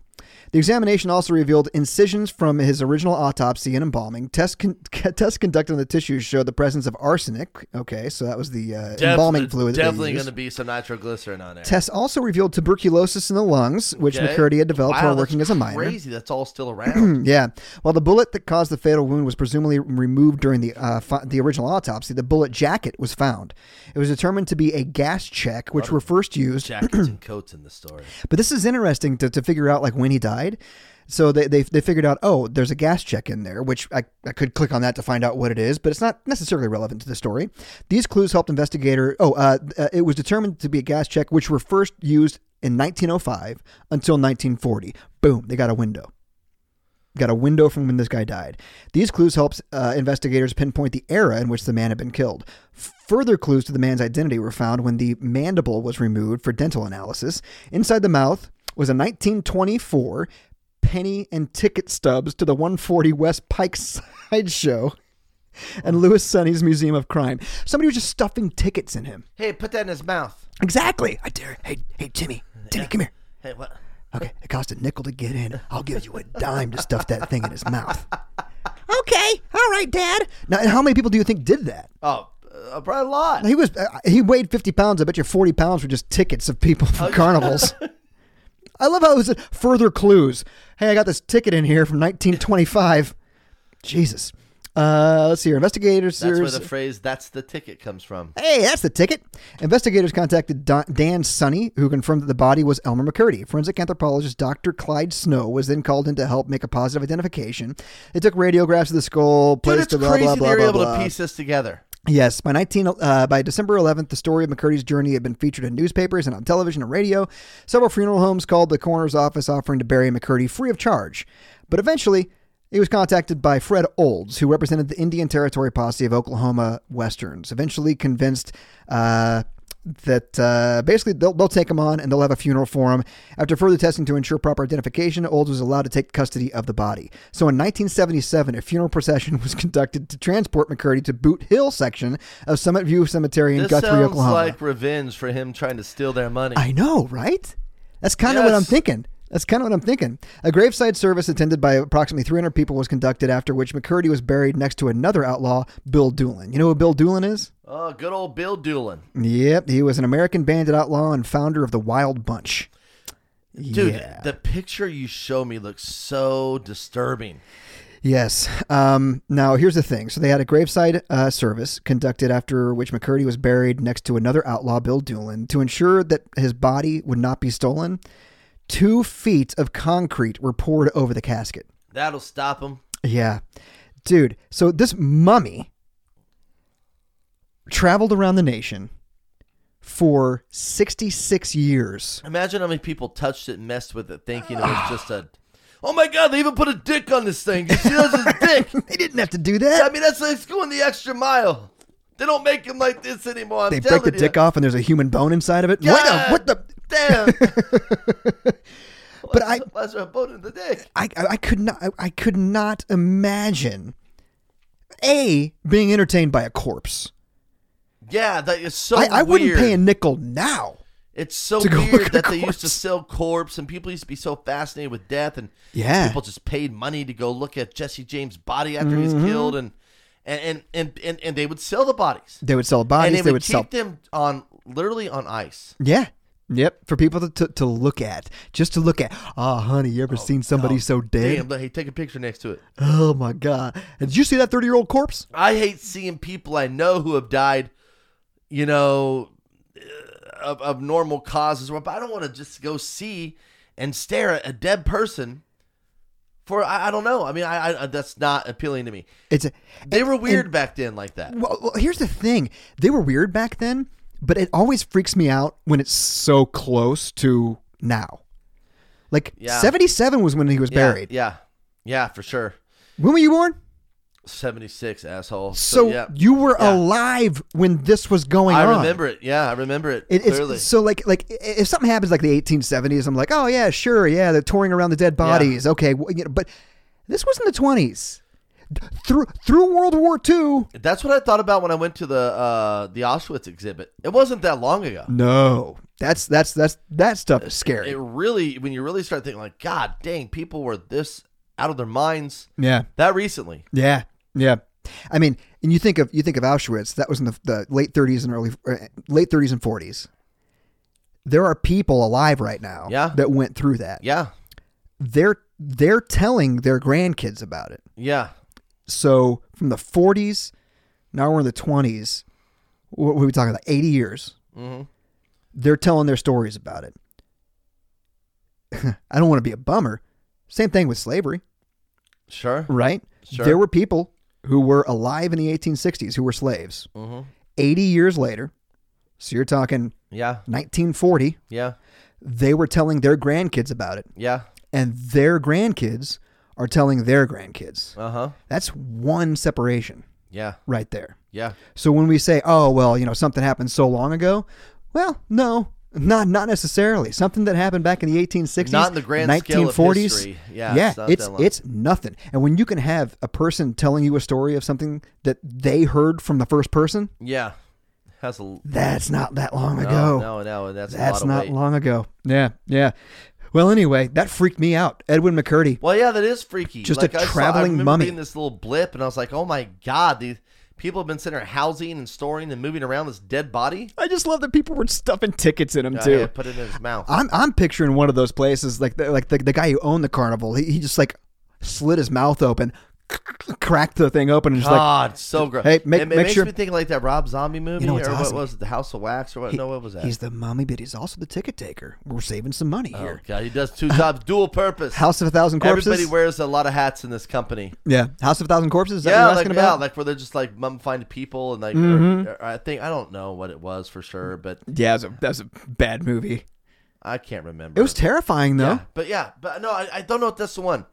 Speaker 2: The examination also revealed incisions from his original autopsy and embalming. Tests, con- tests conducted on the tissues showed the presence of arsenic. Okay, so that was the uh,
Speaker 1: Def-
Speaker 2: embalming fluid. that they
Speaker 1: Definitely
Speaker 2: used.
Speaker 1: going to be some nitroglycerin on there.
Speaker 2: Tests also revealed tuberculosis in the lungs, which
Speaker 1: Okay?
Speaker 2: McCurdy had developed
Speaker 1: Wow,
Speaker 2: while working
Speaker 1: that's
Speaker 2: as a miner.
Speaker 1: Crazy. That's all still around.
Speaker 2: Yeah. While the bullet that caused the fatal wound was presumably removed during the uh, fi- the original autopsy, the bullet jacket was found. It was determined to be a gas check, which were first used.
Speaker 1: Jackets and coats in the story.
Speaker 2: But this is interesting to, to figure out like when he died. So they, they, they figured out, oh, there's a gas check in there, which I, I could click on that to find out what it is, but it's not necessarily relevant to the story. These clues helped investigator. Oh, uh, uh, it was determined to be a gas check, which were first used in 1905 until 1940. Boom, they got a window got a window from when this guy died. These clues helps uh, investigators pinpoint the era in which the man had been killed. Further clues to the man's identity were found when the mandible was removed for dental analysis. Inside the mouth was a 1924 penny and ticket stubs to the 140 West Pike sideshow and Louis Sunny's Museum of Crime. Somebody was just stuffing tickets in him.
Speaker 1: Hey, put that in his mouth.
Speaker 2: Exactly. I dare. Hey, hey, Timmy, Timmy, come here.
Speaker 1: Hey, what?
Speaker 2: Okay, it cost a nickel to get in. I'll give you a dime to stuff that thing in his mouth. Okay, all right, Dad. Now, and how many people do you think did that?
Speaker 1: Oh, uh, probably a lot.
Speaker 2: He was uh, he weighed fifty pounds. I bet you forty pounds were just tickets of people from carnivals. I love how it was uh, further clues. Hey, I got this ticket in here from 1925. Jesus. Uh, let's see here. Investigators.
Speaker 1: That's where
Speaker 2: series-
Speaker 1: the phrase "that's the ticket" comes from.
Speaker 2: Hey, that's the ticket. Investigators contacted Don- Dan Sonny, who confirmed that the body was Elmer McCurdy. Forensic anthropologist Dr. Clyde Snow was then called in to help make a positive identification. They took radiographs of the skull,
Speaker 1: Dude,
Speaker 2: placed
Speaker 1: it's
Speaker 2: the blah,
Speaker 1: crazy
Speaker 2: blah, blah,
Speaker 1: they were
Speaker 2: blah,
Speaker 1: able
Speaker 2: blah.
Speaker 1: to piece this together.
Speaker 2: Yes, by 19 uh, by December 11th, the story of McCurdy's journey had been featured in newspapers and on television and radio. Several funeral homes called the coroner's office offering to bury McCurdy free of charge. But eventually, he was contacted by Fred Olds, who represented the Indian Territory Posse of Oklahoma Westerns. Eventually, convinced uh, that uh, basically they'll, they'll take him on and they'll have a funeral for him. After further testing to ensure proper identification, Olds was allowed to take custody of the body. So in 1977, a funeral procession was conducted to transport McCurdy to Boot Hill section of Summit View Cemetery in
Speaker 1: This
Speaker 2: Guthrie,
Speaker 1: sounds
Speaker 2: Oklahoma.
Speaker 1: like revenge for him trying to steal their money.
Speaker 2: I know, right? That's kind of what
Speaker 1: Yes.
Speaker 2: I'm thinking. That's kind of what I'm thinking. A graveside service attended by approximately 300 people was conducted, after which McCurdy was buried next to another outlaw, Bill Doolin. You know who Bill Doolin is?
Speaker 1: oh, good old Bill Doolin.
Speaker 2: Yep, he was an American bandit outlaw and founder of the Wild Bunch.
Speaker 1: Dude,
Speaker 2: Yeah.
Speaker 1: the picture you show me looks so disturbing.
Speaker 2: Yes. Um, now, here's the thing. So, they had a graveside uh, service conducted after which McCurdy was buried next to another outlaw, Bill Doolin. To ensure that his body would not be stolen, two feet of concrete were poured over the casket.
Speaker 1: That'll stop him.
Speaker 2: Yeah. Dude, so this mummy traveled around the nation for 66 years.
Speaker 1: Imagine how many people touched it and messed with it, thinking it was just a. oh my god, they even put a dick on this thing. You see, that's his dick.
Speaker 2: They didn't have to do
Speaker 1: I
Speaker 2: that.
Speaker 1: mean, that's like going the extra mile. They don't make him like this anymore. I'm
Speaker 2: They break the
Speaker 1: telling
Speaker 2: dick
Speaker 1: you.
Speaker 2: off and there's a human bone inside of it.
Speaker 1: God
Speaker 2: What the? What the?
Speaker 1: Damn.
Speaker 2: But I,
Speaker 1: Why's there a bone in the dick?
Speaker 2: I, I I could not, I, I could not imagine a being entertained by a corpse.
Speaker 1: Yeah, that is so.
Speaker 2: I, I wouldn't
Speaker 1: weird.
Speaker 2: pay a nickel now.
Speaker 1: It's so
Speaker 2: to go look
Speaker 1: weird
Speaker 2: at a
Speaker 1: that they used to
Speaker 2: corpse.
Speaker 1: sell corpse, and people used to be so fascinated with death, and
Speaker 2: Yeah.
Speaker 1: people just paid money to go look at Jesse James' body after he's
Speaker 2: Mm-hmm.
Speaker 1: killed, and and, and and and and they would sell the bodies,
Speaker 2: They would sell
Speaker 1: and
Speaker 2: bodies.
Speaker 1: they
Speaker 2: they
Speaker 1: would,
Speaker 2: would
Speaker 1: keep
Speaker 2: sell.
Speaker 1: them on literally on ice.
Speaker 2: Yeah. Yep. For people to, to, to look at, just to look at. Ah, honey, you ever seen somebody so dead?
Speaker 1: Oh, Damn, hey, take a picture next to it.
Speaker 2: Oh my god! And Did you see that thirty-year-old corpse?
Speaker 1: I hate seeing people I know who have died, you know, uh, of, of normal causes. But I don't want to just go see and stare at a dead person. For I, I don't know. I mean, I, I that's not appealing to me.
Speaker 2: It's a.
Speaker 1: They were weird back then, like that.
Speaker 2: Well, well, here's the thing: they were weird back then, but it always freaks me out when it's so close to now. Like
Speaker 1: Yeah.
Speaker 2: seventy-seven was when he was
Speaker 1: Yeah,
Speaker 2: buried.
Speaker 1: Yeah, yeah, for sure.
Speaker 2: When were you born?
Speaker 1: Seventy six, asshole.
Speaker 2: So
Speaker 1: yeah,
Speaker 2: you were
Speaker 1: Yeah.
Speaker 2: alive when this was going
Speaker 1: I
Speaker 2: on.
Speaker 1: remember it. Yeah, I remember it,
Speaker 2: It,
Speaker 1: clearly.
Speaker 2: it's so like like i- if something happens like the 1870s, I'm like, oh yeah, sure, yeah, they're touring around the dead bodies, okay, well, you know, but this was in the 20s. Through through World War II,
Speaker 1: That's what I thought about when I went to the uh, the Auschwitz exhibit. It wasn't that long ago.
Speaker 2: no, that's that's that's that stuff is scary.
Speaker 1: It really, when you really start thinking, like, God dang, people were this out of their minds
Speaker 2: yeah,
Speaker 1: that recently.
Speaker 2: yeah, yeah. I mean, and you think of you think of Auschwitz. That was in the, the late 30s and early uh, late 30s and 40s. There are people alive right now
Speaker 1: Yeah.
Speaker 2: that went through that.
Speaker 1: Yeah,
Speaker 2: They're they're telling their grandkids about it.
Speaker 1: yeah.
Speaker 2: So from the 40s, now we're in the 20s. What were we talking about? 80 years.
Speaker 1: Mhm.
Speaker 2: They're telling their stories about it. I don't want to be a bummer. Same thing with slavery,
Speaker 1: Sure.
Speaker 2: right?
Speaker 1: Sure.
Speaker 2: There were people who were alive in the 1860s who were slaves.
Speaker 1: hmm
Speaker 2: 80 years later, so you're talking
Speaker 1: Yeah,
Speaker 2: 1940,
Speaker 1: yeah,
Speaker 2: they were telling their grandkids about it,
Speaker 1: yeah.
Speaker 2: and their grandkids are telling their grandkids.
Speaker 1: Uh huh.
Speaker 2: That's one separation
Speaker 1: Yeah,
Speaker 2: right there.
Speaker 1: yeah.
Speaker 2: So when we say, "Oh, well, you know, something happened so long ago," well, no, not not necessarily. Something that happened back in the 1860s,
Speaker 1: Not in the grand scale of
Speaker 2: 1940s.
Speaker 1: history. Yeah, it's not
Speaker 2: it's
Speaker 1: that long.
Speaker 2: it's nothing. And when you can have a person telling you a story of something that they heard from the first person,
Speaker 1: Yeah. Has a l-
Speaker 2: that's not that long
Speaker 1: no,
Speaker 2: ago.
Speaker 1: no, no. That's,
Speaker 2: that's
Speaker 1: a lot of
Speaker 2: not
Speaker 1: weight.
Speaker 2: long ago. Yeah, yeah. Well, anyway, that freaked me out. Edwin McCurdy.
Speaker 1: Well, yeah, that is freaky.
Speaker 2: Just a
Speaker 1: like, I saw- I
Speaker 2: traveling
Speaker 1: remember
Speaker 2: mummy.
Speaker 1: Being this little blip, and I was like, "Oh my god, these people have been sitting there housing and storing and moving around this dead body."
Speaker 5: I just love that people were stuffing tickets in them
Speaker 1: Yeah,
Speaker 5: too.
Speaker 1: yeah, put it in his mouth.
Speaker 2: I'm I'm picturing one of those places like the, like the, the guy who owned the carnival. He, he just like slit his mouth open, cracked the thing open, and just like
Speaker 1: God, so gross.
Speaker 2: Hey, make-
Speaker 1: it, it
Speaker 2: make
Speaker 1: makes
Speaker 2: sure-
Speaker 1: me think of, like that Rob Zombie movie,
Speaker 2: know
Speaker 1: or
Speaker 2: what's awesome?
Speaker 1: what was it, The House of Wax, or what?
Speaker 2: He-
Speaker 1: no, what was that?
Speaker 2: He's the mummy, but he's also the ticket taker. We're saving some money
Speaker 1: oh,
Speaker 2: here.
Speaker 1: God, he does two jobs, dual purpose.
Speaker 2: House of a Thousand Corpses.
Speaker 1: Oh. Everybody wears a lot of hats in this company.
Speaker 2: yeah, House of a Thousand Corpses. Is that
Speaker 1: yeah,
Speaker 2: what you're
Speaker 1: like
Speaker 2: asking
Speaker 1: yeah,
Speaker 2: about? Mm-hmm.
Speaker 1: like where they're just like mummifying people, and like or- or I think I don't know what it was for sure, but
Speaker 5: yeah, that's a, that's a bad movie.
Speaker 1: I can't remember.
Speaker 2: it was terrifying though.
Speaker 1: Yeah, but yeah, but no, I, I don't know if that's the one.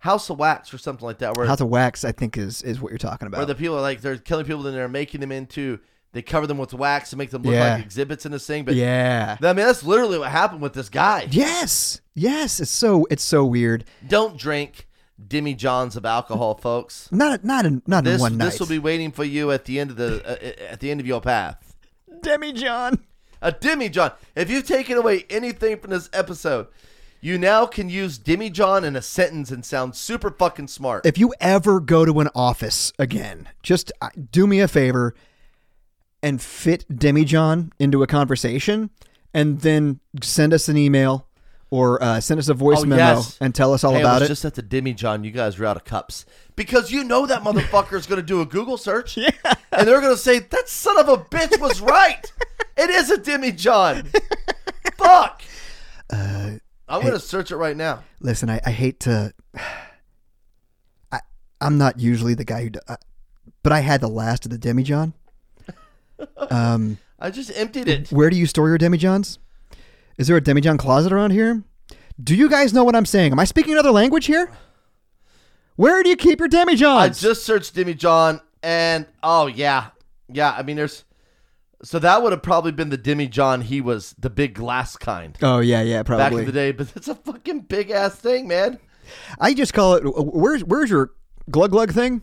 Speaker 1: House of Wax or something like that, where
Speaker 2: House of Wax, I think, is is what you're talking
Speaker 1: where
Speaker 2: about.
Speaker 1: the people are like they're killing people and they're making them into they cover them with wax and make them look
Speaker 2: Yeah.
Speaker 1: like exhibits in this thing. But
Speaker 2: yeah.
Speaker 1: I mean that's literally what happened with this guy.
Speaker 2: yes. Yes. It's so it's so weird.
Speaker 1: Don't drink Demi Johns of alcohol, folks.
Speaker 2: Not not in not in
Speaker 1: This
Speaker 2: one night.
Speaker 1: this will be waiting for you at the end of the uh, at the end of your path.
Speaker 5: Demi John.
Speaker 1: A Demi John. If you've taken away anything from this episode, you now can use Demi John in a sentence and sound super fucking smart.
Speaker 2: if you ever go to an office again, just uh, do me a favor and fit Demijohn into a conversation, and then send us an email or uh, send us a voice
Speaker 1: Oh,
Speaker 2: memo
Speaker 1: yes.
Speaker 2: and tell us all
Speaker 1: Hey,
Speaker 2: about
Speaker 1: was
Speaker 2: it.
Speaker 1: Just at the Demi John, you guys were out of cups because you know that motherfucker is going to do a Google search, and they're going to say that son of a bitch was right. It is a Demi John. Fuck.
Speaker 2: Uh,
Speaker 1: I'm going to search it right now.
Speaker 2: Listen, I, I hate to. I I'm not usually the guy who, d- uh, but I had the last of the Demijohn.
Speaker 1: I just emptied it.
Speaker 2: Where do you store your demijohns? Is there a demijohn closet around here? Do you guys know what I'm saying? Am I speaking another language here? Where do you keep your
Speaker 1: I
Speaker 2: demijohns?
Speaker 1: just searched Jimmy John, and oh yeah, yeah. I mean, there's so that would have probably been the Jimmy John. He was the big glass kind
Speaker 2: oh yeah, yeah,
Speaker 1: back
Speaker 2: probably.
Speaker 1: in the day, but that's a fucking big ass thing, man.
Speaker 2: I just call it. uh, Where's where's your glug glug thing?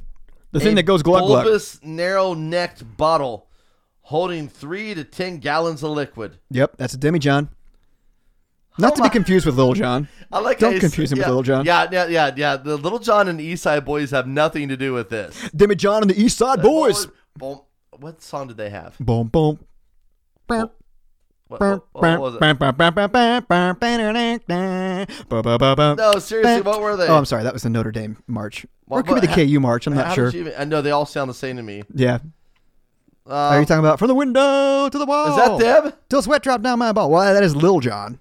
Speaker 2: The thing that goes glug glug.
Speaker 1: bulbous, narrow-necked bottle holding three to ten gallons of liquid.
Speaker 2: Yep, that's a demijohn. Not to be confused with Little John.
Speaker 1: I like.
Speaker 2: Don't
Speaker 1: how you s-
Speaker 2: confuse him with
Speaker 1: yeah,
Speaker 2: Little John.
Speaker 1: Yeah, yeah, yeah, yeah. The Little John and East Side Boys have nothing to do with this.
Speaker 2: Demijohn and the East Side Boys.
Speaker 1: Boom. What song did they have?
Speaker 2: Boom boom. Boom.
Speaker 1: What, Oh, what- what was it?
Speaker 2: No,
Speaker 1: No, seriously, what were they?
Speaker 2: Oh, I'm sorry. That was the Notre Dame march. or
Speaker 1: What-
Speaker 2: it could be the
Speaker 1: what-
Speaker 2: KU march. I'm
Speaker 1: How
Speaker 2: not
Speaker 1: did
Speaker 2: sure.
Speaker 1: you even- I know they all sound the same to me.
Speaker 2: Yeah. Are
Speaker 1: Um,
Speaker 2: you talking about from the window to the wall?
Speaker 1: Is that them?
Speaker 2: Till sweat drop down my ball. Well, that is Lil John.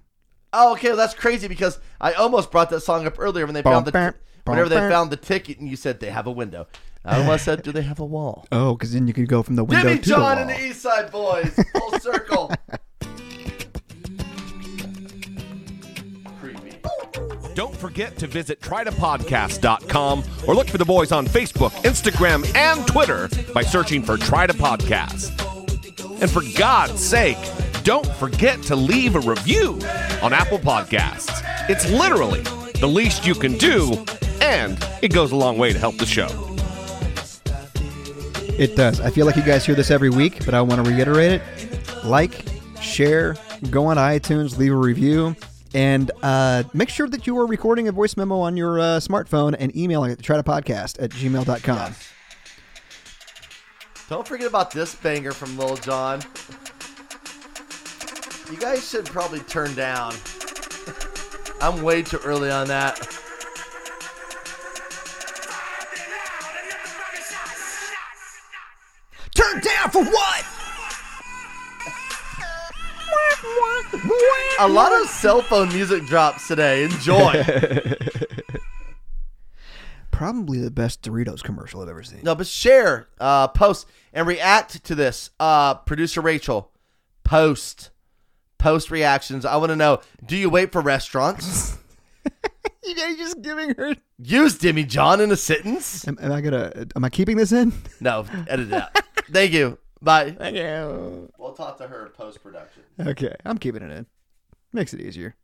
Speaker 1: Oh, okay. Well, that's crazy because I almost brought that song up earlier when they found the
Speaker 2: bam,
Speaker 1: whenever they
Speaker 2: bam.
Speaker 1: found the ticket and you said they have a window. I almost said, do they have a wall?
Speaker 2: Oh, because then you could go from the window
Speaker 1: Jimmy
Speaker 2: to
Speaker 1: John
Speaker 2: the
Speaker 1: and
Speaker 2: wall.
Speaker 1: the East Side Boys, full circle. Creepy.
Speaker 3: Don't forget to visit trytopodcast.com or look for the boys on Facebook, Instagram, and Twitter by searching for Try to Podcast. And for God's sake, don't forget to leave a review on Apple Podcasts. It's literally the least you can do, and it goes a long way to help the show.
Speaker 2: It does. I feel like you guys hear this every week, but I want to reiterate it. Like, share, go on iTunes, leave a review, and uh, make sure that you are recording a voice memo on your uh, smartphone and emailing it to try to podcast at gmail.com.
Speaker 1: Don't forget about this banger from Lil Jon. You guys should probably turn down. I'm way too early on that.
Speaker 2: Turn down for what?
Speaker 1: A lot of cell phone music drops today. Enjoy.
Speaker 2: Probably the best Doritos commercial I've ever seen.
Speaker 1: No, but share, uh, post, and react to this. Uh, producer Rachel, post, post reactions. I want to know: Do you wait for restaurants?
Speaker 2: You guys just giving her.
Speaker 1: Use Demi John in a sentence?
Speaker 2: Am, am I gonna? Am I keeping this in?
Speaker 1: No, edit it out. Thank you. Bye.
Speaker 2: Yeah.
Speaker 1: We'll talk to her post production.
Speaker 2: Okay, I'm keeping it in. Makes it easier.